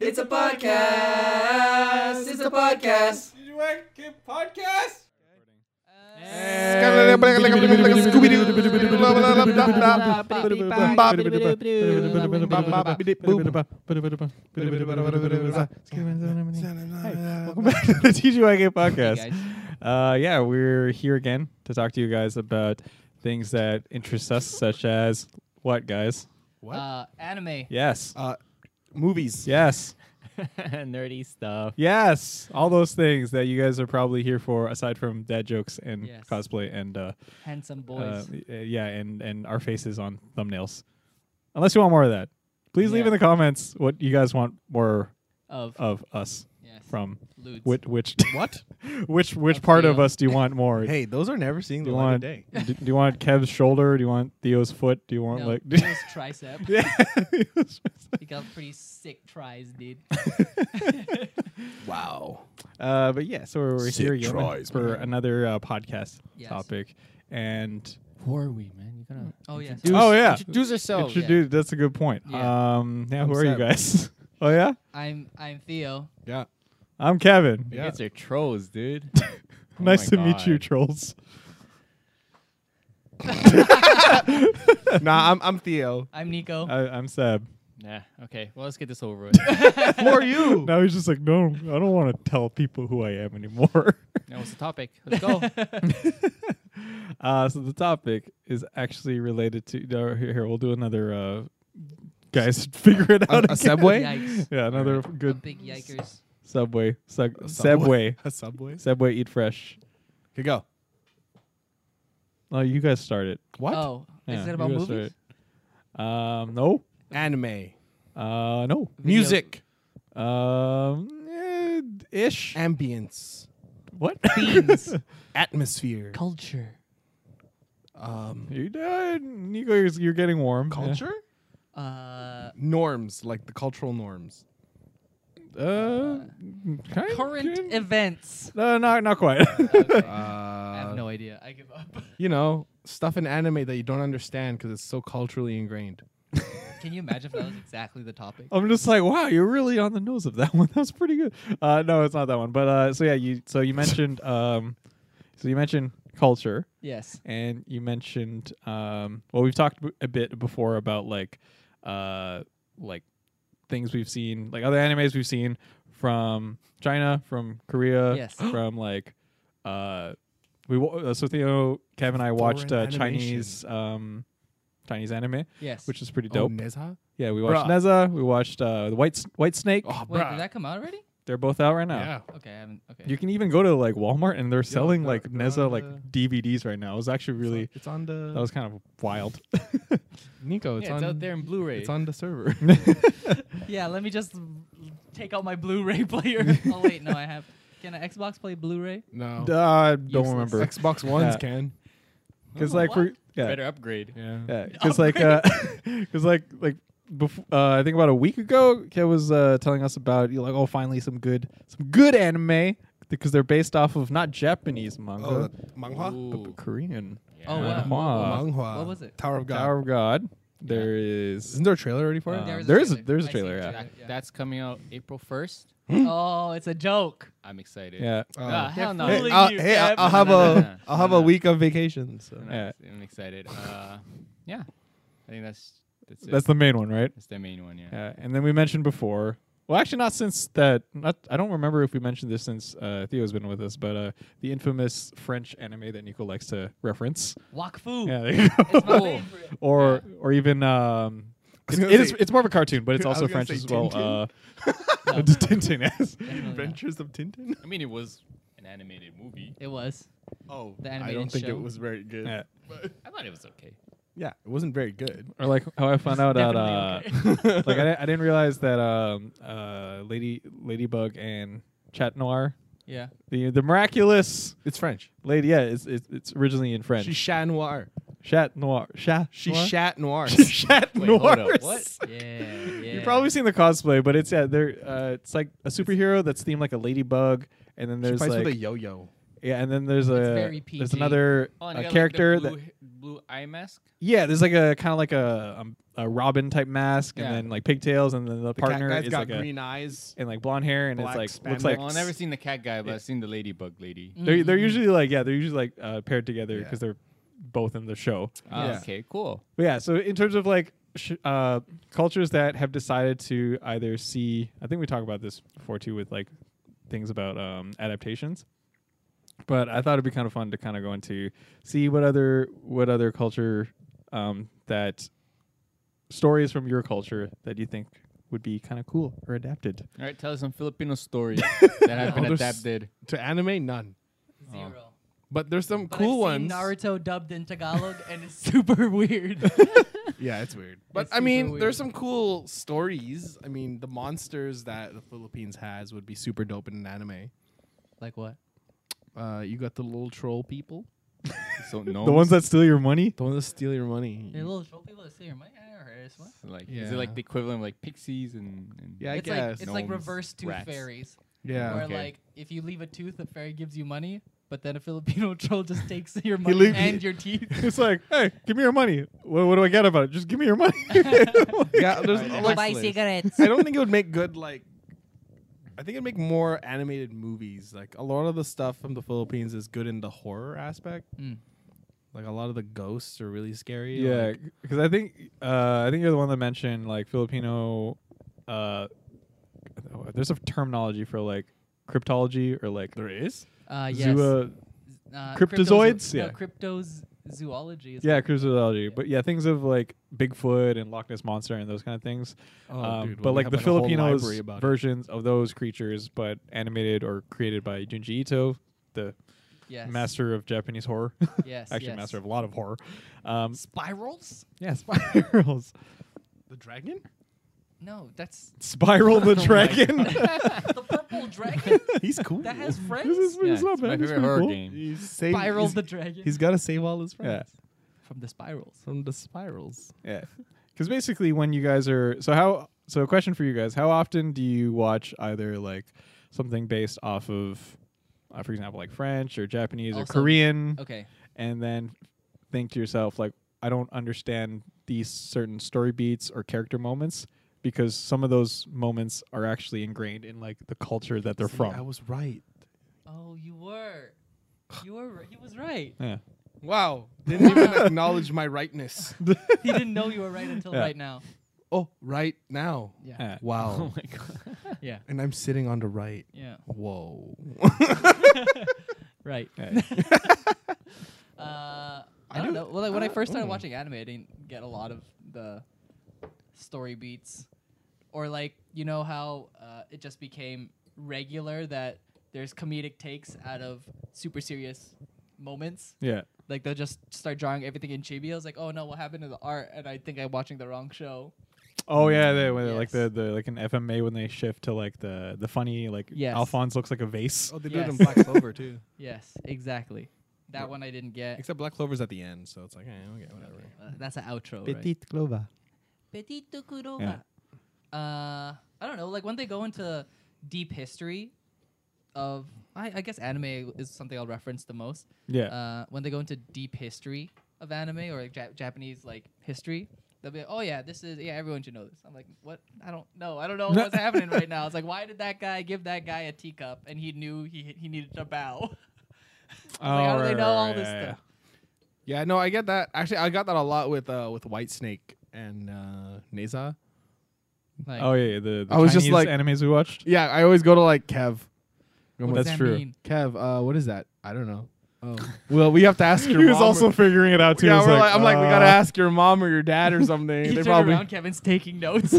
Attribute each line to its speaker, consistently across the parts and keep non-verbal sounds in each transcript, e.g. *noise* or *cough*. Speaker 1: It's a podcast. It's a podcast.
Speaker 2: podcast.
Speaker 3: Welcome back to *laughs* the TGYK podcast. Uh, yeah, we're here again to talk to you guys about things that interest us, such as what, guys?
Speaker 1: Uh, anime.
Speaker 3: Yes,
Speaker 2: Uh, movies.
Speaker 3: yes,
Speaker 1: Nerdy stuff.
Speaker 3: yes. All those things that you guys are probably here for, aside from dad jokes and
Speaker 1: Yes.
Speaker 3: cosplay and uh,
Speaker 1: Handsome
Speaker 3: uh,
Speaker 1: boys.
Speaker 3: y- yeah, and and our faces on thumbnails. Unless you want more of that, please leave
Speaker 1: Yeah.
Speaker 3: in the comments what you guys want more
Speaker 1: of.
Speaker 3: of us
Speaker 1: yes.
Speaker 3: uh, from.
Speaker 1: Ludes.
Speaker 3: Which which *laughs*
Speaker 2: What?
Speaker 3: which which
Speaker 1: Of
Speaker 3: part of
Speaker 1: Theo.
Speaker 3: us do you want more?
Speaker 2: Hey, those are never seeing
Speaker 3: do
Speaker 2: the
Speaker 3: you
Speaker 2: light
Speaker 3: want
Speaker 2: of day.
Speaker 3: do, do you want Kev's shoulder? Do you want Theo's foot? Do you want
Speaker 1: no,
Speaker 3: like? *laughs*
Speaker 1: it was tricep.
Speaker 3: yeah.
Speaker 1: He got pretty sick tries,
Speaker 4: *laughs*
Speaker 1: dude.
Speaker 2: Wow.
Speaker 3: uh, but yeah, so we're
Speaker 2: Sick
Speaker 3: here again
Speaker 2: tries,
Speaker 3: for
Speaker 2: man.
Speaker 3: another uh, podcast
Speaker 1: Yes.
Speaker 3: topic, and
Speaker 4: Who are we, man? You gotta
Speaker 1: Oh yeah.
Speaker 4: Dude.
Speaker 3: oh yeah,
Speaker 4: introduce yourself.
Speaker 3: Introduce- That's a good point.
Speaker 1: Yeah.
Speaker 3: Um, yeah,
Speaker 4: I'm
Speaker 3: who are you
Speaker 4: Seb.
Speaker 3: guys? *laughs* oh yeah,
Speaker 1: I'm I'm Theo.
Speaker 2: Yeah.
Speaker 3: I'm Kevin.
Speaker 2: Yeah.
Speaker 4: It's your trolls, dude. Oh
Speaker 3: *laughs* nice to
Speaker 4: my
Speaker 3: meet you,
Speaker 4: God.
Speaker 3: trolls.
Speaker 2: nah, I'm I'm Theo.
Speaker 1: I'm Nico.
Speaker 3: I, I'm Seb.
Speaker 4: Nah. Okay. Well, let's get this over with.
Speaker 2: Who are you?
Speaker 3: Now he's just like, *laughs* no, I don't want to tell people who I am anymore. *laughs*
Speaker 4: now, what's the topic? Let's go.
Speaker 3: Uh, so the topic is actually related to. no, here, here, we'll do another. Uh, guys, *laughs* figure it
Speaker 2: A,
Speaker 3: out.
Speaker 2: a
Speaker 3: again.
Speaker 2: subway.
Speaker 1: *laughs* Yikes.
Speaker 3: Yeah, another
Speaker 1: I'm
Speaker 3: good
Speaker 1: big yikers.
Speaker 3: subway. Seg-
Speaker 2: A
Speaker 3: Subway.
Speaker 2: A subway.
Speaker 3: Subway. Eat fresh.
Speaker 2: Here you go.
Speaker 3: Oh, you guys start it.
Speaker 2: What?
Speaker 1: Oh,
Speaker 3: Yeah,
Speaker 1: is
Speaker 3: you
Speaker 1: it about
Speaker 3: guys start
Speaker 1: movies?
Speaker 3: it. Um, no.
Speaker 2: Anime.
Speaker 3: Uh, no.
Speaker 1: Video-
Speaker 2: Music.
Speaker 3: Um, eh, ish.
Speaker 2: Ambience.
Speaker 3: What? *laughs*
Speaker 1: Themes.
Speaker 2: Atmosphere.
Speaker 1: Culture.
Speaker 2: Um.
Speaker 3: you did, Nico. You're, you're getting warm. Yeah.
Speaker 2: Culture.
Speaker 1: Uh,
Speaker 2: Norms, like the
Speaker 3: *laughs*
Speaker 2: cultural norms.
Speaker 3: Uh, kind-
Speaker 1: current
Speaker 3: kind-
Speaker 1: events.
Speaker 3: No, not not quite. *laughs*
Speaker 1: Okay. I
Speaker 2: Uh,
Speaker 1: have no idea. I give up.
Speaker 2: you know, stuff in anime that you don't understand because it's so culturally ingrained.
Speaker 1: Can you imagine if that was exactly
Speaker 3: *laughs*
Speaker 1: the topic?
Speaker 3: I'm just like, wow, you're really on the nose of that one. *laughs* That's pretty good. Uh, no, it's not that one. But uh, so yeah, you so you
Speaker 2: *laughs*
Speaker 3: mentioned um, so you mentioned culture,
Speaker 1: Yes.
Speaker 3: and you mentioned um, well, we've talked b- a bit before about like uh, like things we've seen, like other animes we've seen from China, from Korea,
Speaker 2: *gasps*
Speaker 1: Yes.
Speaker 3: from like uh, we wa- uh, so Theo, Kevin, and I watched uh,
Speaker 2: Foreign
Speaker 3: Chinese um, Chinese anime,
Speaker 1: Yes.
Speaker 3: which is pretty
Speaker 2: Oh,
Speaker 3: dope.
Speaker 2: Nezha?
Speaker 3: Yeah, we watched
Speaker 2: Bruh.
Speaker 3: Neza. We watched uh, the White S- White Snake.
Speaker 2: Oh,
Speaker 1: Wait,
Speaker 2: bruh.
Speaker 1: did that come out already?
Speaker 3: They're both out right now.
Speaker 2: Yeah.
Speaker 1: Okay, I haven't. Okay.
Speaker 3: You can even go to like Walmart and they're selling
Speaker 2: they're-
Speaker 3: like
Speaker 2: they're
Speaker 3: Neza
Speaker 2: on
Speaker 3: like DVDs right now. It was actually really
Speaker 2: It's on the
Speaker 3: that was kind of wild.
Speaker 2: Nico. It's
Speaker 4: yeah,
Speaker 2: on
Speaker 4: it's out there in Blu-ray.
Speaker 2: It's on the server.
Speaker 1: yeah, let me just take out my Blu-ray *laughs* player. oh wait, no, I have. Can an Xbox play Blu-ray?
Speaker 2: *laughs* *laughs* no,
Speaker 3: Uh, I don't
Speaker 1: Useless.
Speaker 3: remember *laughs*
Speaker 2: Oh. Xbox Ones
Speaker 3: Yeah.
Speaker 2: can.
Speaker 3: because
Speaker 1: Oh,
Speaker 3: like
Speaker 1: what?
Speaker 3: for yeah
Speaker 4: Better upgrade.
Speaker 2: Yeah. *laughs*
Speaker 3: yeah because like *laughs* because like like before uh, I think about a week ago Kev was uh, telling us about you know, like oh finally some good some good anime because they're based off of not Japanese manga
Speaker 2: Oh,
Speaker 3: but- but
Speaker 4: Ooh.
Speaker 3: Korean
Speaker 1: Oh,
Speaker 4: Yeah.
Speaker 1: wow.
Speaker 3: Manhwa.
Speaker 2: Manhwa.
Speaker 1: What was it?
Speaker 2: Tower of God.
Speaker 3: Tower of God. There is
Speaker 2: Isn't there a trailer already for
Speaker 3: Uh,
Speaker 2: it?
Speaker 3: There is-
Speaker 1: a
Speaker 3: there is a- there is
Speaker 1: trailer.
Speaker 3: a
Speaker 1: I seen
Speaker 3: trailer, yeah.
Speaker 4: That- That's coming out April 1st.
Speaker 1: oh, it's a joke.
Speaker 4: I'm excited.
Speaker 3: yeah.
Speaker 2: Oh.
Speaker 4: Ah, hell no.
Speaker 1: Hey,
Speaker 2: Hey,
Speaker 1: Fooling
Speaker 2: I'll,
Speaker 1: you,
Speaker 2: hey,
Speaker 1: Kev.
Speaker 2: I'll have
Speaker 4: No, no, no,
Speaker 2: a
Speaker 4: no.
Speaker 2: I'll have
Speaker 4: No,
Speaker 2: a
Speaker 4: no.
Speaker 2: week of vacation. So.
Speaker 4: I'm,
Speaker 3: Yeah.
Speaker 4: ex- I'm excited. Uh, yeah. I think that's that's it.
Speaker 3: That's the main one, right?
Speaker 4: That's the main one. Yeah.
Speaker 3: Yeah, Uh, and then we mentioned before. Well, actually, not since that. Not I don't remember if we mentioned this since uh, Theo's been with us, but uh, the infamous French anime that Nico likes to reference.
Speaker 1: Wakfu. Oh.
Speaker 3: Yeah, there you go.
Speaker 1: It's my favorite.
Speaker 3: *laughs* or or even um, it's,
Speaker 2: was gonna
Speaker 3: it is,
Speaker 2: say-
Speaker 3: it's more of a cartoon, but it's
Speaker 2: I was
Speaker 3: also
Speaker 2: gonna
Speaker 3: French
Speaker 2: say
Speaker 3: as well.
Speaker 2: Tintin. *laughs*
Speaker 3: Uh, *laughs* Tintin, yes.
Speaker 1: Definitely not.
Speaker 2: of Tintin.
Speaker 4: I mean, it was an animated movie.
Speaker 1: It was.
Speaker 2: *laughs* Oh,
Speaker 1: The
Speaker 2: I
Speaker 1: animated
Speaker 2: don't think
Speaker 1: show.
Speaker 2: it was very good.
Speaker 3: Yeah.
Speaker 4: I thought it was okay.
Speaker 2: Yeah, it wasn't very good.
Speaker 3: Or like how I found out that uh,
Speaker 1: Definitely
Speaker 3: *laughs* like I, di- I didn't realize that um uh lady ladybug and Chat Noir
Speaker 1: Yeah.
Speaker 3: the the miraculous
Speaker 2: It's French.
Speaker 3: lady yeah it's it's, it's originally in French
Speaker 2: She chat noir.
Speaker 3: Chat Noir Chat
Speaker 2: She
Speaker 3: Noir?
Speaker 2: *laughs* chat noir.
Speaker 3: Chat
Speaker 4: Wait, hold up.
Speaker 3: Noirs.
Speaker 4: What?
Speaker 1: Yeah. yeah.
Speaker 3: You've probably seen the cosplay, but it's yeah, there. Uh, it's like a superhero that's themed like a ladybug, and then
Speaker 2: She
Speaker 3: there's
Speaker 2: fights with a
Speaker 3: like
Speaker 2: yo-yo.
Speaker 3: Yeah, and then there's
Speaker 1: It's
Speaker 3: a
Speaker 1: very
Speaker 3: there's
Speaker 1: PG.
Speaker 3: another
Speaker 4: Oh, and they
Speaker 3: a
Speaker 4: got, like, the
Speaker 3: character
Speaker 4: blue,
Speaker 3: that
Speaker 4: h- blue eye mask.
Speaker 3: yeah, there's like a kind of like a um, a Robin type mask,
Speaker 4: Yeah.
Speaker 3: and then like pigtails, and then the,
Speaker 2: The cat
Speaker 3: partner
Speaker 2: guy's
Speaker 3: is
Speaker 2: got
Speaker 3: like a
Speaker 2: green eyes.
Speaker 3: and like blonde hair, and
Speaker 2: black
Speaker 3: it's like looks
Speaker 2: spandex.
Speaker 3: like
Speaker 4: Well, I've never seen the cat guy, but I've seen the ladybug lady.
Speaker 3: they're they're
Speaker 1: Mm.
Speaker 3: usually like yeah they're usually like uh, paired together
Speaker 2: Yeah.
Speaker 3: because they're both in the show.
Speaker 4: Ah,
Speaker 2: Yeah.
Speaker 4: Okay, cool.
Speaker 3: But yeah, so in terms of like sh- uh, cultures that have decided to either see, I think we talked about this before too with like things about um, adaptations. But I thought it'd be kind of fun to kind of go into see what other what other culture um, that stories from your culture that you think would be kind of cool or adapted.
Speaker 4: All right, tell us some Filipino
Speaker 3: *laughs*
Speaker 4: stories that have been
Speaker 2: Oh, there's-
Speaker 4: adapted.
Speaker 2: To anime, none.
Speaker 1: Zero.
Speaker 2: But there's some
Speaker 1: But I've
Speaker 2: cool
Speaker 1: seen
Speaker 3: *laughs*
Speaker 2: ones.
Speaker 1: Naruto dubbed in Tagalog, and it's super weird.
Speaker 2: Yeah, it's weird. But
Speaker 1: It's
Speaker 2: I mean,
Speaker 1: super
Speaker 2: there's some
Speaker 1: weird.
Speaker 2: cool stories. I mean, the monsters that the Philippines has would be super dope in an anime.
Speaker 1: like what?
Speaker 2: Uh, you got the little troll people,
Speaker 4: So no,
Speaker 3: *laughs* The ones that steal your money.
Speaker 2: the ones that steal your money.
Speaker 1: They're little troll people that say your money. I never heard of this one.
Speaker 4: like is it like
Speaker 2: Yeah.
Speaker 4: the equivalent of like pixies and, and
Speaker 2: Yeah, I
Speaker 1: it's like
Speaker 2: guess. Oh,
Speaker 1: it's like
Speaker 4: Gnomes,
Speaker 1: reverse tooth
Speaker 4: rats.
Speaker 1: fairies.
Speaker 2: yeah,
Speaker 1: where
Speaker 4: okay.
Speaker 1: like if you leave a tooth, the fairy gives you money, but then a Filipino *laughs* troll just takes your
Speaker 3: He
Speaker 1: money
Speaker 3: leave-
Speaker 1: and your teeth.
Speaker 3: *laughs* It's like, hey, give me your money. What, what do I get about it? Just give me your money. *laughs*
Speaker 2: yeah. There's
Speaker 4: Go
Speaker 2: like,
Speaker 1: buy cigarettes.
Speaker 2: I don't think it would make good like. I think it'd make more animated movies. Like a lot of the stuff from the Philippines is good in the horror aspect.
Speaker 1: Mm.
Speaker 2: Like a lot of the ghosts are really scary.
Speaker 3: Yeah,
Speaker 2: like-
Speaker 3: because I think uh, I think you're the one that mentioned like Filipino. Uh, oh, there's a terminology for like cryptology or like
Speaker 2: there is.
Speaker 1: Uh, yes.
Speaker 3: zoo-
Speaker 1: uh,
Speaker 3: Cryptozoids?
Speaker 1: cryptozo-
Speaker 3: Yeah.
Speaker 1: No, cryptozoology. Is
Speaker 3: yeah, cryptology. But yeah, things of like Bigfoot and Loch Ness monster and those kind of things.
Speaker 2: Oh,
Speaker 3: Um,
Speaker 2: dude, well,
Speaker 3: but
Speaker 2: we
Speaker 3: like
Speaker 2: have,
Speaker 3: the
Speaker 2: a whole
Speaker 3: Filipinos
Speaker 2: library about it.
Speaker 3: versions of those creatures, but animated or created by Junji Ito, the
Speaker 1: Yes.
Speaker 3: master of Japanese horror. *laughs*
Speaker 1: Yes.
Speaker 3: Actually,
Speaker 1: yes.
Speaker 3: master of a lot of horror. Um,
Speaker 2: spirals.
Speaker 3: yeah, *laughs* spirals.
Speaker 2: The dragon.
Speaker 1: No, that's
Speaker 3: Spiral
Speaker 2: *laughs* Oh
Speaker 3: the dragon.
Speaker 1: the *laughs* purple dragon
Speaker 2: He's cool.
Speaker 1: that has
Speaker 3: this is
Speaker 1: friends.
Speaker 3: it's not
Speaker 4: it's my
Speaker 3: bad. It's
Speaker 4: favorite
Speaker 3: pretty
Speaker 4: horror
Speaker 3: cool.
Speaker 4: game. *laughs*
Speaker 2: He's saved,
Speaker 1: Spiral
Speaker 2: he's-
Speaker 1: the dragon.
Speaker 2: He's got to save all his
Speaker 3: Yeah.
Speaker 2: friends
Speaker 1: from the spirals.
Speaker 2: from the spirals.
Speaker 3: Yeah. Because basically, when you guys are so how so a question for you guys: How often do you watch either like something based off of, uh, for example, like French or Japanese or
Speaker 1: Also-
Speaker 3: Korean,
Speaker 1: Okay.
Speaker 3: and then think to yourself like, I don't understand these certain story beats or character moments because some of those moments are actually ingrained in like the culture that they're
Speaker 2: See,
Speaker 3: from.
Speaker 2: I was right.
Speaker 1: Oh, you were. You were. ri- He
Speaker 3: *laughs*
Speaker 1: was right.
Speaker 3: yeah.
Speaker 2: Wow. *laughs* Didn't even acknowledge my rightness.
Speaker 1: He didn't know you were right until
Speaker 3: Yeah.
Speaker 1: right now.
Speaker 2: Oh, right now.
Speaker 1: Yeah.
Speaker 3: yeah.
Speaker 2: Wow.
Speaker 4: Oh
Speaker 1: *laughs*
Speaker 4: my god.
Speaker 1: Yeah.
Speaker 2: and I'm sitting on the right.
Speaker 1: Yeah.
Speaker 2: Whoa.
Speaker 1: Right. *laughs*
Speaker 3: Yeah.
Speaker 1: Uh, I don't know. Well, like when I first started watching anime, I didn't get a lot of the story beats, or like you know how uh, it just became regular that there's comedic takes out of super serious moments.
Speaker 3: yeah.
Speaker 1: Like they'll just start drawing everything in chibi. I was like, oh no, what happened to the art? And I think I'm watching the wrong show.
Speaker 3: Oh yeah, they, when they're like the,
Speaker 1: Yes.
Speaker 3: the like an FMA when they shift to like the the funny like
Speaker 1: Yes.
Speaker 3: Alphonse looks like a vase.
Speaker 2: Oh, they
Speaker 1: do it in Yes.
Speaker 2: Black Clover
Speaker 1: *laughs*
Speaker 2: too.
Speaker 1: Yes, exactly. That one I didn't get.
Speaker 2: Except Black Clover's at the end, so it's like, eh, okay, whatever.
Speaker 1: Uh, that's an outro. right?
Speaker 2: Clover.
Speaker 1: Petito Kuroba. Uh, I don't know. Like when they go into deep history of, I, I guess anime is something I'll reference the most.
Speaker 3: Yeah.
Speaker 1: Uh, when they go into deep history of anime or like, Ja- Japanese like history, they'll be like, "Oh yeah, this is yeah, everyone should know this." I'm like, "What? I don't know. I don't
Speaker 3: *laughs*
Speaker 1: know what's happening right now." It's like, why did that guy give that guy a teacup and he knew he he needed to bow? *laughs* I was like, how do they
Speaker 3: Oh, right,
Speaker 1: know
Speaker 3: right,
Speaker 1: all
Speaker 3: right,
Speaker 1: this
Speaker 3: yeah,
Speaker 1: stuff?
Speaker 2: Yeah, no, I get that. Actually, I got that a lot with uh with White Snake and uh Neza.
Speaker 1: Like,
Speaker 3: yeah. Oh yeah, yeah, the, the
Speaker 2: I was just
Speaker 3: Chinese
Speaker 2: like-
Speaker 3: animes we
Speaker 2: *laughs*
Speaker 3: watched.
Speaker 2: Yeah, I always go to like Kev. Go
Speaker 1: what
Speaker 2: with
Speaker 1: does
Speaker 3: that's
Speaker 1: that
Speaker 3: true.
Speaker 1: mean?
Speaker 2: Kev, uh, what is that? I don't know. Oh. well, we have to *laughs* ask your mom. or-
Speaker 3: figuring it out
Speaker 2: yeah, we're like, "Ah." I'm like, we
Speaker 3: uh,
Speaker 2: gotta ask your mom or your dad or *laughs* something.
Speaker 1: He
Speaker 2: they
Speaker 1: turned
Speaker 2: probably
Speaker 1: around. Kevin's taking notes.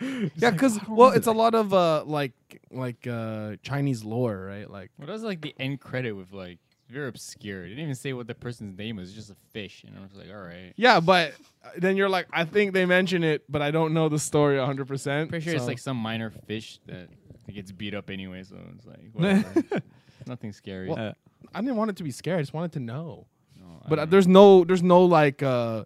Speaker 2: yeah, because well, it's a lot of uh, like like uh, Chinese lore, right? Like
Speaker 4: What was like the end credit with like very obscure. It didn't even say what the person's name was. Just a fish, and I was like, all right.
Speaker 2: yeah, but uh, then you're like, I think they mention it, but I don't know the story 100. percent
Speaker 4: Pretty sure it's like some minor fish that gets beat up anyway. So it's like
Speaker 3: *laughs*
Speaker 4: whatever. nothing scary.
Speaker 2: Well,
Speaker 3: Uh,
Speaker 2: I didn't want it to be scary. I just wanted to know.
Speaker 4: No, I
Speaker 2: But uh,
Speaker 4: don't
Speaker 2: there's no there's no like uh,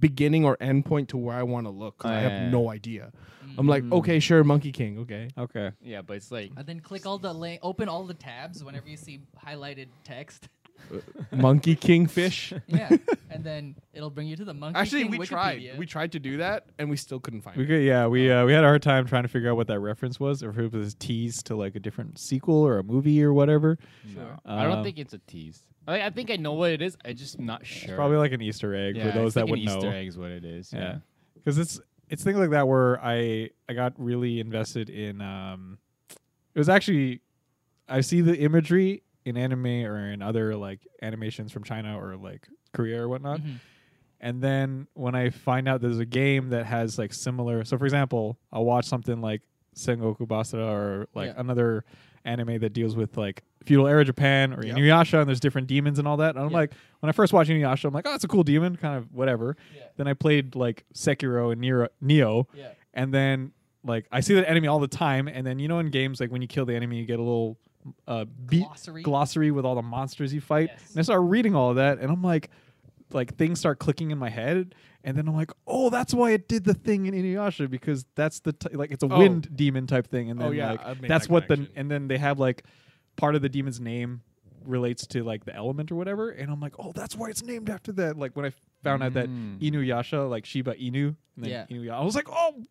Speaker 2: beginning or end point to where I want to look. 'cause
Speaker 4: Oh,
Speaker 2: I
Speaker 4: yeah,
Speaker 2: have
Speaker 4: yeah,
Speaker 2: no idea. I'm like, okay, sure, Monkey King, okay.
Speaker 3: Okay.
Speaker 4: Yeah, but it's like
Speaker 1: And then click all the link, open all the tabs whenever you see highlighted text.
Speaker 2: *laughs* Monkey King fish.
Speaker 1: Yeah, and then it'll bring you to the monkey.
Speaker 2: Actually,
Speaker 1: King
Speaker 2: we
Speaker 1: Wikipedia.
Speaker 2: tried. We tried to do that, and we still couldn't find
Speaker 3: We
Speaker 2: it.
Speaker 3: could, yeah, we uh, we had a hard time trying to figure out what that reference was, or if it was a tease to like a different sequel or a movie or whatever.
Speaker 1: Sure.
Speaker 4: I
Speaker 3: Um,
Speaker 4: don't think it's a tease. I, I think I know what it is. I'm just not sure.
Speaker 3: It's probably like an Easter egg
Speaker 4: Yeah,
Speaker 3: for those
Speaker 4: it's
Speaker 3: that
Speaker 4: like
Speaker 3: would
Speaker 4: an Easter
Speaker 3: know.
Speaker 4: egg is what it is.
Speaker 3: Yeah, because it's it's things like that where I I got really invested in. Um, it was actually I see the imagery in anime or in other like animations from China or like Korea or whatnot,
Speaker 1: Mhm.
Speaker 3: and then when I find out there's a game that has like similar, so for example, I'll watch something like Sengoku Basara or like
Speaker 1: Yeah.
Speaker 3: another anime that deals with like feudal era Japan or
Speaker 2: Yep.
Speaker 3: Inuyasha, and there's different demons and all that. And I'm
Speaker 1: Yeah.
Speaker 3: like, when I first watched Inuyasha, I'm like, oh, it's a cool demon, kind of whatever.
Speaker 1: Yeah.
Speaker 3: Then I played like Sekiro and Nero, Neo,
Speaker 1: Yeah.
Speaker 3: and then like I see that enemy all the time. And then you know in games like when you kill the enemy, you get a little uh, beat
Speaker 1: Glossary.
Speaker 3: glossary with all the monsters you fight.
Speaker 1: Yes.
Speaker 3: And I start reading all of that, and I'm like, like things start clicking in my head, and then I'm like, oh, that's why it did the thing in Inuyasha because that's the t- like it's a
Speaker 2: Oh.
Speaker 3: wind demon type thing, and
Speaker 2: Oh,
Speaker 3: then
Speaker 2: yeah, I've
Speaker 3: like
Speaker 2: made
Speaker 3: that's
Speaker 2: that
Speaker 3: what the
Speaker 2: connection.
Speaker 3: and then they have like part of the demon's name relates to like the element or whatever, and I'm like, oh, that's why it's named after that. Like when I found out that
Speaker 4: Mm.
Speaker 3: Inuyasha, like Shiba Inu, and then
Speaker 1: Yeah.
Speaker 3: Inuyasha, I was like, oh.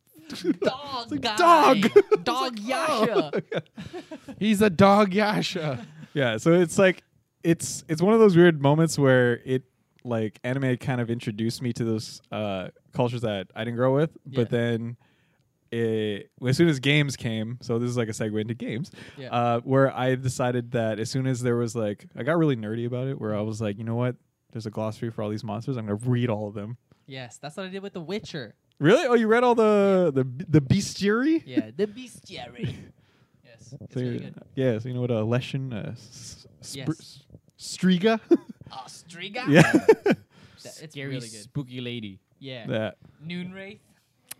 Speaker 1: Dog.
Speaker 3: like,
Speaker 1: guy.
Speaker 3: dog. It's
Speaker 1: *laughs* Dog
Speaker 3: oh.
Speaker 1: Yasha.
Speaker 2: He's a dog Yasha.
Speaker 3: Yeah, so it's like it's it's one of those weird moments where it like anime kind of introduced me to those uh cultures that I didn't grow with,
Speaker 1: Yeah.
Speaker 3: but then it, as soon as games came, so this is like a segue into games,
Speaker 1: Yeah.
Speaker 3: uh, where I decided that as soon as there was like, I got really nerdy about it, where I was like, you know what, there's a glossary for all these monsters, I'm gonna read all of them.
Speaker 1: Yes, that's what I did with The Witcher.
Speaker 3: Really? Oh, you read all the the the bestiary?
Speaker 1: Yeah, the bestiary. Yes,
Speaker 3: *laughs*
Speaker 1: it's
Speaker 3: So
Speaker 1: really
Speaker 3: you,
Speaker 1: good.
Speaker 3: yeah, so you know what a lesson, uh, s- spr-
Speaker 1: Yes.
Speaker 3: striga? *laughs*
Speaker 1: Ostriga.
Speaker 3: yeah.
Speaker 1: That- it's
Speaker 4: Scary,
Speaker 1: really good.
Speaker 4: spooky lady.
Speaker 1: Yeah.
Speaker 3: that.
Speaker 1: Noonwraith.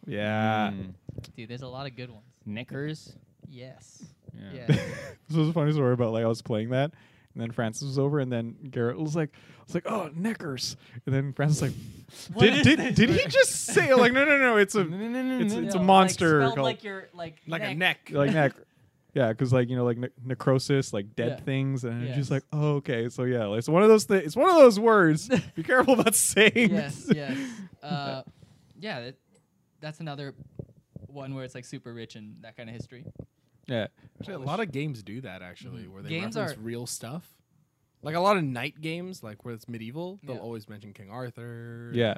Speaker 3: Yeah.
Speaker 4: Mm.
Speaker 1: Dude, there's a lot of good ones.
Speaker 4: Neckers.
Speaker 1: Yes.
Speaker 4: *laughs* Yeah.
Speaker 1: Yeah.
Speaker 3: this was a funny story about like I was playing that, and then Francis was over, and then Garrett was like, I was like, oh, neckers, and then Francis was like,
Speaker 1: *laughs* What
Speaker 3: did
Speaker 1: is
Speaker 3: did,
Speaker 1: this?
Speaker 3: did he just say like no no no it's a
Speaker 1: *laughs*
Speaker 4: No, no, no,
Speaker 3: it's
Speaker 4: no,
Speaker 3: it's
Speaker 1: No,
Speaker 3: a
Speaker 1: like,
Speaker 3: monster
Speaker 1: spelled
Speaker 3: called-
Speaker 1: like your like
Speaker 2: *laughs* Like
Speaker 1: neck.
Speaker 2: a neck.
Speaker 3: like neck. Yeah, because like you know, like ne- necrosis, like dead
Speaker 1: Yeah.
Speaker 3: things, and it's just
Speaker 1: Yes.
Speaker 3: like, oh, okay, so yeah, like, it's one of those things. It's one of those
Speaker 1: *laughs*
Speaker 3: words. Be careful about saying.
Speaker 2: *laughs*
Speaker 1: yes, yes. Uh, yeah, that, that's another one where it's like super rich and that kind of history.
Speaker 3: *laughs* yeah.
Speaker 2: Actually, a lot of games do that actually, where they
Speaker 1: Mm-hmm. Games
Speaker 2: reference
Speaker 1: are-
Speaker 2: real stuff. Like a lot of knight games, like where it's medieval, they'll
Speaker 1: Yeah.
Speaker 2: always mention King Arthur.
Speaker 3: Yeah.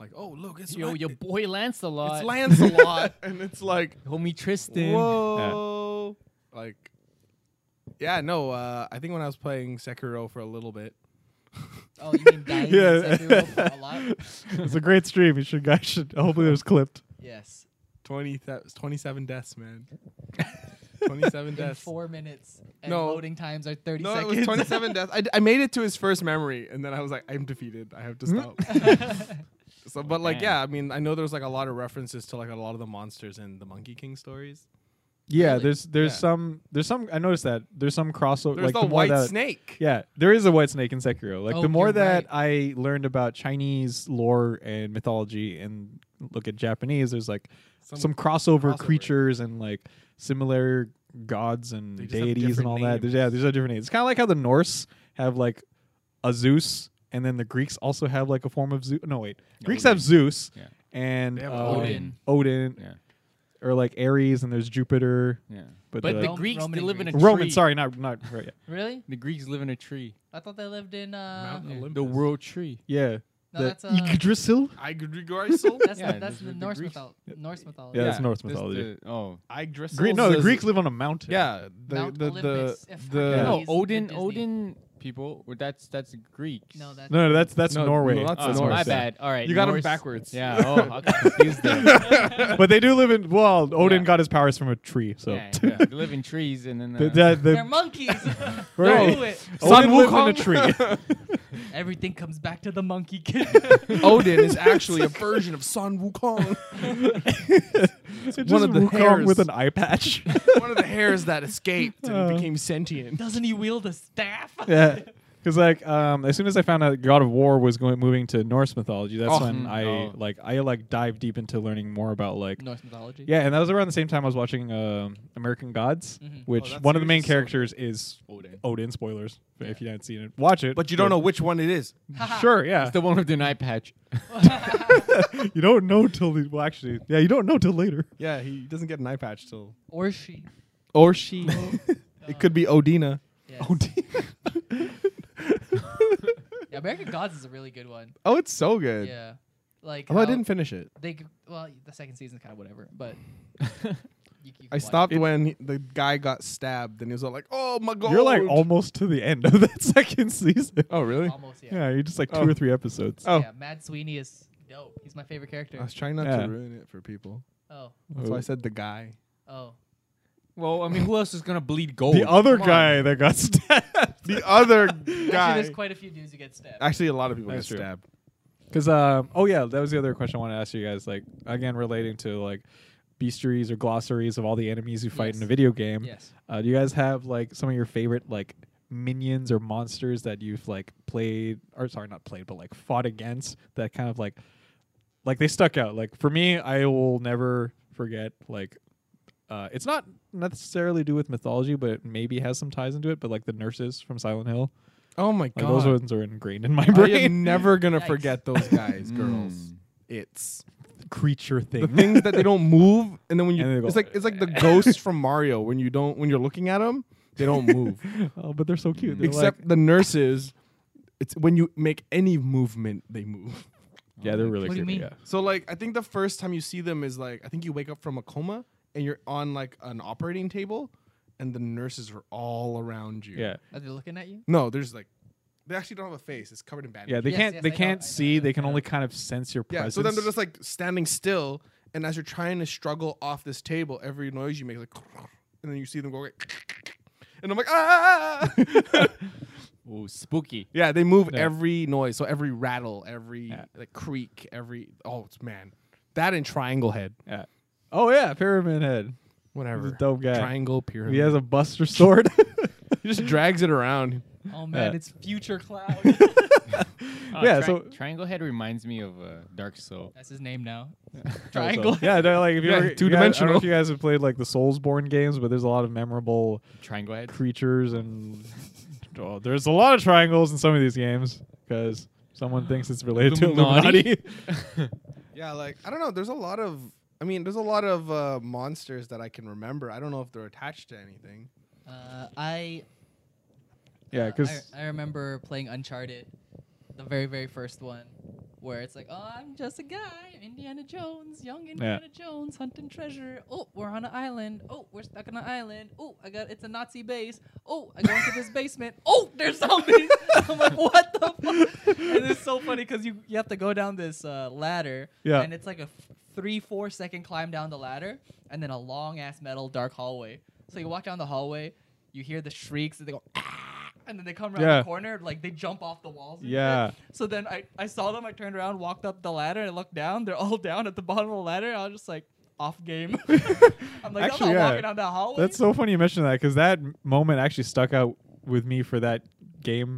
Speaker 2: Like, oh look, it's
Speaker 4: Yo,
Speaker 2: Lan-
Speaker 4: your boy Lancelot.
Speaker 2: it's Lancelot, *laughs* and it's like,
Speaker 4: *laughs* Homie Tristan.
Speaker 2: whoa, like, yeah, no. Uh, I think when I was playing Sekiro for a little bit,
Speaker 1: Oh, you
Speaker 2: *laughs*
Speaker 1: mean dying
Speaker 3: Yeah.
Speaker 1: yeah. a lot?
Speaker 3: it's a great stream. You should guys should hopefully there's clipped.
Speaker 1: Yes.
Speaker 2: 20 th- 27 deaths, man. *laughs* 27
Speaker 1: In
Speaker 2: deaths.
Speaker 1: four minutes and
Speaker 2: No.
Speaker 1: loading times are 30
Speaker 2: No, it
Speaker 1: seconds.
Speaker 2: was 27 deaths. I, d- I made it to his first memory, and then I was like, I'm defeated. I have to stop. so, but like,
Speaker 4: man.
Speaker 2: yeah, I mean, I know there's like a lot of references to like a lot of the monsters in the Monkey King stories.
Speaker 3: Yeah,
Speaker 1: Really?
Speaker 3: there's there's
Speaker 2: Yeah.
Speaker 3: some there's some I noticed that there's some crossover
Speaker 2: There's
Speaker 3: like
Speaker 2: the,
Speaker 3: more
Speaker 2: white
Speaker 3: that-
Speaker 2: snake.
Speaker 3: Yeah, there is a white snake in Sekiro. Like
Speaker 1: Oh,
Speaker 3: the more
Speaker 1: you're
Speaker 3: that I learned about Chinese lore and mythology and look at Japanese, there's like some,
Speaker 2: Some
Speaker 3: crossover,
Speaker 2: crossover.
Speaker 3: creatures and like similar gods and
Speaker 2: They just have
Speaker 3: deities and
Speaker 2: different
Speaker 3: all that. There's, yeah,
Speaker 2: names.
Speaker 3: there's a different names. It's kind of like how the Norse have like a Zeus, and then the Greeks also have like a form of Zeus. No, wait, Greeks have
Speaker 4: Odin.
Speaker 3: Zeus
Speaker 4: Yeah.
Speaker 3: and
Speaker 2: They have
Speaker 3: uh,
Speaker 4: Odin.
Speaker 3: Odin,
Speaker 4: Yeah.
Speaker 3: or like Ares, and there's Jupiter.
Speaker 4: Yeah.
Speaker 3: But
Speaker 4: But,
Speaker 3: the-
Speaker 4: the
Speaker 1: Rom-
Speaker 4: Greeks
Speaker 1: Roman
Speaker 4: they live in a
Speaker 1: Greeks.
Speaker 4: tree.
Speaker 3: Roman, sorry, not not right,
Speaker 1: *laughs* Really?
Speaker 4: The Greeks live in a tree.
Speaker 1: I thought they lived in. Uh,
Speaker 2: Mount
Speaker 1: yeah.
Speaker 2: Olympus.
Speaker 4: The world tree.
Speaker 3: yeah. yeah.
Speaker 1: No,
Speaker 3: the
Speaker 1: that's, uh,
Speaker 3: Yggdrasil.
Speaker 2: Yggdrasil?
Speaker 1: That's,
Speaker 4: Yeah,
Speaker 1: the, that's
Speaker 4: there's
Speaker 1: the,
Speaker 4: the
Speaker 1: Norse,
Speaker 4: Greeks.
Speaker 1: mytho- Norse mythology.
Speaker 3: Yeah, that's Norse
Speaker 4: this-
Speaker 3: mythology.
Speaker 4: the- oh.
Speaker 2: Yggdrasil.
Speaker 3: Gre- no, the
Speaker 2: says-
Speaker 3: Greeks live on a mountain.
Speaker 2: Yeah, the
Speaker 1: Mount
Speaker 2: the
Speaker 1: Olympus,
Speaker 2: the,
Speaker 1: if
Speaker 2: the-
Speaker 1: Yeah.
Speaker 4: No,
Speaker 1: He's the
Speaker 4: Odin,
Speaker 1: Disney.
Speaker 4: Odin people. well, That's that's Greeks.
Speaker 1: No, that's.
Speaker 3: No, no, that's that's
Speaker 2: No,
Speaker 3: Norway.
Speaker 2: no, that's
Speaker 4: Oh,
Speaker 2: It's
Speaker 4: my
Speaker 2: Norse.
Speaker 4: bad. All right,
Speaker 2: You got 'em
Speaker 4: Norse-
Speaker 2: backwards.
Speaker 4: Yeah. Oh, I got confused
Speaker 3: *laughs*
Speaker 4: there.
Speaker 3: but they do live in.
Speaker 2: *laughs*
Speaker 3: Well, Odin
Speaker 4: Yeah.
Speaker 3: got his powers from a tree, so. *laughs*
Speaker 4: Yeah, yeah, They live in trees, and then uh,
Speaker 3: The, the, the,
Speaker 1: They're monkeys.
Speaker 2: *laughs*
Speaker 1: *laughs*
Speaker 3: Right.
Speaker 1: Do it.
Speaker 3: Sun
Speaker 2: Odin
Speaker 3: lived in a
Speaker 2: *laughs*
Speaker 3: tree. *laughs*
Speaker 1: Everything comes back to the monkey kid.
Speaker 2: Odin *laughs* is actually a version of Sun *laughs* Wukong.
Speaker 3: it's
Speaker 2: one
Speaker 3: just
Speaker 2: of the
Speaker 3: Wukong
Speaker 2: hairs.
Speaker 3: with an eye
Speaker 2: *laughs*
Speaker 3: patch. *laughs*
Speaker 2: One of the hairs that escaped and
Speaker 3: Uh.
Speaker 2: became sentient.
Speaker 1: Doesn't he wield a staff?
Speaker 3: yeah. Because like um, as soon as I found out God of War was going moving to Norse mythology, that's
Speaker 4: Oh,
Speaker 3: when
Speaker 4: mm,
Speaker 3: I
Speaker 4: oh.
Speaker 3: like I like dive deep into learning more about like
Speaker 1: Norse mythology.
Speaker 3: yeah, and that was around the same time I was watching um, American Gods,
Speaker 1: Mhm.
Speaker 3: which
Speaker 2: Oh,
Speaker 3: one
Speaker 2: that
Speaker 3: of the
Speaker 2: series
Speaker 3: main
Speaker 2: is so good.
Speaker 3: characters is
Speaker 4: Odin.
Speaker 3: Odin. Spoilers if you haven't seen it, watch it.
Speaker 2: But you don't know which one it is.
Speaker 3: Sure, yeah.
Speaker 4: It's the one with the eye patch.
Speaker 3: you don't know till the, well, actually, yeah, you don't know till later.
Speaker 2: Yeah, he doesn't get an eye patch till.
Speaker 1: Or she.
Speaker 2: Or *laughs* she. it could be Odina. *laughs*
Speaker 1: Yes. Yeah, American Gods is a really good one.
Speaker 2: Oh, it's so good.
Speaker 1: Yeah. Like
Speaker 2: Although I
Speaker 1: how
Speaker 2: didn't finish it.
Speaker 1: they g- well the second season's kind of whatever,
Speaker 2: *laughs*
Speaker 1: but you, you
Speaker 2: I
Speaker 1: can watch
Speaker 2: stopped
Speaker 1: it.
Speaker 2: when he- the guy got stabbed, and he was all like, "Oh my god!"
Speaker 3: You're like almost to the end of *laughs* that second season.
Speaker 2: "Oh really?"
Speaker 1: almost yeah.
Speaker 3: Yeah, you're just like two
Speaker 2: Oh.
Speaker 3: or three episodes.
Speaker 2: Oh.
Speaker 1: Yeah, Mad Sweeney is dope. He's my favorite character.
Speaker 2: I was trying not
Speaker 3: Yeah.
Speaker 2: to ruin it for people.
Speaker 1: Oh,
Speaker 2: That's why I said the guy.
Speaker 1: oh.
Speaker 4: well, I mean, who else is gonna bleed gold?
Speaker 3: the other
Speaker 4: Come on.
Speaker 3: guy that got stabbed. *laughs*
Speaker 2: The other
Speaker 1: *laughs* Actually,
Speaker 2: guy.
Speaker 1: there's quite a few dudes who get stabbed.
Speaker 2: Actually, a lot of people
Speaker 3: That's
Speaker 2: get
Speaker 3: true.
Speaker 2: stabbed.
Speaker 3: Because um, oh yeah, that was the other question I wanted to ask you guys. Like again, relating to like bestiaries or glossaries of all the enemies you fight
Speaker 1: Yes.
Speaker 3: in a video game.
Speaker 1: Yes.
Speaker 3: Uh, do you guys have like some of your favorite like minions or monsters that you've like played or sorry not played but like fought against that kind of like like they stuck out like for me i will never forget like uh it's not necessarily do with mythology but it maybe has some ties into it but like the nurses from silent hill
Speaker 2: Oh my
Speaker 3: like
Speaker 2: god!
Speaker 3: those ones are ingrained *laughs* in my
Speaker 2: I am
Speaker 3: brain
Speaker 2: never gonna
Speaker 1: Yikes.
Speaker 2: forget those guys, girls.
Speaker 4: Mm.
Speaker 3: Hmm.
Speaker 2: It's
Speaker 3: creature *laughs*
Speaker 2: the
Speaker 3: thing
Speaker 2: things that they don't move, and then when
Speaker 3: And they
Speaker 2: you,
Speaker 3: go-
Speaker 2: it's like it's like the ghost from Mario. When you don't, when you're looking at them,
Speaker 3: *laughs*
Speaker 2: they don't move.
Speaker 3: oh, but they're so cute They're
Speaker 2: Except
Speaker 3: like-
Speaker 2: the nurses. It's when you make any movement, they move. *laughs*
Speaker 3: yeah they're really
Speaker 1: What do you
Speaker 3: cute
Speaker 1: mean?
Speaker 3: yeah
Speaker 2: So like, I think the first time you see them is like, I think you wake up from a coma and you're on like an operating table, and the nurses are all around you.
Speaker 3: yeah
Speaker 1: Are they looking at you?
Speaker 2: No, there's like, they actually don't have a face. It's covered in bandages.
Speaker 3: yeah they
Speaker 1: Yes,
Speaker 3: can't
Speaker 1: yes,
Speaker 3: they
Speaker 1: I know,
Speaker 3: can't
Speaker 1: I know,
Speaker 3: see
Speaker 1: I know,
Speaker 3: they can
Speaker 1: I know.
Speaker 3: only kind of sense your
Speaker 2: Yeah,
Speaker 3: presence
Speaker 2: so then they're just like standing still, and as you're trying to struggle off this table, every noise you make, like, *laughs* and then you see them go like, *laughs* and I'm
Speaker 3: *laughs*
Speaker 2: like, ah! *laughs*
Speaker 4: Ooh, spooky.
Speaker 2: yeah, they move
Speaker 3: Yeah.
Speaker 2: every noise, so every rattle, every
Speaker 3: Yeah.
Speaker 2: like creak, every oh it's- man, that and triangle head,
Speaker 3: yeah. oh yeah pyramid head
Speaker 2: whatever,
Speaker 3: He's a dope guy.
Speaker 2: triangle pyramid.
Speaker 3: He has a Buster sword. *laughs*
Speaker 2: he just drags it around.
Speaker 1: Oh man,
Speaker 3: Yeah.
Speaker 1: it's future cloud.
Speaker 2: *laughs*
Speaker 4: Oh,
Speaker 3: Yeah,
Speaker 4: tri-
Speaker 3: so-
Speaker 4: Triangle Head reminds me of uh, Dark Soul.
Speaker 1: That's his name now. Triangle.
Speaker 3: yeah, they're like if you
Speaker 2: Yeah,
Speaker 3: ever- you guys- I don't know
Speaker 2: two-dimensional.
Speaker 3: if you guys have played like the Soulsborne games, but there's a lot of memorable
Speaker 4: Triangle Head.
Speaker 3: creatures and oh, there's a lot of triangles in some of these games because someone thinks it's related to Illuminati.
Speaker 4: Illuminati?
Speaker 2: Yeah, like I don't know. There's a lot of, I mean, there's a lot of uh, monsters that I can remember. I don't know if they're attached to anything.
Speaker 1: Uh, I
Speaker 3: *laughs* yeah,
Speaker 1: uh,
Speaker 3: because
Speaker 1: I, I remember playing Uncharted, the very very first one, where it's like, oh, I'm just a guy, Indiana Jones, young Indiana Jones, hunting treasure. Oh, we're on an island. Oh, we're stuck on an island. Oh, I got it's a Nazi base. Oh, I go into this basement. *laughs* Oh, there's zombies. *laughs* I'm like, what the fuck? And it's so funny because you you have to go down this uh, ladder.
Speaker 3: Yeah.
Speaker 1: And it's like a f- three four second climb down the ladder, and then a long ass metal dark hallway. So you walk down the hallway. You hear the shrieks and they go, and then they come around
Speaker 3: Yeah.
Speaker 1: the corner, like they jump off the walls. and
Speaker 3: Yeah.
Speaker 1: shit. So then I, I saw them, I turned around, walked up the ladder, and I looked down. They're all *laughs* down at the bottom of the ladder. I was just like, off game. *laughs* I'm like,
Speaker 3: Actually,
Speaker 1: I'm not
Speaker 3: yeah.
Speaker 1: walking down that hallway.
Speaker 3: that's so funny you mentioned that because that m- moment actually stuck out with me for that game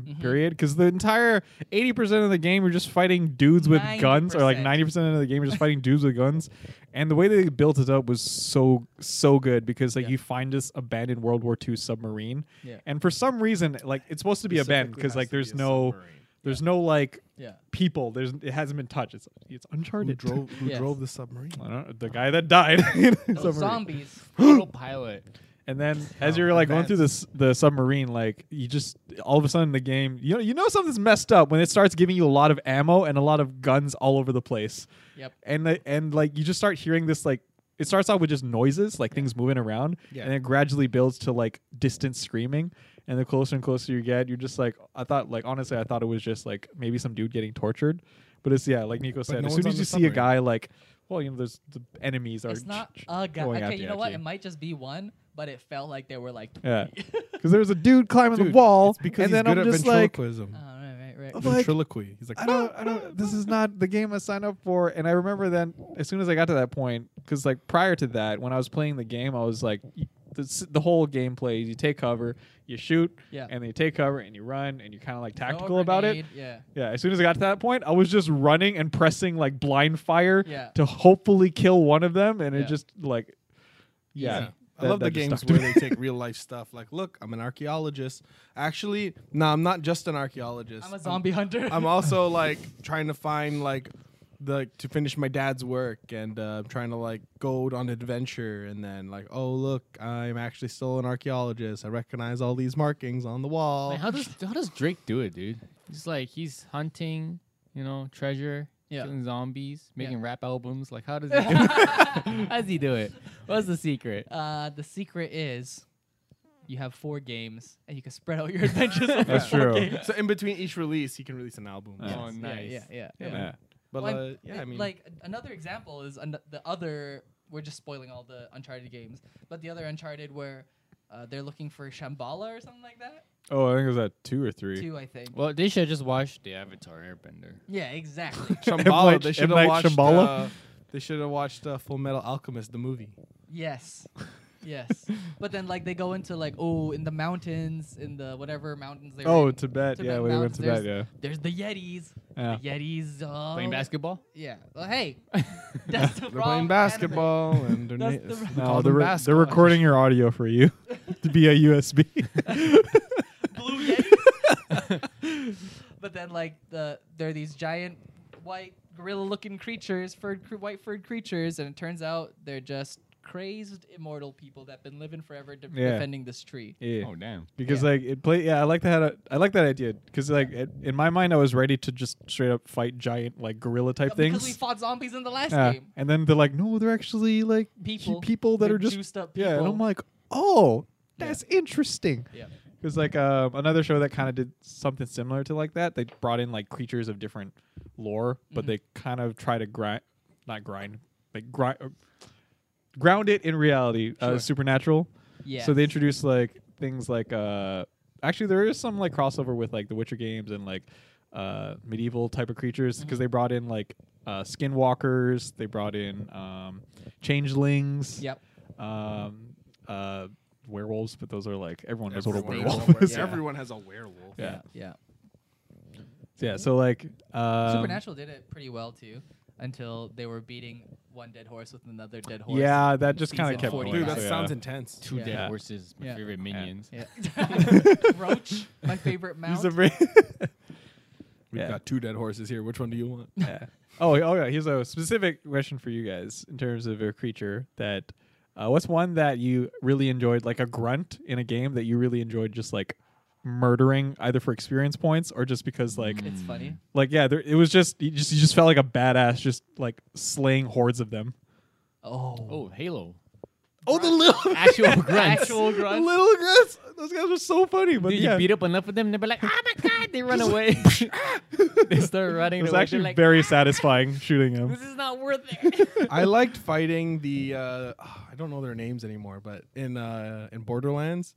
Speaker 2: Mm-hmm.
Speaker 1: Mhm.
Speaker 3: period because the entire 80% of the game you're just fighting dudes with guns or like
Speaker 1: 90%.
Speaker 3: 90% of the game you're just fighting dudes with guns and the way they built it up was so so good because like
Speaker 1: Yeah.
Speaker 3: you find this abandoned world war ii submarine
Speaker 1: Yeah.
Speaker 3: and for some reason like it's supposed to be abandoned
Speaker 2: Specifically
Speaker 3: because
Speaker 2: has
Speaker 3: like
Speaker 2: to be
Speaker 3: there's
Speaker 2: a
Speaker 3: no
Speaker 2: submarine.
Speaker 3: there's no like
Speaker 1: yeah.
Speaker 3: people there's it hasn't been touched it's it's uncharted
Speaker 2: Who drove, who
Speaker 1: Yes.
Speaker 2: drove the submarine?
Speaker 3: *laughs* I don't know, the guy that died *laughs* in the
Speaker 1: Those
Speaker 3: submarine.
Speaker 1: zombies.
Speaker 3: *gasps*
Speaker 4: Autopilot.
Speaker 3: And then as
Speaker 2: Wow,
Speaker 3: you're like going through this the submarine, like you just all of a sudden the game you know you know something's messed up when it starts giving you a lot of ammo and a lot of guns all over the place.
Speaker 1: Yep.
Speaker 3: And the, and like you just start hearing this like it starts out with just noises, like things moving around,
Speaker 2: Yeah.
Speaker 3: and it gradually builds to like distant screaming. And the closer and closer you get, you're just like I thought like honestly I thought it was just like maybe some dude getting tortured. But it's yeah, like Nico said,
Speaker 2: no
Speaker 3: as
Speaker 2: one's
Speaker 3: soon
Speaker 2: on
Speaker 3: as
Speaker 2: the
Speaker 3: you see a
Speaker 2: submarine.
Speaker 3: guy like well, you know, there's the enemies are
Speaker 1: It's not
Speaker 3: ch- ch-
Speaker 1: a guy.
Speaker 3: going
Speaker 1: Okay,
Speaker 3: after
Speaker 1: you know what?
Speaker 3: you.
Speaker 1: It might just be one, but it felt like there were like 20.
Speaker 3: *laughs* Yeah, because there was a dude climbing the
Speaker 2: Dude,
Speaker 3: wall,
Speaker 2: it's because
Speaker 3: and
Speaker 2: he's
Speaker 3: then
Speaker 2: good
Speaker 3: I'm
Speaker 2: at
Speaker 3: just like,
Speaker 2: ventriloquism.
Speaker 1: *laughs* Oh, right, right, right.
Speaker 3: I'm like,
Speaker 2: ventriloquy. He's like,
Speaker 3: I don't, I don't. This is not the game I signed up for. And I remember then, as soon as I got to that point, because like prior to that, when I was playing the game, I was like, the, s- the whole gameplay is you take cover, you shoot,
Speaker 1: Yeah.
Speaker 3: and then you take cover and you run and you're kind of like
Speaker 1: Throw a
Speaker 3: tactical about it.
Speaker 1: grenade, Yeah.
Speaker 3: Yeah, as soon as I got to that point, I was just running and pressing like blind fire
Speaker 1: Yeah.
Speaker 3: to hopefully kill one of them, and
Speaker 1: Yeah.
Speaker 3: it just like, yeah,
Speaker 2: I
Speaker 3: that-
Speaker 2: love the
Speaker 3: that just
Speaker 2: games
Speaker 3: stuck to
Speaker 2: where
Speaker 3: me. *laughs*
Speaker 2: they take real life stuff. Like, look, I'm an archaeologist. Actually, no, I'm not just an archaeologist.
Speaker 3: *laughs*
Speaker 1: I'm a zombie *laughs* hunter.
Speaker 2: I'm also like trying to find like the to finish my dad's work and uh, I'm trying to like go on an adventure and then like oh look I'm actually still an archaeologist I recognize all these markings on the wall
Speaker 4: Like, how does how does Drake do it, dude? He's like he's hunting, you know, treasure,
Speaker 1: Yeah.
Speaker 4: killing zombies,
Speaker 1: Yeah.
Speaker 4: making rap albums. Like how does he do it? how does he do it? What's the secret?
Speaker 1: Uh, the secret is you have four games and you can spread out your *laughs* adventures. over
Speaker 3: That's
Speaker 1: four
Speaker 3: true.
Speaker 1: games.
Speaker 2: so in between each release he can release an album
Speaker 3: Yeah.
Speaker 4: Oh,
Speaker 1: Yes,
Speaker 4: nice.
Speaker 1: Yeah, yeah, yeah.
Speaker 3: yeah.
Speaker 2: but
Speaker 1: Well,
Speaker 2: uh,
Speaker 1: I'm-
Speaker 2: yeah I mean
Speaker 1: like an- another example is an- the other. We're just spoiling all the Uncharted games, but the other Uncharted where uh, they're looking for Shambhala or something like that.
Speaker 3: Oh, I think it was at two or three.
Speaker 1: Two, I think.
Speaker 4: Well, they should just watch the Avatar Airbender.
Speaker 1: Yeah, exactly. *laughs*
Speaker 2: Shambhala
Speaker 3: Night-
Speaker 2: they
Speaker 3: M.
Speaker 2: should have
Speaker 3: Night
Speaker 2: watched
Speaker 3: Shyamala?
Speaker 2: uh, they should have watched uh, Full Metal Alchemist the movie
Speaker 1: yes, yes. But then like they go into like oh in the mountains in the whatever mountains they. were
Speaker 3: Oh,
Speaker 1: in,
Speaker 3: Tibet, yeah,
Speaker 1: Tibet
Speaker 3: we went
Speaker 1: mountains,
Speaker 3: to Tibet, yeah.
Speaker 1: There's the Yetis.
Speaker 3: Yeah.
Speaker 1: The Yetis. Uh,
Speaker 4: Playing basketball?
Speaker 1: Yeah.
Speaker 3: *laughs*
Speaker 1: Well, hey, that's the
Speaker 2: they're
Speaker 1: wrong
Speaker 2: playing
Speaker 1: anime.
Speaker 2: basketball and they're
Speaker 1: That's
Speaker 2: na-
Speaker 1: the
Speaker 2: we
Speaker 1: wrong-
Speaker 2: call
Speaker 3: No, they're, re-
Speaker 2: them
Speaker 3: they're
Speaker 2: basketball.
Speaker 3: recording your audio for
Speaker 2: *laughs*
Speaker 3: you *laughs* to be a USB.
Speaker 1: *laughs* Blue Yetis. *laughs* but then like the they're these giant white gorilla-looking creatures, furred cr- white furred creatures, and it turns out they're just crazed immortal people that've been living forever de-
Speaker 3: Yeah.
Speaker 1: defending this tree. Uh,
Speaker 3: yeah.
Speaker 4: Oh damn.
Speaker 3: *laughs* Because
Speaker 1: Yeah.
Speaker 3: like it play, yeah, I like that. I like that idea. Because like it, in my mind, I was ready to just straight up fight giant like gorilla type
Speaker 1: Uh,
Speaker 3: things.
Speaker 1: Because we fought zombies in the last
Speaker 3: Yeah.
Speaker 1: game.
Speaker 3: And then they're like, no, they're actually like hu-
Speaker 1: People.
Speaker 3: people that
Speaker 1: They're
Speaker 3: are just
Speaker 1: juiced up
Speaker 3: yeah. And
Speaker 1: people.
Speaker 3: I'm like, oh, that's interesting.
Speaker 1: Yeah.
Speaker 3: Because like um, another show that kind of did something similar to like that, they brought in like creatures of different lore,
Speaker 1: Mm-hmm.
Speaker 3: but they kind of try to grind, not grind, like grind, ground it in reality, uh,
Speaker 1: Sure.
Speaker 3: supernatural.
Speaker 1: Yeah.
Speaker 3: So they introduced like things like uh, actually there is some like crossover with like the Witcher games and like uh, medieval type of creatures because they brought in like uh, skinwalkers, they brought in um, changelings.
Speaker 1: Yep.
Speaker 3: Um, uh, werewolves, but those are like everyone knows what a
Speaker 2: Everyone
Speaker 3: werewolf
Speaker 2: has a
Speaker 3: *laughs*
Speaker 2: were-
Speaker 3: is.
Speaker 1: Yeah.
Speaker 2: everyone has a werewolf
Speaker 3: Yeah.
Speaker 1: Yeah.
Speaker 3: Yeah. So like um,
Speaker 1: Supernatural did it pretty well too, until they were beating one dead horse with another dead horse.
Speaker 3: Yeah, that just kind
Speaker 1: Season
Speaker 3: of kept
Speaker 1: 40.
Speaker 3: going.
Speaker 2: dude that
Speaker 3: so,
Speaker 2: sounds
Speaker 3: yeah.
Speaker 2: intense
Speaker 4: Two
Speaker 1: Yeah.
Speaker 4: dead
Speaker 3: Yeah.
Speaker 4: horses, my
Speaker 1: Yeah.
Speaker 4: favorite minions.
Speaker 1: Yeah. *laughs* Roach, my favorite mount.
Speaker 3: He's a very
Speaker 2: we've
Speaker 3: Yeah.
Speaker 2: got two dead horses here which one do you want
Speaker 3: Yeah. Oh, oh yeah. Here's a specific question for you guys in terms of a creature that. Uh, what's one that you really enjoyed, like a grunt in a game that you really enjoyed, just like murdering either for experience points or just because like,
Speaker 1: it's funny.
Speaker 3: like yeah, there, it was just you just you just felt like a badass, just like slaying hordes of them.
Speaker 1: Oh.
Speaker 4: Oh, Halo.
Speaker 2: oh the
Speaker 3: *laughs*
Speaker 2: little
Speaker 4: Actual grunts.
Speaker 1: Actual *laughs* grunt.
Speaker 3: Little guys, those guys were so funny. But
Speaker 4: Dude,
Speaker 3: yeah,
Speaker 4: you beat up enough of them, they're like, oh my god, they run away. *laughs*
Speaker 3: *laughs*
Speaker 4: they start running.
Speaker 3: it
Speaker 4: away.
Speaker 3: was
Speaker 4: They're
Speaker 3: actually
Speaker 4: like,
Speaker 3: very satisfying shooting them.
Speaker 4: This is not worth
Speaker 1: *laughs*
Speaker 4: it.
Speaker 2: I liked fighting the uh, *sighs* I don't know their names anymore, but in uh, in Borderlands,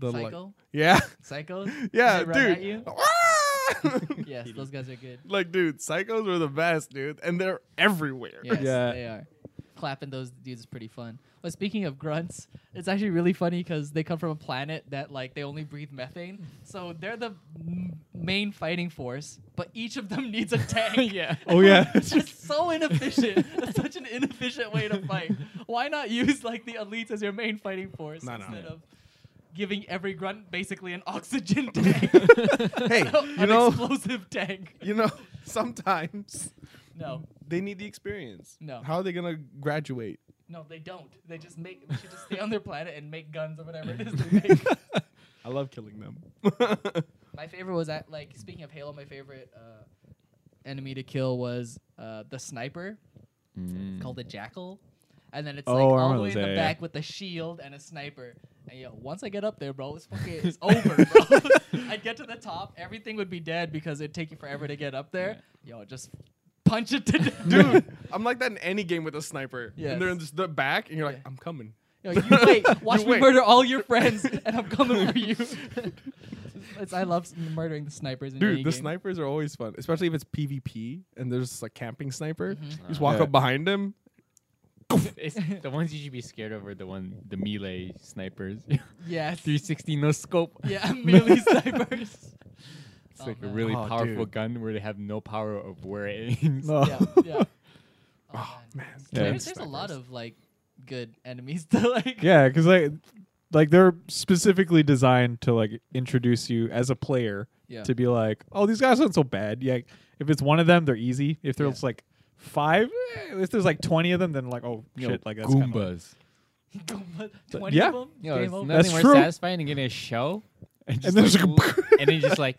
Speaker 2: the like-
Speaker 1: Psycho?
Speaker 2: yeah, *laughs*
Speaker 1: *laughs* Psychos?
Speaker 2: yeah,
Speaker 1: They
Speaker 2: dude,
Speaker 1: run
Speaker 2: *laughs*
Speaker 1: at you?
Speaker 2: Ah!
Speaker 1: Yes, those guys are *laughs* good.
Speaker 2: like dude, psychos were the best, dude, and they're everywhere.
Speaker 1: Yes,
Speaker 3: Yeah.
Speaker 1: they are. Clapping those dudes is pretty fun. But speaking of grunts, it's actually really funny because they come from a planet that like they only breathe methane, so they're the m- main fighting force. But each of them *laughs* needs a
Speaker 4: *laughs*
Speaker 3: *laughs*
Speaker 1: tank.
Speaker 4: yeah.
Speaker 3: Oh
Speaker 1: *laughs*
Speaker 3: yeah,
Speaker 1: That's so inefficient. *laughs* That's such an inefficient way to fight. Why not use like the elites as your main fighting force
Speaker 2: No, no.
Speaker 1: instead of giving every grunt basically an
Speaker 2: *laughs*
Speaker 1: oxygen tank? *laughs*
Speaker 2: Hey, you
Speaker 1: an
Speaker 2: know-
Speaker 1: explosive tank.
Speaker 2: *laughs* You know, *laughs* sometimes
Speaker 1: No,
Speaker 2: they need the experience.
Speaker 1: No.
Speaker 2: how are they gonna graduate?
Speaker 1: no, they don't. They just make. They should just stay on their planet and make guns or whatever it is
Speaker 2: *laughs*
Speaker 1: they make.
Speaker 2: I love killing them.
Speaker 1: My favorite was at like speaking of Halo. My favorite uh, enemy to kill was uh, the sniper called the Jackal, and then it's like
Speaker 3: Oh, I
Speaker 1: all the
Speaker 3: remember
Speaker 1: way
Speaker 3: those,
Speaker 1: in the
Speaker 3: yeah, yeah.
Speaker 1: back with a shield and a sniper. And yo, once I get up there, bro, it's fucking it's over, bro. I'd get to the top, everything would be dead because it'd take you forever to get up there. Yo, just punch it to
Speaker 2: *laughs*
Speaker 1: death.
Speaker 2: dude, I'm like that in any game with a sniper.
Speaker 1: Yes.
Speaker 2: and they're in just the back, and you're like,
Speaker 1: Yeah.
Speaker 2: I'm coming.
Speaker 1: Yo, you wait, watch
Speaker 2: You
Speaker 1: me
Speaker 2: wait.
Speaker 1: murder all your friends, and I'm coming for you. *laughs* it's, I love s- murdering the snipers. In
Speaker 2: Dude,
Speaker 1: any
Speaker 2: the
Speaker 1: game.
Speaker 2: snipers are always fun, especially if it's PvP and there's like camping sniper. You just
Speaker 4: Uh,
Speaker 2: walk
Speaker 3: Yeah.
Speaker 2: up behind him,
Speaker 4: it's, the ones you should be scared of are the one the melee snipers. *laughs*
Speaker 1: Yes.
Speaker 4: 360 no scope.
Speaker 1: *laughs* Yeah, melee snipers.
Speaker 4: *laughs* It's
Speaker 1: Oh,
Speaker 4: like a
Speaker 1: man.
Speaker 4: really
Speaker 2: Oh,
Speaker 4: powerful
Speaker 2: dude.
Speaker 4: gun where they have no power of where it aims. *laughs*
Speaker 3: No.
Speaker 1: yeah, yeah. Oh, man.
Speaker 3: Yeah.
Speaker 1: There's, there's a lot of like good enemies to like. *laughs*
Speaker 3: Yeah, because like, like they're specifically designed to like introduce you as a player
Speaker 1: Yeah.
Speaker 3: to be like, oh, these guys aren't so bad. Yeah, if it's one of them, they're easy. If there's like five, eh, if there's like twenty of them, then like, oh shit, like that's kinda like-
Speaker 4: Goombas.
Speaker 1: Twenty
Speaker 3: yeah.
Speaker 1: of them.
Speaker 4: You know, it's
Speaker 1: Game
Speaker 4: nothing
Speaker 1: over.
Speaker 3: That's
Speaker 4: more
Speaker 3: true.
Speaker 4: satisfying than getting a show and just
Speaker 3: then it's
Speaker 4: like,
Speaker 3: like *laughs*
Speaker 4: l- and then just like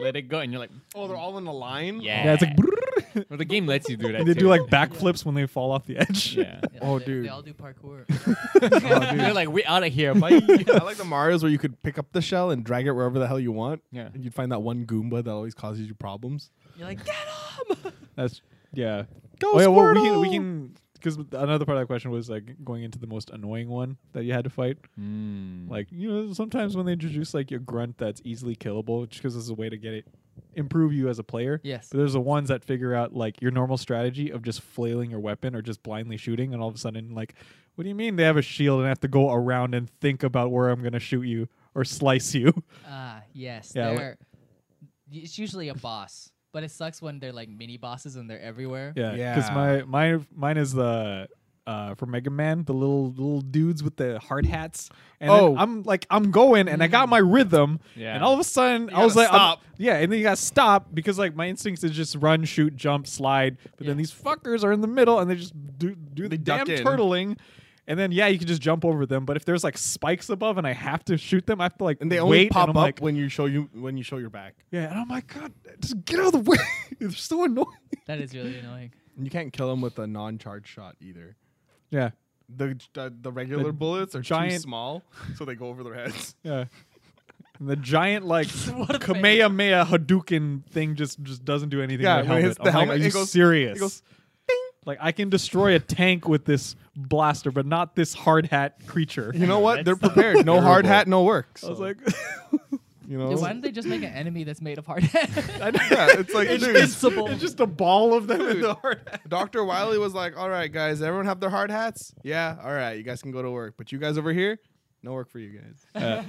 Speaker 4: let it go and you're like
Speaker 2: Oh, they're all in a line. *laughs*
Speaker 4: yeah.
Speaker 3: yeah, it's like,
Speaker 4: *laughs* well, the game lets you do that.
Speaker 3: and they
Speaker 4: too.
Speaker 3: do like backflips when they fall off the *laughs* edge.
Speaker 4: yeah.
Speaker 1: Yeah,
Speaker 2: Oh,
Speaker 1: they,
Speaker 2: dude.
Speaker 1: They all do parkour.
Speaker 4: *laughs*
Speaker 1: *laughs*
Speaker 4: They're like we out of
Speaker 3: *laughs*
Speaker 4: here. *laughs*
Speaker 3: Oh,
Speaker 4: Bye.
Speaker 2: I like the Mario's where you could pick up the shell and drag it wherever the hell you want.
Speaker 4: Yeah.
Speaker 2: And you'd find that one Goomba that always causes you problems.
Speaker 1: You're like, get him!
Speaker 3: that's yeah. Oh,
Speaker 2: Go
Speaker 3: yeah, well, we can
Speaker 2: Squirtle!
Speaker 3: we can because another part of the question was like going into the most annoying one that you had to fight.
Speaker 4: Mm.
Speaker 3: Like you know, sometimes when they introduce like your grunt that's easily killable, just because it's a way to get it improve you as a player.
Speaker 1: Yes.
Speaker 3: But there's the ones that figure out like your normal strategy of just flailing your weapon or just blindly shooting, and all of a sudden like, what do you mean they have a shield and I have to go around and think about where I'm gonna shoot you or slice you?
Speaker 1: Ah, yes.
Speaker 3: Yeah, like-
Speaker 1: they're, it's usually a boss, but it sucks when they're like mini bosses and they're everywhere.
Speaker 3: yeah.
Speaker 2: Yeah.
Speaker 3: my my mine is the. Uh, for Mega Man, the little little dudes with the hard hats, and then
Speaker 2: Oh. Mm.
Speaker 3: I'm like I'm going, and I got my rhythm,
Speaker 4: Yeah.
Speaker 3: and all of a sudden I
Speaker 2: gotta
Speaker 3: was like, I'm-
Speaker 2: stop.
Speaker 3: yeah, and then you got to stop because like my instincts is just run, shoot, jump, slide, but then
Speaker 1: Yeah.
Speaker 3: these fuckers are in the middle and they just do do the
Speaker 2: They duck
Speaker 3: damn
Speaker 2: in.
Speaker 3: turtling, and then yeah, you can just jump over them, but if there's like spikes above and I have to shoot them, I have to like
Speaker 2: And they only
Speaker 3: wait, and
Speaker 2: pop
Speaker 3: I'm
Speaker 2: up
Speaker 3: like,
Speaker 2: when you show you when you show your back.
Speaker 3: yeah, and I'm like, God, just get out of the *laughs* way. They're so annoying.
Speaker 1: That is really annoying.
Speaker 2: And you can't kill them with a non-charge shot either.
Speaker 3: Yeah,
Speaker 2: The the, the regular bullets are too
Speaker 3: giant-
Speaker 2: small, so they go over their heads.
Speaker 3: yeah. And the giant like
Speaker 1: *laughs* What a fail.
Speaker 3: Kamehameha Hadouken thing just just doesn't do anything.
Speaker 2: Yeah,
Speaker 3: to
Speaker 2: when it
Speaker 3: helmet.
Speaker 2: hits the
Speaker 3: I'm like,
Speaker 2: helmet,
Speaker 3: are you
Speaker 2: it goes-
Speaker 3: serious?
Speaker 2: it goes,
Speaker 3: Like I can destroy a tank with this blaster, but not this hard hat creature.
Speaker 2: You know what?
Speaker 4: That's
Speaker 2: They're prepared. No hard
Speaker 4: terrible.
Speaker 2: hat, no work.
Speaker 3: I was
Speaker 2: So,
Speaker 3: *laughs*
Speaker 2: *laughs*
Speaker 3: like,
Speaker 2: you know,
Speaker 1: Dude, why don't they just make an enemy that's made of hard *laughs* hat?
Speaker 2: yeah, it's like dude,
Speaker 1: Invincible.
Speaker 3: *laughs* it's just a ball of them in the hard hat.
Speaker 2: Dr. Wiley was like, "All right, guys, everyone have their hard hats. Yeah, all right, you guys can go to work, but you guys over here, no work for you
Speaker 3: *laughs*
Speaker 2: guys.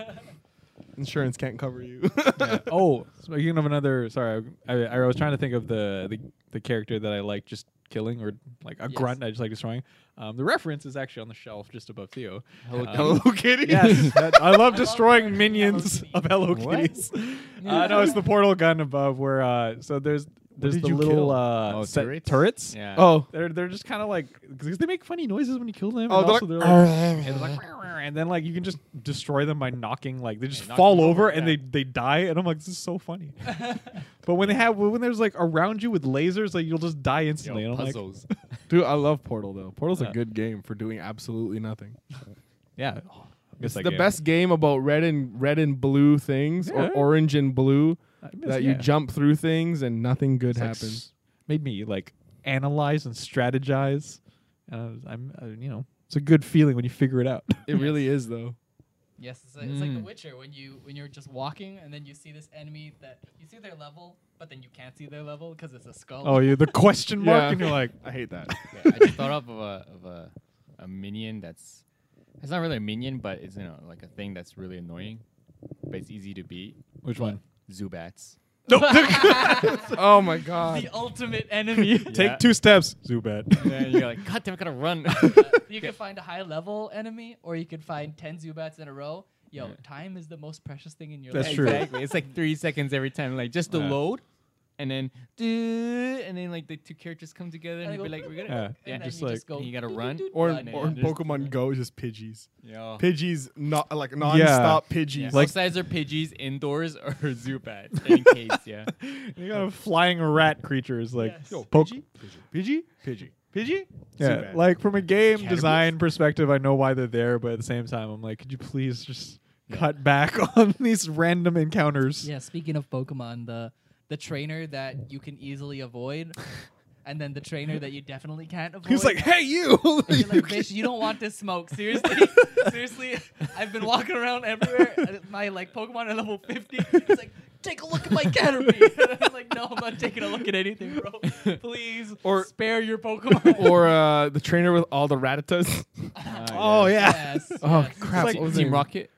Speaker 2: *laughs* Insurance can't cover you." *laughs*
Speaker 3: oh, speaking of another, sorry, I, I, I was trying to think of the, the the character that I like just killing or like a
Speaker 1: Yes.
Speaker 3: grunt I just like destroying. Um, the reference is actually on the shelf just above Theo.
Speaker 2: *laughs*
Speaker 4: Hello
Speaker 3: Um,
Speaker 2: Hello Kitty. *laughs*
Speaker 3: Yes, *laughs* that- I love destroying
Speaker 1: Hello
Speaker 3: minions
Speaker 1: Kitty.
Speaker 3: of Hello
Speaker 4: What?
Speaker 3: Kitties. Uh, no, it's the portal gun above where. Uh, so there's there's
Speaker 2: did
Speaker 3: the
Speaker 2: you
Speaker 3: little
Speaker 2: kill?
Speaker 3: uh,
Speaker 4: Oh,
Speaker 3: set-
Speaker 4: turrets?
Speaker 3: turrets.
Speaker 4: Yeah.
Speaker 2: Oh,
Speaker 3: They're they're just kind of like because they make funny noises when you kill them.
Speaker 2: Oh,
Speaker 3: and
Speaker 2: they're
Speaker 3: also they're
Speaker 2: like-
Speaker 3: like, and, they're like, and then like you can just destroy them by knocking like they just
Speaker 4: knock
Speaker 3: fall
Speaker 4: them
Speaker 3: over
Speaker 4: over,
Speaker 3: and
Speaker 4: yeah.
Speaker 3: they they die and I'm like this is so funny. but when they have when there's like around you with lasers like you'll just die
Speaker 4: Yo,
Speaker 3: instantly. and I'm like,
Speaker 4: puzzles.
Speaker 2: *laughs* dude, I love Portal though. Portal's
Speaker 3: Yeah.
Speaker 2: a good game for doing absolutely nothing.
Speaker 3: yeah, oh, I miss
Speaker 2: It's
Speaker 3: that
Speaker 2: the
Speaker 3: game.
Speaker 2: best game about red and red and blue things
Speaker 3: Yeah.
Speaker 2: or orange and blue
Speaker 3: I miss-
Speaker 2: that you
Speaker 3: yeah.
Speaker 2: jump through things and nothing good
Speaker 3: It's like
Speaker 2: happens.
Speaker 3: s- made me like analyze and strategize. And I was, I'm I, you know it's a good feeling when you figure it out. *laughs*
Speaker 2: it really is though.
Speaker 1: yes, it's like, it's like The
Speaker 4: Mm.
Speaker 1: Witcher when you when you're just walking and then you see this enemy that you see their level, but then you can't see their level because it's a skull.
Speaker 3: oh, you the
Speaker 1: *laughs*
Speaker 3: question mark
Speaker 2: Yeah.
Speaker 3: and you're like
Speaker 2: I hate that.
Speaker 4: Yeah, I just thought up of a of a, a minion that's it's not really a minion, but it's you know like a thing that's really annoying, but it's easy to beat.
Speaker 3: which one?
Speaker 4: Zubats.
Speaker 2: *laughs* oh my god.
Speaker 1: the ultimate enemy.
Speaker 4: *laughs*
Speaker 3: Take two steps, Zubat.
Speaker 4: And
Speaker 3: *laughs*
Speaker 4: then you're like, God damn, I gotta run.
Speaker 1: you can find a high level enemy, or you can find ten Zubats in a row. Yo,
Speaker 4: Yeah.
Speaker 1: time is the most precious thing in your
Speaker 3: That's
Speaker 4: *laughs*
Speaker 1: life.
Speaker 3: true.
Speaker 4: Exactly. It's like three seconds every time. Like just the
Speaker 3: Yeah.
Speaker 4: load, and then duh, and then like the two characters come together and,
Speaker 1: And
Speaker 4: be
Speaker 1: they
Speaker 4: like,
Speaker 1: go,
Speaker 4: we're
Speaker 3: *laughs*
Speaker 4: gonna.
Speaker 3: Yeah.
Speaker 1: And then
Speaker 4: Yeah.
Speaker 3: just
Speaker 1: you
Speaker 3: like-
Speaker 1: just go
Speaker 4: And you gotta
Speaker 1: doo doo
Speaker 4: run.
Speaker 1: doo
Speaker 2: Or,
Speaker 1: done.
Speaker 2: or in
Speaker 4: Just-
Speaker 2: Pokemon Go, it's just Pidgeys.
Speaker 4: Yeah.
Speaker 2: Pidgeys, not like non-stop Pidgeys.
Speaker 4: Yeah.
Speaker 3: Like-
Speaker 4: Like sides are Pidgeys indoors or *laughs* Zubats
Speaker 3: *laughs*
Speaker 4: in case. Yeah.
Speaker 3: You got a flying rat creature is like
Speaker 1: Yes.
Speaker 2: Yo,
Speaker 3: poke-
Speaker 2: Pidgey, Pidgey, Pidgey, Pidgey.
Speaker 3: Yeah,
Speaker 2: Zubat.
Speaker 3: like from a game
Speaker 4: Catamounts?
Speaker 3: design perspective, I know why they're there, but at the same time, I'm like, could you please just cut back *laughs* on these random encounters?
Speaker 1: Yeah, speaking of Pokemon, the the trainer that you can easily avoid, and then the trainer that you definitely can't avoid.
Speaker 3: He's like, hey, you! *laughs*
Speaker 1: You're like, bitch, you don't want this smoke. Seriously, Uh, seriously, I've been walking around everywhere. and My like Pokemon are level 50. It's like, take a look at my Caterpie. And *laughs* I'm like, no, I'm not taking a look at anything, bro. Please,
Speaker 2: Or-
Speaker 1: spare your Pokemon.
Speaker 2: *laughs* or uh, the trainer with all the
Speaker 1: *laughs*
Speaker 2: ratatas. oh yeah.
Speaker 1: Ah, yes.
Speaker 2: *laughs* Oh
Speaker 1: yes.
Speaker 2: crap!
Speaker 3: It's
Speaker 2: what was
Speaker 4: Team
Speaker 2: it?
Speaker 4: Rocket.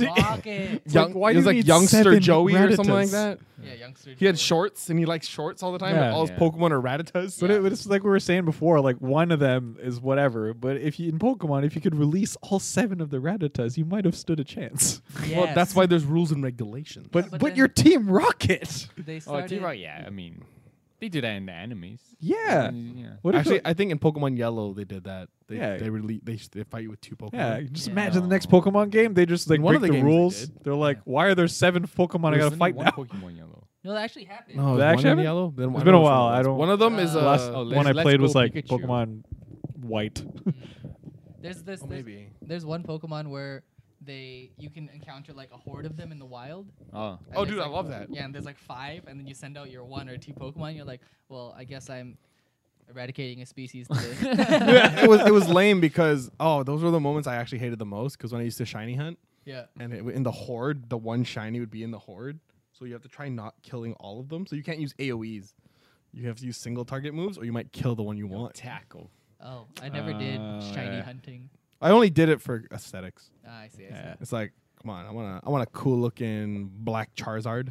Speaker 2: *laughs*
Speaker 1: Rocket.
Speaker 3: It's like,
Speaker 2: Young,
Speaker 3: why
Speaker 2: it
Speaker 3: do
Speaker 2: was
Speaker 3: you
Speaker 2: like
Speaker 3: need
Speaker 2: youngster
Speaker 3: seven
Speaker 2: Joey or something like
Speaker 3: Rattatas?
Speaker 2: that.
Speaker 1: yeah, youngster.
Speaker 2: He had
Speaker 1: Joey.
Speaker 2: shorts and he liked shorts all the time.
Speaker 3: Yeah.
Speaker 2: and all his
Speaker 4: Yeah.
Speaker 2: Pokemon are Rattatas.
Speaker 3: But it, but it's like we were saying before, like one of them is whatever. But if you in Pokemon, if you could release all seven of the Rattatas, you might have stood a chance.
Speaker 1: Yes.
Speaker 2: Well, that's why there's rules and regulations.
Speaker 3: But
Speaker 1: but
Speaker 3: but
Speaker 1: then-
Speaker 3: your Team Rocket,
Speaker 1: they
Speaker 4: Oh,
Speaker 1: started.
Speaker 4: Team Rocket. Yeah, I mean, they do that in the animes.
Speaker 3: yeah.
Speaker 4: yeah.
Speaker 3: What if
Speaker 2: actually,
Speaker 3: it-
Speaker 2: I think in Pokemon Yellow they did that. They
Speaker 3: Yeah.
Speaker 2: they really they, they fight you with two Pokemon.
Speaker 3: yeah, just
Speaker 1: Yeah.
Speaker 3: imagine the next Pokemon game. They just like
Speaker 2: In one
Speaker 3: break
Speaker 2: of
Speaker 3: the,
Speaker 2: the games they
Speaker 3: rules.
Speaker 2: did.
Speaker 3: They are like, why are there seven Pokemon I
Speaker 4: There's
Speaker 3: gotta
Speaker 4: only
Speaker 3: fight
Speaker 4: one
Speaker 3: now?
Speaker 4: Pokemon Yellow.
Speaker 1: No, that actually happened.
Speaker 2: No,
Speaker 3: Did
Speaker 2: there's
Speaker 3: that
Speaker 2: Oh, one
Speaker 3: actually
Speaker 2: in
Speaker 3: happen?
Speaker 2: Yellow. Then
Speaker 3: It's
Speaker 2: I
Speaker 3: been a
Speaker 2: know which
Speaker 3: while,
Speaker 2: one it
Speaker 3: I
Speaker 2: was.
Speaker 3: don't-
Speaker 2: One of them is
Speaker 1: Uh,
Speaker 2: uh,
Speaker 3: Last
Speaker 4: Oh,
Speaker 3: one I
Speaker 4: Let's
Speaker 3: played
Speaker 4: Go
Speaker 3: was like
Speaker 4: Pikachu.
Speaker 3: Pokemon White.
Speaker 1: There's this.
Speaker 2: oh,
Speaker 1: there's,
Speaker 2: maybe.
Speaker 1: there's one Pokemon where they you can encounter like a horde of them in the wild.
Speaker 4: Oh,
Speaker 1: and
Speaker 2: Oh,
Speaker 1: there's,
Speaker 2: dude, I
Speaker 1: like-
Speaker 2: love that.
Speaker 1: Yeah, and there's like five, and then you send out your one or two Pokemon. You're like, well, I guess I'm eradicating a species
Speaker 2: *laughs*
Speaker 1: today. *laughs*
Speaker 2: it was it was lame because oh those were the moments I actually hated the most because when I used to shiny hunt
Speaker 1: yeah.
Speaker 2: and it, in the horde the one shiny would be in the horde so you have to try not killing all of them so you can't use AOE's you have to use single target moves or you might kill the one you want.
Speaker 4: tackle.
Speaker 1: Oh, I never did
Speaker 3: Oh,
Speaker 1: shiny
Speaker 3: yeah.
Speaker 1: hunting.
Speaker 2: I only did it for aesthetics.
Speaker 1: Ah, I see. I see.
Speaker 3: Yeah.
Speaker 2: It's like come on I want to I want a cool looking black Charizard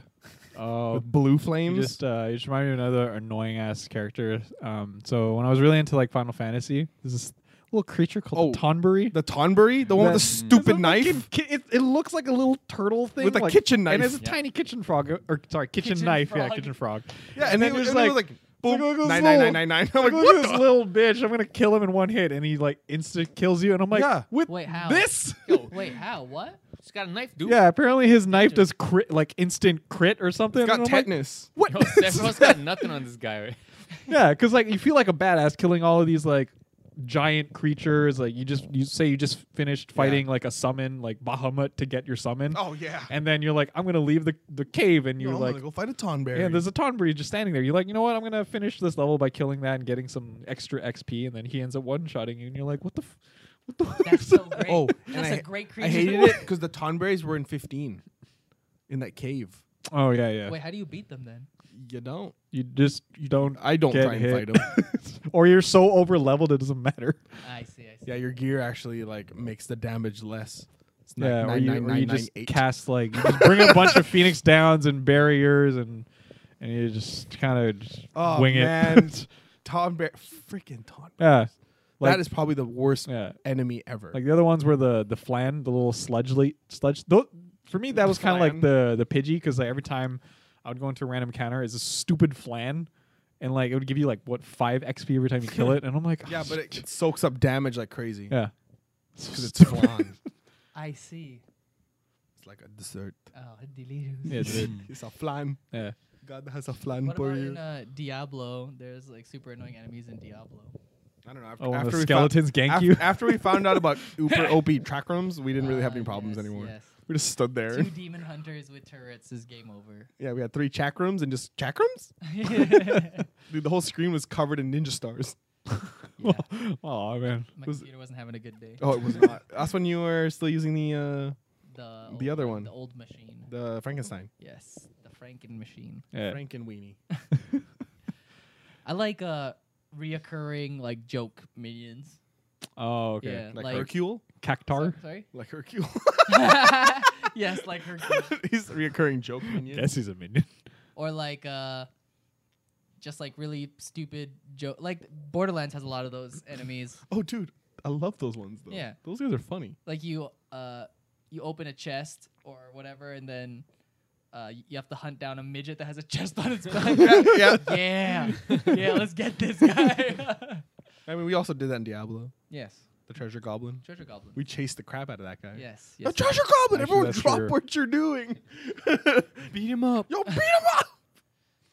Speaker 3: Oh,
Speaker 2: with blue
Speaker 3: You
Speaker 2: flames.
Speaker 3: just uh, you just remind me of another annoying ass character. Um, so when I was really into like Final Fantasy, there's this little creature called the
Speaker 2: Oh,
Speaker 3: Tonberry.
Speaker 2: the Tonberry, the one with the
Speaker 3: That- *laughs*
Speaker 2: stupid
Speaker 3: It's a
Speaker 2: knife.
Speaker 3: fucking ki- it, it looks like a little turtle thing
Speaker 2: With a
Speaker 3: like-
Speaker 2: kitchen knife.
Speaker 3: and it's a
Speaker 4: Yeah.
Speaker 3: tiny kitchen frog, uh, or, or, sorry, kitchen,
Speaker 1: Kitchen
Speaker 3: knife. Yeah,
Speaker 1: frog.
Speaker 3: kitchen frog.
Speaker 2: Yeah, and,
Speaker 3: then
Speaker 2: it was
Speaker 3: just
Speaker 2: like, boom,
Speaker 3: look at this
Speaker 2: nine,
Speaker 3: little-
Speaker 2: nine, nine, nine, nine. I'm like,
Speaker 3: look
Speaker 2: what
Speaker 3: at this *laughs*
Speaker 2: the?
Speaker 3: little bitch! I'm gonna kill him in one hit, and he like instant kills you. And I'm like,
Speaker 2: Yeah.
Speaker 3: with
Speaker 1: Wait, how?
Speaker 3: this?
Speaker 1: Yo, wait, how? What?
Speaker 4: Just got a knife, dude.
Speaker 3: yeah, apparently his knife does crit like instant crit or something.
Speaker 2: It's got
Speaker 3: and I'm like,
Speaker 2: tetanus.
Speaker 3: what?
Speaker 4: Yo, *laughs* Sephiroth's got nothing on this guy. *laughs* Right?
Speaker 3: *laughs* Yeah, because like you feel like a badass killing all of these like giant creatures. Like you just you say you just finished fighting like a summon like Bahamut to get your summon,
Speaker 2: Oh yeah.
Speaker 3: and then you're like, I'm gonna leave the the cave, and you're
Speaker 2: No, I'm
Speaker 3: like.
Speaker 2: gonna go fight a Tonberry.
Speaker 3: Yeah, there's a Tonberry just standing there. You're like, you know what? I'm gonna finish this level by killing that and getting some extra XP, and then he ends up one-shotting you, and you're like, what the, f- what the? *laughs*
Speaker 1: That's
Speaker 2: *laughs*
Speaker 1: so great.
Speaker 2: Oh, and
Speaker 1: that's
Speaker 2: I-
Speaker 1: a great creature.
Speaker 2: I hated it because the Tonberries were in 15, in that cave.
Speaker 3: oh yeah, yeah.
Speaker 1: Wait, how do you beat them then?
Speaker 2: You don't.
Speaker 3: You just you don't.
Speaker 2: I don't
Speaker 3: get
Speaker 2: try and
Speaker 3: hit.
Speaker 2: fight them.
Speaker 3: *laughs* or you're so over leveled it doesn't matter.
Speaker 1: I see. I see.
Speaker 2: yeah, your gear actually like makes the damage less. It's
Speaker 3: *laughs*
Speaker 2: nine-
Speaker 3: Yeah, or
Speaker 2: nine,
Speaker 3: you,
Speaker 2: nine,
Speaker 3: or
Speaker 2: nine,
Speaker 3: you
Speaker 2: nine,
Speaker 3: just
Speaker 2: eight.
Speaker 3: cast like you just *laughs* bring a bunch of Phoenix Downs and barriers and and you just kind of just
Speaker 2: Oh,
Speaker 3: wing *laughs*
Speaker 2: man.
Speaker 3: it.
Speaker 2: Tonberry, freaking Tonberry.
Speaker 3: yeah, like,
Speaker 2: that is probably the worst
Speaker 3: yeah.
Speaker 2: enemy ever.
Speaker 3: Like the other ones were the the flan, the little sludge le- sludge. Tho- for me, that was kind of like
Speaker 2: Flan.
Speaker 3: the the pidgey because like every time I would go into a random counter, is a stupid flan, and like it would give you like what five XP every time you kill it, and I'm like,
Speaker 2: *laughs* yeah,
Speaker 3: "Oh, *laughs*
Speaker 2: but it,
Speaker 3: shit."
Speaker 2: it soaks up damage like crazy
Speaker 3: yeah, *laughs*
Speaker 2: because it's flan.
Speaker 1: I see.
Speaker 2: it's like a dessert.
Speaker 1: Oh, delirious.
Speaker 3: yeah, it's weird.
Speaker 2: It's a flan.
Speaker 3: yeah.
Speaker 2: God has a flan
Speaker 1: What
Speaker 2: for
Speaker 1: about
Speaker 2: you.
Speaker 1: in uh, Diablo? There's like super annoying enemies in Diablo.
Speaker 2: I don't know. After,
Speaker 3: Oh, when
Speaker 2: after
Speaker 3: the
Speaker 2: we
Speaker 3: skeletons
Speaker 2: found,
Speaker 3: gank
Speaker 2: af-
Speaker 3: you. *laughs*
Speaker 2: *laughs* after we found out about Uber OP track rooms, we didn't really have
Speaker 1: Ah,
Speaker 2: any problems
Speaker 1: yes,
Speaker 2: anymore. *laughs*
Speaker 1: yes.
Speaker 2: We just stood there.
Speaker 1: Two demon hunters with turrets is game
Speaker 2: *laughs*
Speaker 1: over. *laughs*
Speaker 2: Yeah, we had three chakrams and just *laughs* chakrams. Dude, the whole screen was covered in ninja stars.
Speaker 1: Yeah.
Speaker 3: oh man,
Speaker 1: My
Speaker 2: Was-
Speaker 1: computer wasn't having a good day.
Speaker 2: Oh, it was not. *laughs* That's when you were still using the uh,
Speaker 1: The,
Speaker 2: the other
Speaker 1: The
Speaker 2: one,
Speaker 1: old machine.
Speaker 2: the Frankenstein,
Speaker 1: yes, the Franken machine.
Speaker 3: yeah.
Speaker 2: Frankenweenie.
Speaker 3: *laughs*
Speaker 1: I like uh reoccurring like joke minions.
Speaker 3: Oh okay.
Speaker 1: Yeah.
Speaker 2: Like,
Speaker 1: Like-
Speaker 2: Hercule,
Speaker 3: Cactar.
Speaker 2: *laughs*
Speaker 1: So- sorry. *laughs*
Speaker 2: like Hercule.
Speaker 1: yes, like Hercules.
Speaker 2: He's a reoccurring joke minion.
Speaker 3: Guess he's a minion.
Speaker 1: or like uh just like really stupid joke like borderlands has a lot of those enemies
Speaker 2: Oh, dude, I love those ones though.
Speaker 1: Yeah.
Speaker 2: those guys are funny.
Speaker 1: like you uh you open a chest or whatever and then uh, y- you have to hunt down a midget that has a chest on its
Speaker 2: *laughs*
Speaker 1: back.
Speaker 2: yeah.
Speaker 1: yeah, yeah, let's get this guy. *laughs*
Speaker 2: I mean, we also did that in Diablo,
Speaker 1: yes,
Speaker 2: the Treasure Goblin.
Speaker 1: treasure goblin.
Speaker 2: We chased the crap out of that guy.
Speaker 1: yes,
Speaker 2: The
Speaker 1: yes.
Speaker 2: treasure
Speaker 3: Actually,
Speaker 2: goblin! Everyone
Speaker 3: that's
Speaker 2: drop
Speaker 3: true.
Speaker 2: what you're doing.
Speaker 3: *laughs* Beat him up.
Speaker 2: Yo, beat him up!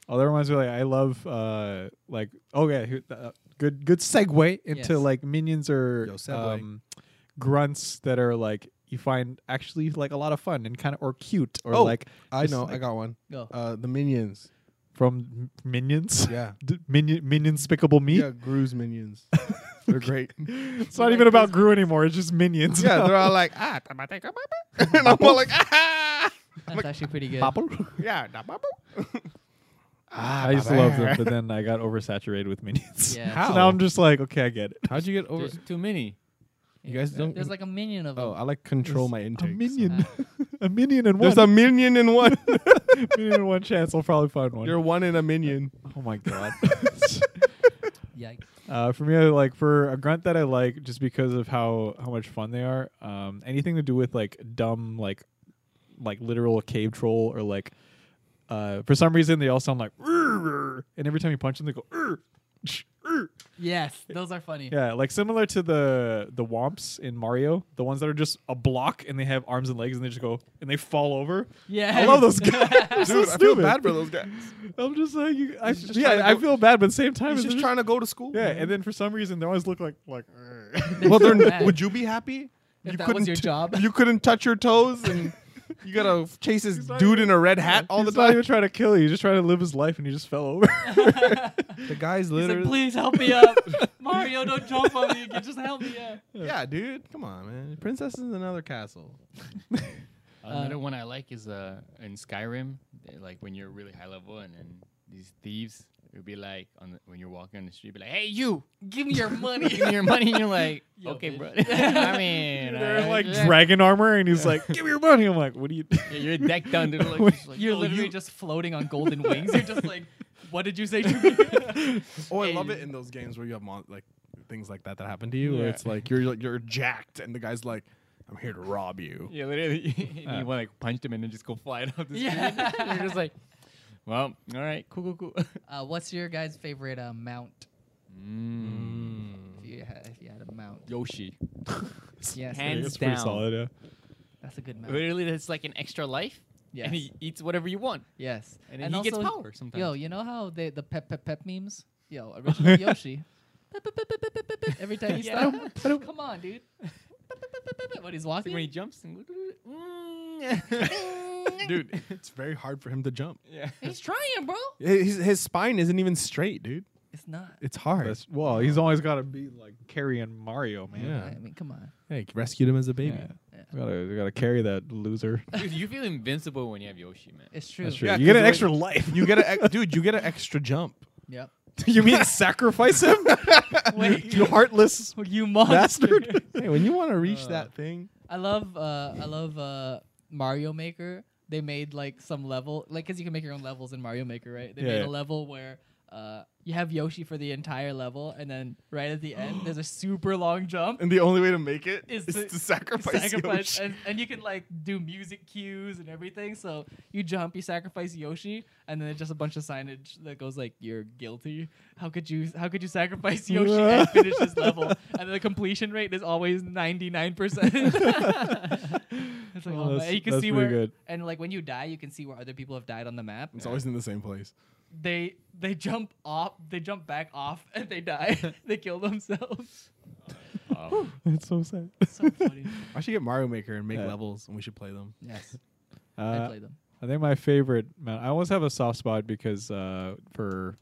Speaker 3: Oh, that reminds me. Like, I love uh, like okay, here- uh, good good segue into
Speaker 1: Yes.
Speaker 3: like minions
Speaker 2: Yo,
Speaker 3: or
Speaker 2: segue.
Speaker 3: um, grunts that are like you find actually like a lot of fun and kind of or cute or
Speaker 2: Oh,
Speaker 3: like
Speaker 2: I
Speaker 3: just,
Speaker 2: know, I
Speaker 3: like,
Speaker 2: got one.
Speaker 1: Go.
Speaker 2: Uh, the minions.
Speaker 3: from M- minions.
Speaker 2: Yeah.
Speaker 3: *laughs* D- minion minion spicable me.
Speaker 2: Yeah,
Speaker 3: *laughs*
Speaker 2: Gru's minions. They're great.
Speaker 3: It's not even *laughs* about Gru anymore. It's just minions.
Speaker 2: yeah,
Speaker 3: now.
Speaker 2: *laughs* they're all Ah, like, ah, *laughs* tamateka, baba." and I'm all like, ah!
Speaker 1: That's actually pretty good.
Speaker 3: Popple?
Speaker 2: Yeah. da- ba- boop.
Speaker 3: *laughs* I used to love them, but then I got oversaturated with minions. *laughs*
Speaker 1: Yeah.
Speaker 2: How?
Speaker 3: So now I'm just like, okay, I get it.
Speaker 2: How'd you get over?
Speaker 4: There's too many.
Speaker 2: You guys don't.
Speaker 1: There's like a minion of
Speaker 2: oh,
Speaker 1: them.
Speaker 2: I like control my
Speaker 3: A
Speaker 2: intake.
Speaker 3: minion,
Speaker 1: Uh,
Speaker 3: *laughs* a minion, and one.
Speaker 2: There's a minion in one.
Speaker 3: minion and one chance. I'll probably find one. *laughs*
Speaker 2: *laughs* You're one in a minion.
Speaker 3: oh my *laughs* god.
Speaker 1: Yikes.
Speaker 3: Uh, for me, I like for a grunt that I like just because of how how much fun they are. Um, anything to do with like dumb like like literal cave troll or like uh, for some reason they all sound like "Rrr, rrr," and every time you punch them they go "Rrr, tsh, rrr."
Speaker 1: Yes, those are funny.
Speaker 3: *laughs* yeah like similar to the the womps in Mario the ones that are just a block and they have arms and legs and they just go and they fall over
Speaker 1: Yeah.
Speaker 3: I love
Speaker 2: *laughs*
Speaker 3: those guys They're so
Speaker 2: Dude, I feel
Speaker 3: stupid.
Speaker 2: bad for those guys.
Speaker 3: I'm just like you, I,
Speaker 2: He's just
Speaker 3: yeah
Speaker 2: trying to
Speaker 3: I
Speaker 2: go-
Speaker 3: feel bad but at the same time
Speaker 2: He's
Speaker 3: it's
Speaker 2: just trying to go to school.
Speaker 3: yeah
Speaker 2: man.
Speaker 3: and then for some reason they always look like like *laughs* "Rrr."
Speaker 1: They're
Speaker 2: well,
Speaker 1: so
Speaker 2: they're,
Speaker 1: bad.
Speaker 2: would you be happy?
Speaker 1: If that was your
Speaker 2: t-
Speaker 1: job.
Speaker 2: You couldn't touch your toes, and you
Speaker 1: *laughs*
Speaker 2: gotta chase this
Speaker 3: He's not
Speaker 2: dude in a red hat all the
Speaker 3: He's not
Speaker 2: time.
Speaker 3: even trying to kill you. He's just trying to live his life, and he just fell over.
Speaker 2: The guy's
Speaker 1: *laughs* He's like,
Speaker 2: literally,
Speaker 1: please help me up. Mario, don't jump on me. Just help me up.
Speaker 2: yeah, dude. Come on, man. Princess is another castle.
Speaker 4: Another one I like is uh in Skyrim, they- like when you're really high level and then these thieves would be like on the, when you're walking on the street, be like, "Hey, *laughs* you,
Speaker 1: Give me your money.
Speaker 4: give me your money." And you're like, *laughs*
Speaker 1: Yo,
Speaker 4: "Okay, bro."
Speaker 1: bitch.
Speaker 4: I mean,
Speaker 3: *laughs* They're
Speaker 4: uh,
Speaker 3: like
Speaker 4: yeah.
Speaker 3: dragon armor, and he's like, "Give me your money." I'm like, "What do you?" *laughs*
Speaker 4: Yeah, you're decked down. *laughs* Dude, like, just *laughs* like,
Speaker 1: You're
Speaker 4: "Oh,
Speaker 1: literally
Speaker 4: you-
Speaker 1: just floating on golden wings. You're just like, what did you say to me? *laughs*
Speaker 2: Oh, I
Speaker 1: Hey.
Speaker 2: love it in those games where you have mon- like things like that that happen to you, where
Speaker 3: Yeah.
Speaker 2: it's like you're like, you're jacked, and the guy's like, "I'm here to rob you."
Speaker 4: *laughs* Yeah, literally, *laughs* and
Speaker 3: Uh.
Speaker 4: you want to like punch them and then just go flying off *laughs* the
Speaker 1: Yeah.
Speaker 4: screen. You're just like, "Well, all right, cool, cool, *laughs* cool."
Speaker 1: uh, what's your guys' favorite uh, mount?
Speaker 4: Mm.
Speaker 1: If you, had, if you had a mount.
Speaker 4: Yoshi.
Speaker 1: Yes,
Speaker 4: Hands
Speaker 3: it's pretty
Speaker 4: down.
Speaker 3: solid. Yeah.
Speaker 1: that's a good mount.
Speaker 4: Literally, that's like an extra life,
Speaker 1: Yes.
Speaker 4: and he eats whatever you want,
Speaker 1: Yes.
Speaker 4: and then he gets power sometimes.
Speaker 1: Yo, you know how they, the pep pep pep memes? Yo,
Speaker 4: *laughs*
Speaker 1: original Yoshi. Pep, pep, pep, pep, pep, pep, pep, pep, Every time he
Speaker 4: Yeah. *laughs*
Speaker 1: stops. Come on, dude. Pep, pep, pep, pep, pep, pep, When he's
Speaker 4: It's like
Speaker 1: walking.
Speaker 4: when he jumps and *laughs* Mm.
Speaker 2: *laughs* Dude, it's very hard for him to jump.
Speaker 4: Yeah. *laughs*
Speaker 1: He's trying, bro.
Speaker 2: His, his spine isn't even straight, dude.
Speaker 1: It's not.
Speaker 2: It's hard.
Speaker 3: That's, well, he's always got to be like carrying Mario, man.
Speaker 2: yeah.
Speaker 1: I mean, come on.
Speaker 2: Hey, rescued him as a baby.
Speaker 3: We gotta, we gotta carry that loser.
Speaker 4: Dude, you feel invincible when you have Yoshi, man.
Speaker 1: It's true.
Speaker 3: That's true.
Speaker 2: Yeah,
Speaker 3: you get
Speaker 2: 'cause
Speaker 3: an
Speaker 2: like-
Speaker 3: extra life.
Speaker 2: *laughs* You get a ex- dude. You get an extra jump.
Speaker 1: Yep. *laughs*
Speaker 3: you mean sacrifice
Speaker 2: *laughs*
Speaker 3: him?
Speaker 1: Wait.
Speaker 3: you heartless
Speaker 1: You monster.
Speaker 3: bastard.
Speaker 2: *laughs* Hey, when you want to reach
Speaker 3: Uh.
Speaker 2: that thing,
Speaker 1: I love uh I love uh Mario Maker. They made like some level like cuz you can make your own levels in Mario Maker, right? They made
Speaker 3: Yeah.
Speaker 1: a level where uh you have Yoshi for the entire level and then right at the end there's a super long jump.
Speaker 2: and the only way to make it
Speaker 1: Is
Speaker 2: is,
Speaker 1: to-
Speaker 2: to sacrifice,
Speaker 1: *laughs* Sacrifice
Speaker 2: Yoshi.
Speaker 1: and, and you can like do music cues and everything. So you jump, you sacrifice Yoshi, and then it's just a bunch of signage that goes like "You're guilty." How could you? How could you sacrifice Yoshi and finish this level? And the completion rate is always ninety nine *laughs* percent. It's like,
Speaker 3: Oh,
Speaker 1: oh,
Speaker 3: that's-
Speaker 1: man, you can
Speaker 3: that's
Speaker 1: see
Speaker 3: pretty
Speaker 1: where,
Speaker 3: good.
Speaker 1: and like when you die, you can see where other people have died on the map.
Speaker 2: It's always in the same place.
Speaker 1: They they jump off, they jump back off, *laughs* and they die. they kill themselves.
Speaker 4: Oh.
Speaker 3: *laughs* That's so sad.
Speaker 1: so funny.
Speaker 2: I should get Mario Maker and make
Speaker 3: Yeah.
Speaker 2: levels, and we should play them.
Speaker 1: Yes, I
Speaker 3: Uh,
Speaker 1: play them.
Speaker 3: I think my favorite mount. I always have a soft spot because uh, for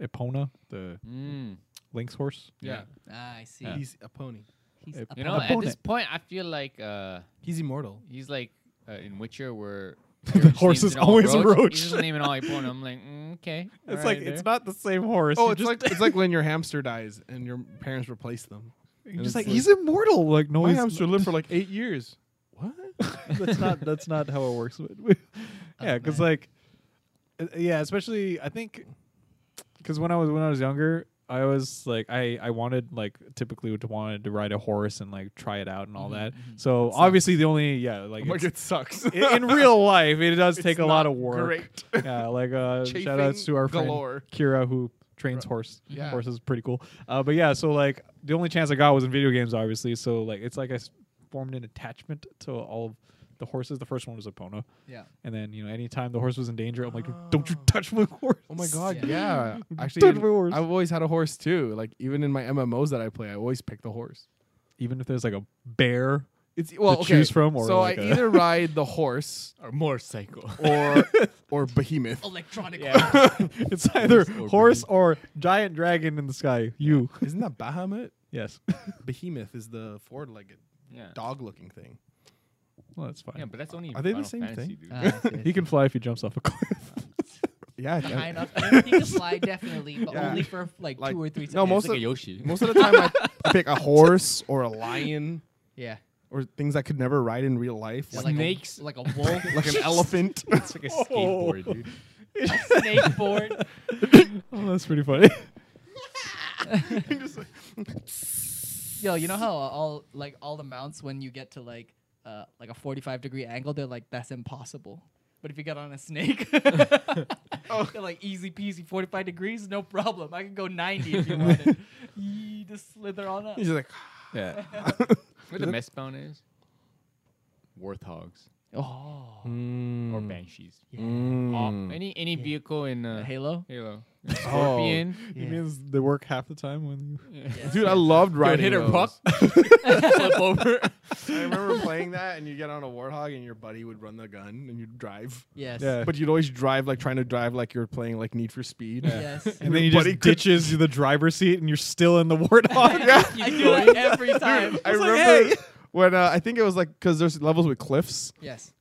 Speaker 3: Epona, the
Speaker 4: Mm.
Speaker 3: Lynx horse.
Speaker 4: Yeah.
Speaker 1: Ah, I see.
Speaker 4: Yeah.
Speaker 2: He's a pony.
Speaker 1: He's
Speaker 3: You
Speaker 1: up
Speaker 4: You
Speaker 1: on
Speaker 4: know, at
Speaker 3: Uh,
Speaker 1: the boat.
Speaker 3: opponent.
Speaker 4: this point, I feel like uh,
Speaker 2: He's immortal.
Speaker 4: he's like uh, in Witcher where
Speaker 3: The horse is always a roach.
Speaker 4: He's just naming all Epona. I'm like, mm, okay.
Speaker 3: It's like it's not the same horse.
Speaker 2: Oh,
Speaker 3: you
Speaker 2: it's
Speaker 3: just-
Speaker 2: *laughs* like it's like when your hamster dies and your parents replace them.
Speaker 3: you're
Speaker 2: and
Speaker 3: just
Speaker 2: it's
Speaker 3: like
Speaker 2: like-
Speaker 3: he's immortal. Like no,
Speaker 2: My
Speaker 3: he's *laughs*
Speaker 2: hamster lived for like eight years. What?
Speaker 3: that's not that's not how it works. *laughs* But- yeah, because
Speaker 1: man.
Speaker 3: like, uh, yeah, especially I think because when I was when I was younger, I was like I I wanted like typically would wanted to ride a horse and like try it out and all that. So obviously the only yeah like it's- *laughs*
Speaker 2: Like it sucks.
Speaker 3: in,
Speaker 2: *laughs*
Speaker 3: in real life, it does
Speaker 2: It's
Speaker 3: take a lot
Speaker 2: not
Speaker 3: of work.
Speaker 2: great.
Speaker 3: Yeah, like
Speaker 2: *laughs*
Speaker 3: uh, shout
Speaker 2: Chafing
Speaker 3: outs to our friend
Speaker 2: galore.
Speaker 3: Kira who trains horse.
Speaker 2: Yeah.
Speaker 3: horses pretty cool. Uh, but yeah, so like the only chance I got was in video games, obviously. So like it's like I s- formed an attachment to all of the horses. The first one was Epona,
Speaker 1: yeah.
Speaker 3: and then you know anytime the horse was in danger, I'm like, don't you touch my *laughs* horse.
Speaker 2: Oh my god,
Speaker 1: Yeah.
Speaker 2: yeah. Actually,
Speaker 3: Touch
Speaker 2: in-
Speaker 3: my horse.
Speaker 2: I've always had a horse too. Like even in my MMOs that I play, I always pick the horse.
Speaker 3: Even if there's like a bear,
Speaker 2: It's well
Speaker 3: To
Speaker 2: okay.
Speaker 3: choose from or
Speaker 2: so
Speaker 3: like
Speaker 2: I
Speaker 3: a- *laughs*
Speaker 2: either ride the horse
Speaker 4: or motorcycle. *laughs*
Speaker 2: or or
Speaker 1: *laughs*
Speaker 2: behemoth.
Speaker 1: Electronic.
Speaker 4: yeah.
Speaker 3: it's either
Speaker 4: or
Speaker 3: horse or giant dragon in the sky. You, *laughs*
Speaker 2: Isn't that Bahamut?
Speaker 3: yes. *laughs*
Speaker 2: Behemoth is the four-legged
Speaker 4: yeah.
Speaker 2: dog-looking thing.
Speaker 3: Well, that's fine.
Speaker 4: Yeah, but that's only
Speaker 2: Are they the
Speaker 4: Final
Speaker 2: same
Speaker 4: Fantasy,
Speaker 2: thing?
Speaker 4: dude.
Speaker 1: Ah, I see, I *laughs*
Speaker 3: he can
Speaker 1: see.
Speaker 3: fly if he jumps off a cliff. *laughs*
Speaker 2: Yeah, I
Speaker 1: High
Speaker 2: think-
Speaker 1: enough. He can fly definitely, but
Speaker 2: Yeah.
Speaker 1: only for like,
Speaker 2: Like-
Speaker 1: two or three. Seconds.
Speaker 2: No, most
Speaker 4: it's like
Speaker 2: of-
Speaker 4: a *laughs* Yoshi.
Speaker 2: most of the time
Speaker 4: *laughs*
Speaker 2: I, I pick a horse or a lion
Speaker 1: yeah,
Speaker 2: or things I could never ride in real life,
Speaker 1: Yeah,
Speaker 2: like,
Speaker 1: like
Speaker 4: Snakes.
Speaker 1: a, like a wolf,
Speaker 2: *laughs* like
Speaker 1: *laughs*
Speaker 4: *laughs*
Speaker 2: an elephant.
Speaker 4: it's
Speaker 2: *laughs*
Speaker 4: like a skateboard, dude.
Speaker 1: a snake board.
Speaker 3: oh, that's pretty funny. *laughs*
Speaker 4: *laughs*
Speaker 1: *laughs* Yo, you know how all like all the mounts when you get to like uh like a 45 degree angle, they're like that's impossible. But if you get on
Speaker 2: *laughs*
Speaker 1: a snake, *laughs*
Speaker 2: Oh.
Speaker 1: they're like easy peasy 45 degrees, no problem. I can go 90 if you
Speaker 2: *laughs*
Speaker 1: want it. Yee, just slither on
Speaker 2: *laughs*
Speaker 1: up.
Speaker 2: He's like,
Speaker 3: Yeah.
Speaker 4: *laughs* What the mess spawn is? Warthogs
Speaker 2: *laughs*
Speaker 1: Oh,
Speaker 4: or
Speaker 2: mm,
Speaker 4: banshees.
Speaker 2: mm.
Speaker 4: All- any any vehicle in uh,
Speaker 1: Halo.
Speaker 4: Halo.
Speaker 2: Scorpion.
Speaker 4: Scorpion.
Speaker 3: He means they work half the time when you.
Speaker 2: Dude, I loved riding.
Speaker 4: hit or
Speaker 2: those.
Speaker 4: puck. *laughs* Flip over.
Speaker 2: I remember playing that, and you get on a warthog, and your buddy would run the gun, and you'd drive.
Speaker 1: Yes.
Speaker 3: Yeah.
Speaker 2: But you'd always drive like trying to drive like you're playing like Need for Speed. *laughs*
Speaker 1: Yes.
Speaker 3: And
Speaker 2: Your
Speaker 3: then he
Speaker 2: buddy
Speaker 3: just
Speaker 2: could-
Speaker 3: ditches you the driver's seat, and you're still in the *laughs* warthog.
Speaker 2: *laughs*
Speaker 1: I do it every
Speaker 3: It's
Speaker 2: I
Speaker 1: time.
Speaker 3: like,
Speaker 2: Oh, remember
Speaker 3: hey.
Speaker 2: when uh, I think it was like because there's levels with cliffs.
Speaker 1: Yes.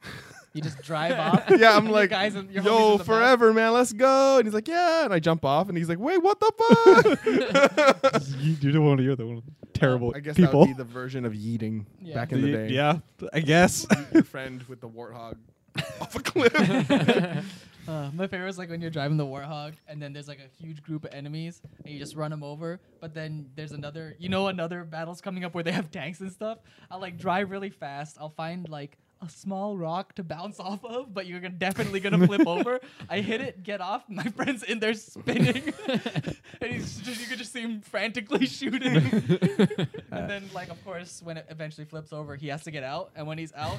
Speaker 1: You just drive
Speaker 2: *laughs*
Speaker 1: off.
Speaker 2: Yeah, I'm
Speaker 1: Your
Speaker 2: like,
Speaker 1: guys *laughs* and your homies
Speaker 2: yo,
Speaker 1: in the back.
Speaker 2: forever, man, let's go. And he's like, yeah. And I jump off, and he's like, wait, what the
Speaker 1: *laughs*
Speaker 2: fuck?
Speaker 3: you, you don't want to hear that one. of the Terrible
Speaker 2: I guess
Speaker 3: people.
Speaker 2: that would be the version of yeeting
Speaker 1: Yeah.
Speaker 2: back in the
Speaker 3: Y-
Speaker 2: day.
Speaker 3: Yeah, I
Speaker 2: *laughs*
Speaker 3: guess.
Speaker 2: Your friend with the warthog *laughs* off a
Speaker 1: *laughs*
Speaker 2: cliff.
Speaker 1: Uh, my favorite is like when you're driving the Warthog and then there's like a huge group of enemies and you just run them over. But then there's another, you know, another battle's coming up where they have *laughs* tanks and stuff. I'll like drive really fast. I'll find like a small rock to bounce *laughs* off of, but you're gonna- definitely gonna flip over. I hit it, get off. My *laughs* friend's in there spinning, *laughs* and he's just, you could just see him frantically *laughs* shooting. and then like of course when it eventually flips over, he has to get out. And when he's out,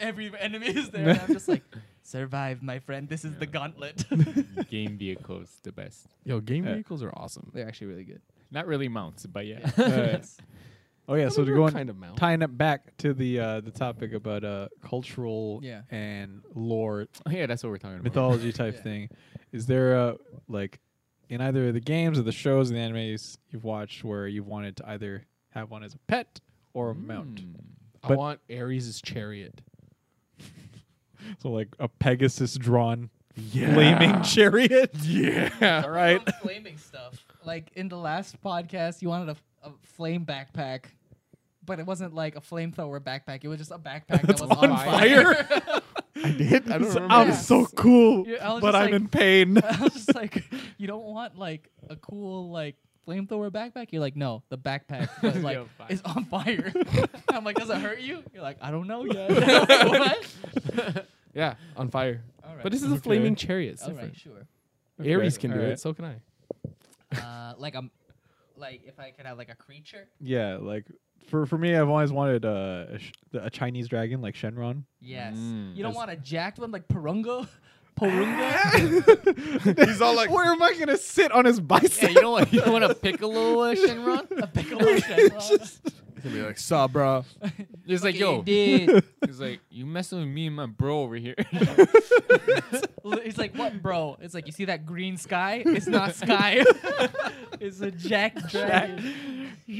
Speaker 1: every enemy is there. And I'm just like. Survive, my friend. This is the gauntlet.
Speaker 4: Game vehicles, the best.
Speaker 2: Yo, game
Speaker 3: Yeah.
Speaker 2: vehicles are awesome.
Speaker 1: They're actually really good.
Speaker 4: Not really mounts, but yeah.
Speaker 1: *laughs* Yes.
Speaker 3: oh yeah, so to
Speaker 2: I mean, they're
Speaker 3: go on,
Speaker 2: kind of mount.
Speaker 3: tying it back to the uh, the topic about uh, cultural
Speaker 1: Yeah.
Speaker 3: and lore
Speaker 4: Oh, *laughs* yeah, that's what we're talking about.
Speaker 3: mythology type
Speaker 1: Yeah.
Speaker 3: thing. Is there a like in either the games or the shows and the animes you've watched where you've wanted to either have one as a pet or a mount?
Speaker 2: I
Speaker 3: But-
Speaker 2: want Ares' chariot.
Speaker 3: *laughs* So like a Pegasus drawn flaming *laughs* chariot.
Speaker 2: *laughs* Yeah.
Speaker 3: All right.
Speaker 1: About Flaming stuff. Like in the last podcast, you wanted a, a flame backpack, but it wasn't like a flamethrower backpack. It was just a backpack that was on,
Speaker 2: on
Speaker 1: fire.
Speaker 3: *laughs*
Speaker 2: I did. I don't remember.
Speaker 3: I'm
Speaker 1: Yeah.
Speaker 3: so cool,
Speaker 1: Yeah, I was
Speaker 3: but
Speaker 1: just
Speaker 3: I'm
Speaker 1: like-
Speaker 3: in pain.
Speaker 1: *laughs*
Speaker 3: *laughs*
Speaker 1: I was just like, you don't want like a cool like flamethrower backpack. You're like, no, the backpack was like
Speaker 4: Yo, fire.
Speaker 1: is on fire. *laughs* I'm like, does it hurt you? You're like, I don't know yet. *laughs* what?
Speaker 2: yeah, on fire.
Speaker 1: All right.
Speaker 2: But this is a
Speaker 3: Okay.
Speaker 2: flaming chariot. It's
Speaker 1: all
Speaker 2: different.
Speaker 1: right, sure.
Speaker 2: Ares can do
Speaker 3: Alright.
Speaker 2: it. So can I.
Speaker 1: Uh, like I'm, like if I could have like a creature.
Speaker 3: Yeah, like for for me, I've always wanted uh, a, sh- a Chinese dragon like Shenron.
Speaker 1: Yes.
Speaker 4: Mm.
Speaker 1: you don't
Speaker 3: Is-
Speaker 1: want a jacked one like Porungo? Porungo?
Speaker 2: He's all like,
Speaker 3: Where am I gonna sit on his
Speaker 4: Yeah,
Speaker 3: bicep?
Speaker 4: you don't want you don't
Speaker 2: *laughs*
Speaker 4: want a piccolo uh, Shenron.
Speaker 1: a piccolo Shenron?
Speaker 2: he's gonna be like, saw, bro.
Speaker 4: It's like
Speaker 1: Okay,
Speaker 4: yo,
Speaker 1: *laughs* Dude.
Speaker 4: it's like you messing with me and my bro over here. *laughs*
Speaker 1: It's like, what, bro? It's like, you see that green sky? It's not sky. it's a jack dragon.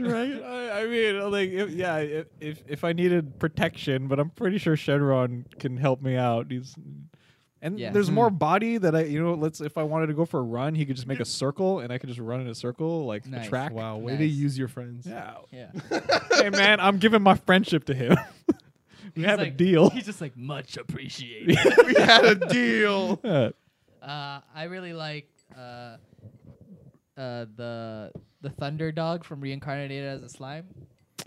Speaker 3: right? I, I mean, like, if, yeah, if, if if I needed protection, but I'm pretty sure Shenron can help me out. He's and
Speaker 1: Yeah.
Speaker 2: Hmm.
Speaker 3: there's more body that I, you know, let's if I wanted to go for a run, he could just make a circle, and I could just run in a circle like
Speaker 1: Nice.
Speaker 3: a track.
Speaker 2: Wow, way
Speaker 1: way to
Speaker 2: to
Speaker 1: Nice.
Speaker 2: use your friends.
Speaker 3: Yeah.
Speaker 1: Yeah.
Speaker 3: hey man, I'm giving my friendship to him. *laughs* we
Speaker 1: He's
Speaker 3: have a
Speaker 1: like-
Speaker 3: deal.
Speaker 1: He's just like, much appreciated.
Speaker 2: *laughs* we had a deal.
Speaker 3: *laughs* Yeah.
Speaker 1: uh, I really like uh, uh, the the thunder dog from reincarnated as a slime.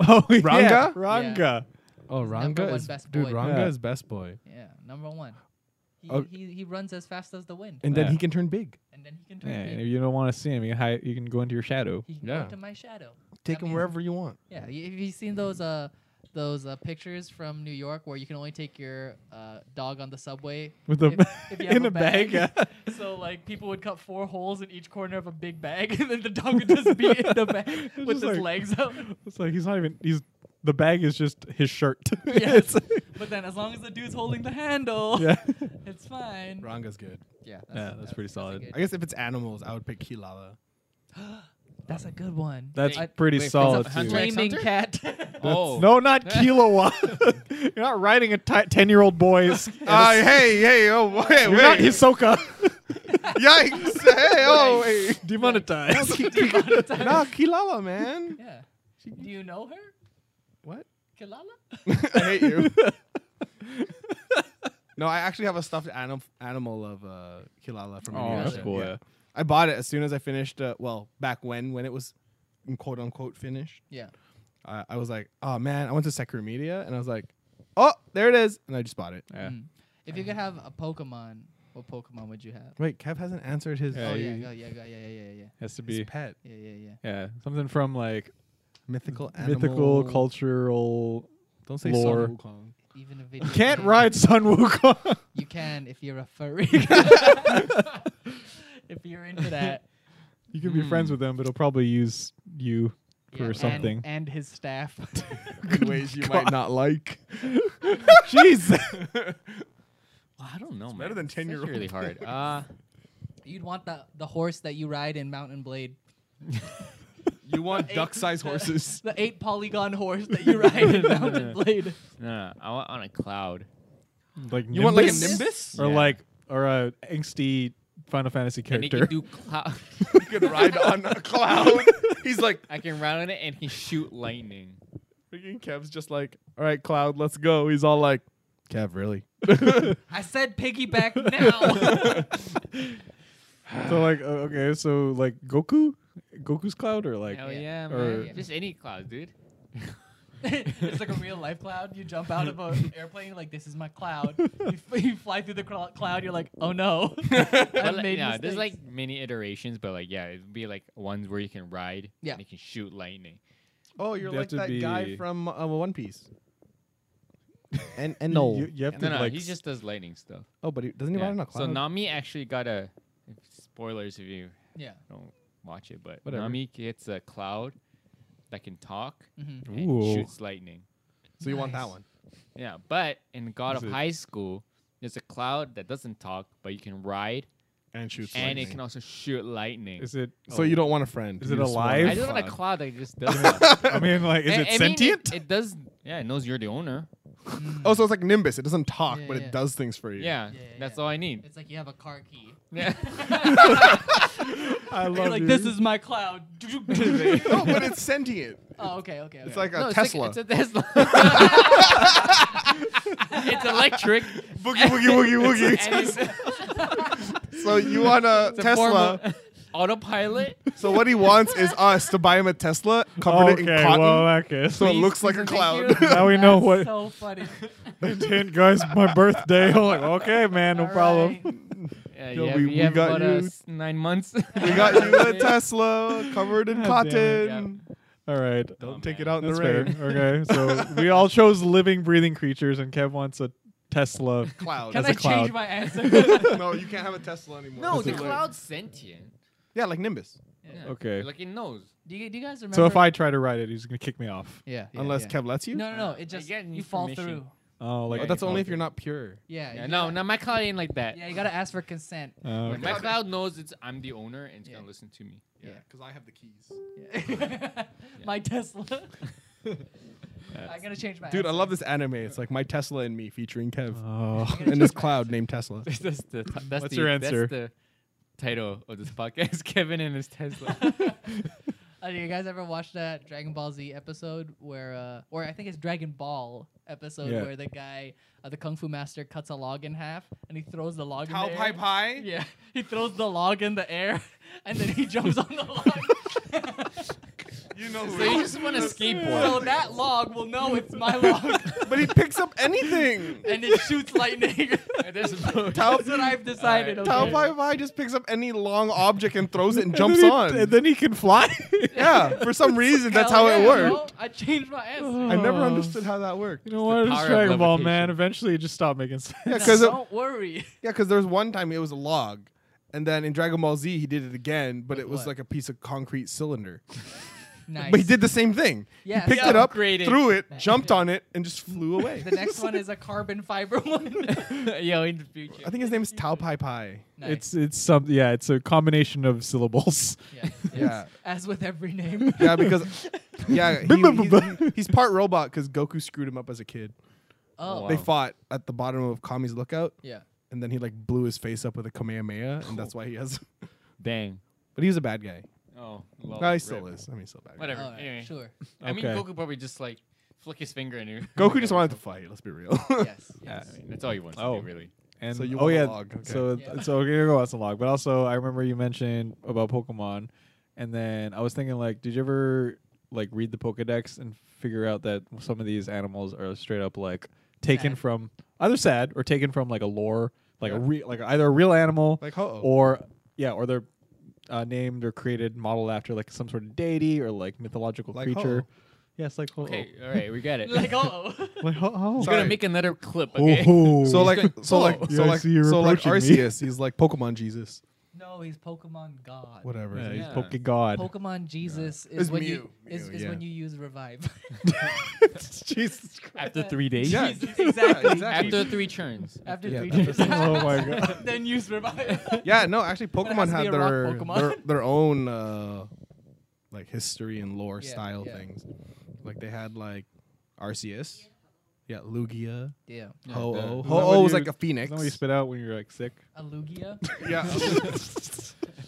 Speaker 3: Oh, yeah.
Speaker 2: Ranga?
Speaker 3: Ranga.
Speaker 2: Oh,
Speaker 1: number one best
Speaker 2: dude.
Speaker 1: boy.
Speaker 2: Ranga
Speaker 3: Yeah.
Speaker 2: is best boy,
Speaker 1: Yeah, number one. He,
Speaker 2: Oh.
Speaker 1: he, he runs as fast as the wind,
Speaker 2: and
Speaker 3: Yeah.
Speaker 2: then he can turn big.
Speaker 1: and then he can
Speaker 3: Yeah,
Speaker 1: turn
Speaker 3: and
Speaker 1: big.
Speaker 3: if you don't want to see him, you can, hide, you can go into your shadow.
Speaker 1: He can
Speaker 2: Yeah.
Speaker 1: go into my shadow.
Speaker 2: Take
Speaker 1: I
Speaker 2: him
Speaker 1: mean-
Speaker 2: wherever you want.
Speaker 1: Yeah, y- have you seen those uh those uh, pictures from New York where you can only take your uh, dog on the subway
Speaker 3: With a-
Speaker 1: if, if you
Speaker 3: *laughs*
Speaker 1: have
Speaker 3: in a bag, yeah.
Speaker 1: *laughs* so like people would cut four holes in each corner of a big bag, *laughs* and then the dog would just be in the bag
Speaker 3: *laughs*
Speaker 1: with
Speaker 3: just
Speaker 1: his
Speaker 3: like-
Speaker 1: legs out.
Speaker 3: It's like he's not even. He's the bag is just his shirt. *laughs*
Speaker 1: Yes.
Speaker 3: It's-
Speaker 1: But then as long as the dude's holding the handle,
Speaker 3: yeah.
Speaker 1: *laughs* it's fine.
Speaker 2: Ranga's good.
Speaker 1: Yeah,
Speaker 3: Yeah, that's pretty
Speaker 1: a
Speaker 3: solid.
Speaker 1: good-
Speaker 2: I guess if it's animals, I would pick Kilala.
Speaker 1: that's a good one.
Speaker 3: That's
Speaker 1: I-
Speaker 3: pretty
Speaker 4: wait, for
Speaker 3: solid
Speaker 4: example,
Speaker 3: too.
Speaker 4: Hunter-
Speaker 1: *laughs* Flaming cat.
Speaker 4: Oh.
Speaker 3: No, not kilowatt. *laughs* You're not riding a ten-year-old boy's.
Speaker 2: Uh, hey, hey, oh, wait,
Speaker 3: You're not
Speaker 2: wait.
Speaker 3: Hisoka. *laughs*
Speaker 2: *laughs* Yikes. Hey, oh, wait.
Speaker 3: Demonetized.
Speaker 1: Demonetized.
Speaker 2: *laughs* Nah, Kilala, man.
Speaker 1: Yeah. Do you know her?
Speaker 2: What?
Speaker 1: Kalala?
Speaker 2: I hate *laughs* you. no, I actually have a stuffed anim- animal of uh, Kilala from
Speaker 3: *laughs* Oh, that's
Speaker 2: Inuyasha.
Speaker 3: cool.
Speaker 2: Yeah.
Speaker 3: Yeah.
Speaker 2: I bought it as soon as I finished, uh, well, back when, when it was quote unquote finished.
Speaker 1: Yeah.
Speaker 2: I I was like, oh man, I went to Secret Media and I was like, oh, there it is. And I just bought it.
Speaker 3: Yeah.
Speaker 1: Mm. If you could have a Pokemon, what Pokemon would you have?
Speaker 2: Wait, Kev hasn't answered his,
Speaker 3: Yeah,
Speaker 1: oh, yeah,
Speaker 3: you-
Speaker 1: yeah, yeah, yeah, yeah, yeah, yeah.
Speaker 3: Has to
Speaker 2: his
Speaker 3: be.
Speaker 2: pet.
Speaker 1: Yeah, yeah, yeah.
Speaker 3: Yeah, something from like
Speaker 2: Mythical
Speaker 3: mythical, cultural.
Speaker 2: Don't say
Speaker 3: lore.
Speaker 2: Sun *laughs* Wukong.
Speaker 1: Even a video.
Speaker 3: You *laughs* can't
Speaker 1: game.
Speaker 3: ride Sun Wukong. *laughs*
Speaker 1: You can if you're a furry. if you're into that.
Speaker 3: you can be friends with them, but it'll probably use you. *laughs* For
Speaker 1: and-
Speaker 3: something.
Speaker 1: And, his staff.
Speaker 3: *laughs*
Speaker 2: In ways *laughs* you might not like.
Speaker 3: Jeez.
Speaker 4: I don't know, man.
Speaker 2: better than
Speaker 4: It's actually
Speaker 2: 10-year-old
Speaker 4: Really hard. Uh,
Speaker 1: You'd want the, the horse that you ride in Mountain Blade.
Speaker 2: You want
Speaker 1: Eight-
Speaker 2: duck-sized
Speaker 4: *laughs*
Speaker 2: horses.
Speaker 1: The eight polygon horse that you ride
Speaker 3: *laughs*
Speaker 1: in Mountain Blade.
Speaker 4: no, no, I want on a cloud.
Speaker 3: like
Speaker 2: You want like a
Speaker 1: Nimbus?
Speaker 2: Nimbus?
Speaker 3: or
Speaker 4: Yeah.
Speaker 3: like or a angsty Final Fantasy
Speaker 4: And it
Speaker 3: character.
Speaker 4: can do
Speaker 3: *laughs*
Speaker 4: cloud.
Speaker 2: You could ride on a cloud. *laughs* He's like,
Speaker 4: *laughs* I can ride on it and he shoot lightning.
Speaker 2: freaking Kev's just like, all right, Cloud,
Speaker 3: *laughs*
Speaker 2: let's go. oh, He's all like, Kev, really? *laughs*
Speaker 1: I said piggyback
Speaker 3: *laughs*
Speaker 1: now.
Speaker 3: so like uh, okay, so like Goku, Goku's Cloud or like
Speaker 4: Hell yeah,
Speaker 1: Yeah.
Speaker 3: Or-
Speaker 4: man. Just any cloud, dude.
Speaker 1: *laughs* it's like a real life cloud. You jump out *laughs* of an airplane, you're like, this is my cloud. You, f- you fly through the cl- cloud, you're like, oh *laughs* no.
Speaker 4: But
Speaker 1: I've
Speaker 4: like,
Speaker 1: made
Speaker 4: yeah,
Speaker 1: mistakes.
Speaker 4: there's like many iterations, but like yeah, it'd be like ones where you can ride.
Speaker 1: Yeah.
Speaker 4: And you can shoot lightning.
Speaker 2: Oh, you're
Speaker 3: They have
Speaker 2: like
Speaker 3: to
Speaker 2: that guy
Speaker 3: be-
Speaker 2: from uh, One Piece. and *laughs* and
Speaker 3: no, you, you have
Speaker 4: No,
Speaker 3: to
Speaker 4: no,
Speaker 3: like
Speaker 4: he
Speaker 3: s-
Speaker 4: just does lightning stuff.
Speaker 2: oh, but he, doesn't he
Speaker 4: Yeah.
Speaker 2: ride on a
Speaker 4: So
Speaker 2: cloud?
Speaker 4: Nami actually got a spoilers if you
Speaker 1: yeah.
Speaker 4: don't watch it, but
Speaker 2: Whatever.
Speaker 4: Nami gets a cloud that can talk
Speaker 1: Mhm.
Speaker 4: and
Speaker 3: Ooh.
Speaker 4: shoots lightning.
Speaker 2: So you want that
Speaker 1: Nice.
Speaker 2: one?
Speaker 4: Yeah, but in God
Speaker 3: Is
Speaker 4: of
Speaker 3: it-
Speaker 4: High School, there's a cloud that doesn't talk, but you can ride
Speaker 2: And shoot.
Speaker 4: and it can also shoot lightning.
Speaker 3: is
Speaker 2: *laughs*
Speaker 3: it
Speaker 2: So you don't want a friend.
Speaker 3: Is
Speaker 2: You
Speaker 3: it
Speaker 2: just want
Speaker 3: alive?
Speaker 4: I just want a
Speaker 2: cloud.
Speaker 4: cloud that
Speaker 2: *laughs*
Speaker 4: just does not
Speaker 3: I mean like is
Speaker 4: I-
Speaker 3: it
Speaker 4: I mean,
Speaker 3: sentient?
Speaker 4: it, it does. Yeah, it knows you're the owner.
Speaker 2: Oh, so it's like Nimbus. It doesn't talk,
Speaker 1: Yeah,
Speaker 2: but
Speaker 1: yeah.
Speaker 2: it does things for you.
Speaker 4: Yeah,
Speaker 1: Yeah,
Speaker 4: that's
Speaker 1: yeah.
Speaker 4: all I need.
Speaker 1: It's like you have a car key.
Speaker 4: *laughs* Yeah.
Speaker 1: *laughs*
Speaker 3: I
Speaker 1: You're
Speaker 3: love
Speaker 1: like,
Speaker 3: you.
Speaker 1: this is my cloud.
Speaker 2: *laughs*
Speaker 1: *laughs*
Speaker 2: no, but it's sentient.
Speaker 1: oh, okay, okay.
Speaker 2: It's
Speaker 1: okay.
Speaker 2: like a
Speaker 4: No, it's like-
Speaker 2: Tesla.
Speaker 4: it's a *laughs* Tesla. it's electric.
Speaker 2: *laughs* boogie woogie woogie
Speaker 4: And
Speaker 2: woogie.
Speaker 4: it's a
Speaker 2: *laughs* so you want a
Speaker 4: form
Speaker 2: Tesla?
Speaker 4: of autopilot.
Speaker 2: *laughs* so what he wants is us to buy him a Tesla, *laughs* covered it in
Speaker 3: okay,
Speaker 2: cotton,
Speaker 3: well uh, okay. *laughs*
Speaker 2: so
Speaker 3: So
Speaker 2: it looks like a
Speaker 1: Thank
Speaker 2: cloud.
Speaker 3: *laughs*
Speaker 1: you.
Speaker 3: Now we know
Speaker 1: That's
Speaker 3: what-
Speaker 1: So funny.
Speaker 3: hint guys, my birthday. *laughs* I'm like,
Speaker 2: *laughs*
Speaker 3: okay, man, no
Speaker 1: All
Speaker 3: problem.
Speaker 1: right.
Speaker 4: Yeah,
Speaker 2: Yo,
Speaker 4: you have,
Speaker 2: we-
Speaker 4: you
Speaker 2: we
Speaker 4: have
Speaker 2: got
Speaker 4: about
Speaker 2: you.
Speaker 4: uh, s- nine months.
Speaker 2: *laughs* we
Speaker 4: *laughs*
Speaker 2: got you a Tesla, covered in
Speaker 3: God damn it,
Speaker 2: cotton.
Speaker 3: *laughs* All right.
Speaker 2: Don't take
Speaker 4: man.
Speaker 2: it out in
Speaker 3: That's
Speaker 2: the
Speaker 3: fair.
Speaker 2: rain.
Speaker 3: Okay.
Speaker 2: *laughs*
Speaker 3: So we all chose living, breathing creatures and Kev wants a
Speaker 2: *laughs*
Speaker 3: Tesla.
Speaker 2: Cloud.
Speaker 3: As
Speaker 1: Can I
Speaker 3: a cloud.
Speaker 1: change
Speaker 3: *laughs*
Speaker 1: my answer? yeah.
Speaker 2: no, you can't have a Tesla anymore.
Speaker 4: no,
Speaker 2: That's
Speaker 4: the
Speaker 2: it.
Speaker 4: cloud's sentient.
Speaker 2: Yeah, like Nimbus.
Speaker 4: Yeah.
Speaker 3: Okay.
Speaker 4: Like it knows.
Speaker 1: Do you, do you guys remember?
Speaker 3: So if I try to ride it, he's gonna kick me off.
Speaker 1: yeah, yeah,
Speaker 2: Unless
Speaker 1: yeah.
Speaker 2: Kev lets you.
Speaker 1: No, no, no.
Speaker 4: Uh,
Speaker 1: It just
Speaker 4: again,
Speaker 1: you fall
Speaker 4: information.
Speaker 1: through.
Speaker 3: Oh, like
Speaker 2: Oh, that's only if you're not pure.
Speaker 1: Yeah.
Speaker 4: Yeah,
Speaker 1: you
Speaker 4: no,
Speaker 1: gotta-
Speaker 4: no, my cloud ain't like that.
Speaker 1: Yeah, you gotta ask for consent.
Speaker 3: Oh,
Speaker 4: My
Speaker 3: okay.
Speaker 4: cloud knows it's I'm the owner and it's
Speaker 1: Yeah.
Speaker 4: gonna listen to me.
Speaker 1: Yeah, Yeah.
Speaker 2: because I have the keys.
Speaker 1: Yeah. *laughs*
Speaker 2: *laughs*
Speaker 1: my Tesla. I gotta change my.
Speaker 2: Dude, I
Speaker 1: answer.
Speaker 2: love this anime. It's like my Tesla and me featuring Kev
Speaker 3: Oh. *laughs*
Speaker 1: Uh-huh.
Speaker 2: and this cloud named *laughs* Tesla.
Speaker 4: that's the t- that's
Speaker 3: What's
Speaker 4: the,
Speaker 3: your answer?
Speaker 4: That's the title of this podcast: *laughs* Kevin and his *laughs* Tesla.
Speaker 1: Uh, do you guys ever watch that Dragon Ball Z episode where, uh, or I think it's Dragon Ball episode
Speaker 3: Yeah.
Speaker 1: where the guy, uh, the kung fu master, cuts a log in half and he throws the log in the air.
Speaker 2: Pai.
Speaker 1: Yeah, he throws the log in the air *laughs* and then he jumps on the log.
Speaker 2: *laughs* You know
Speaker 4: so you just want to skateboard.
Speaker 1: so that log will know it's my log *laughs*
Speaker 2: But he picks up anything.
Speaker 1: and it shoots lightning. *laughs*
Speaker 4: *laughs* There's
Speaker 1: That's what I've decided.
Speaker 4: Alright.
Speaker 2: Tao
Speaker 1: Okay?
Speaker 2: Pai Pai just picks up any long object and throws it *laughs* and
Speaker 3: And
Speaker 2: jumps
Speaker 3: then he-
Speaker 2: on.
Speaker 3: And then he can fly.
Speaker 2: Yeah, for some reason that's
Speaker 1: Hell
Speaker 2: how it
Speaker 1: Oh, yeah, bro.
Speaker 2: worked.
Speaker 1: I changed
Speaker 2: *sighs*
Speaker 1: my answer.
Speaker 2: I never
Speaker 3: Oh.
Speaker 2: understood how that worked.
Speaker 3: *laughs* You know what?
Speaker 4: power
Speaker 3: It's
Speaker 4: of
Speaker 3: Dragon Ball,
Speaker 4: levitation.
Speaker 3: man. Eventually, it just stopped making sense.
Speaker 2: Yeah,
Speaker 1: Now,
Speaker 2: because yeah,
Speaker 1: don't worry.
Speaker 2: 'cause there was one time it was a log, and then in Dragon Ball Z he did it again, but it was
Speaker 1: what?
Speaker 2: like a piece of concrete cylinder.
Speaker 1: Nice.
Speaker 2: *laughs* But he did the same thing.
Speaker 1: Yes.
Speaker 2: He picked
Speaker 1: Yeah,
Speaker 2: it up,
Speaker 4: upgraded.
Speaker 2: threw it, jumped on it, and just
Speaker 1: *laughs*
Speaker 2: flew away.
Speaker 1: The next one is a carbon fiber one.
Speaker 4: Yo, in the future.
Speaker 2: I think his name is Tao Pai Pai.
Speaker 3: *laughs*
Speaker 1: nice.
Speaker 3: It's it's some yeah. It's a combination of syllables.
Speaker 1: yeah.
Speaker 2: Yeah.
Speaker 1: As with every name.
Speaker 2: Yeah, because Yeah, he, he's, he's part robot because Goku screwed him up as a kid.
Speaker 1: Oh,
Speaker 4: Wow.
Speaker 2: They fought at the bottom of Kami's lookout,
Speaker 1: yeah.
Speaker 2: and then he like blew his face up with a Kamehameha, and that's why he has. *laughs*
Speaker 4: Dang.
Speaker 2: But he was a bad guy.
Speaker 4: Oh, well,
Speaker 2: no, he
Speaker 4: rip.
Speaker 2: still is. I mean, he's still a bad. Guy.
Speaker 4: Whatever.
Speaker 1: All right,
Speaker 4: anyway,
Speaker 1: sure.
Speaker 4: I mean,
Speaker 3: Okay.
Speaker 4: Goku probably just like flick his finger and you. *laughs*
Speaker 2: Goku just wanted to fight. Let's be real. *laughs*
Speaker 1: Yes.
Speaker 3: Yeah.
Speaker 1: yes.
Speaker 4: I mean, that's all you want.
Speaker 3: Oh.
Speaker 4: to do, really.
Speaker 3: And
Speaker 2: So you
Speaker 3: oh
Speaker 2: want a
Speaker 3: yeah,
Speaker 2: log, okay.
Speaker 3: so
Speaker 1: Yeah.
Speaker 3: so here go that's a log. But also, I remember you mentioned about Pokemon, and then I was thinking like, did you ever like read the Pokedex and figure out that some of these animals are straight up like taken
Speaker 1: Sad.
Speaker 3: from either sad or taken from like a lore, like a
Speaker 2: Yeah.
Speaker 3: real like either a real animal
Speaker 2: Like ho.
Speaker 3: or yeah, or they're uh, named or created modeled after like some sort of deity or like mythological
Speaker 2: Like
Speaker 3: creature.
Speaker 2: Ho-Oh.
Speaker 3: Yes, like oh, Ho-Oh.
Speaker 4: Okay, all right, we got it. *laughs*
Speaker 1: Like oh.
Speaker 3: like Ho-Oh.
Speaker 4: He's
Speaker 2: Sorry.
Speaker 4: gonna make another clip. Okay. *laughs*
Speaker 2: *laughs*
Speaker 3: Ho-ho.
Speaker 2: So like,
Speaker 4: going,
Speaker 2: so like,
Speaker 4: "Oh."
Speaker 2: so
Speaker 3: Yeah, I
Speaker 2: like,
Speaker 3: see you're
Speaker 2: so like
Speaker 3: approaching me.
Speaker 2: Arceus, he's like Pokemon Jesus,
Speaker 1: no, he's Pokemon God.
Speaker 2: whatever.
Speaker 3: yeah,
Speaker 4: Yeah.
Speaker 3: he's Poke
Speaker 4: *laughs*
Speaker 3: God. *laughs*
Speaker 1: *laughs* Pokemon Jesus is
Speaker 2: It's
Speaker 1: when you
Speaker 2: Mew.
Speaker 1: is,
Speaker 2: Mew,
Speaker 1: is when
Speaker 2: yeah.
Speaker 1: you use revive. *laughs*
Speaker 2: Jesus Christ.
Speaker 4: After three days. *laughs*
Speaker 2: Yeah,
Speaker 1: exactly.
Speaker 2: exactly.
Speaker 4: After three turns.
Speaker 1: After
Speaker 2: Yeah,
Speaker 1: three
Speaker 2: that
Speaker 1: days.
Speaker 2: was-
Speaker 3: oh
Speaker 1: *laughs*
Speaker 3: my God.
Speaker 1: then use revive.
Speaker 2: Yeah, no, actually,
Speaker 1: it
Speaker 2: Pokemon
Speaker 1: has to be
Speaker 2: had
Speaker 1: a rock
Speaker 2: their,
Speaker 1: Pokemon.
Speaker 2: their their
Speaker 1: *laughs*
Speaker 2: own uh, like history and lore
Speaker 1: Yeah,
Speaker 2: style
Speaker 1: yeah.
Speaker 2: things. Like they had like Arceus, yeah, Lugia,
Speaker 1: Yeah.
Speaker 4: Yeah,
Speaker 2: Ho
Speaker 4: the-
Speaker 2: Oh. Ho
Speaker 3: Is that
Speaker 2: Oh
Speaker 3: what
Speaker 2: was
Speaker 3: you-
Speaker 2: like a
Speaker 3: Is
Speaker 2: phoenix.
Speaker 3: that what you spit out when you're like sick?
Speaker 1: Alugia. *laughs*
Speaker 2: yeah,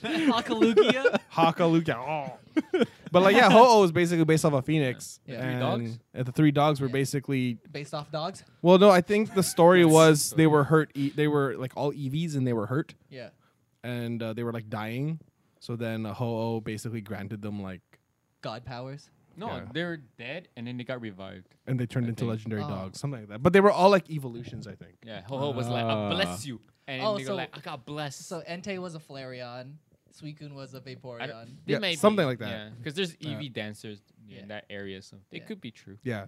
Speaker 1: Hakalugia.
Speaker 2: Haka Lugia. Oh. But like, yeah, Ho Oh was basically based off a phoenix.
Speaker 1: Yeah.
Speaker 4: The three dogs?
Speaker 2: And and the three dogs were
Speaker 1: Yeah.
Speaker 2: basically
Speaker 1: Based off dogs.
Speaker 2: Well, no, I think the story was
Speaker 4: So,
Speaker 2: they
Speaker 4: yeah.
Speaker 2: were hurt. E- they were like all EVs, and they were hurt,
Speaker 1: Yeah.
Speaker 2: and uh, they were like dying. So then uh, Ho-Oh basically granted them like,
Speaker 1: God powers.
Speaker 4: *laughs* No,
Speaker 2: Yeah.
Speaker 4: they were dead and then they got revived.
Speaker 2: and they turned
Speaker 4: I
Speaker 2: into
Speaker 4: think-
Speaker 2: legendary
Speaker 1: Oh.
Speaker 2: dogs, something like that. But they were all like evolutions, I think.
Speaker 4: Yeah, Ho Ho was like,
Speaker 2: Uh.
Speaker 4: I bless you. And
Speaker 1: Oh,
Speaker 4: they
Speaker 1: so-
Speaker 4: were like, I got blessed.
Speaker 1: So Entei was a Flareon. Suicune was a
Speaker 4: I don't-
Speaker 1: Vaporeon.
Speaker 4: they
Speaker 2: Yeah,
Speaker 4: may
Speaker 2: something
Speaker 4: be,
Speaker 2: like that. Uh,
Speaker 4: Yeah, because there's
Speaker 2: Yeah.
Speaker 4: EV dancers
Speaker 1: Yeah.
Speaker 4: in that area, so it
Speaker 1: Yeah.
Speaker 4: could be true.
Speaker 2: Yeah,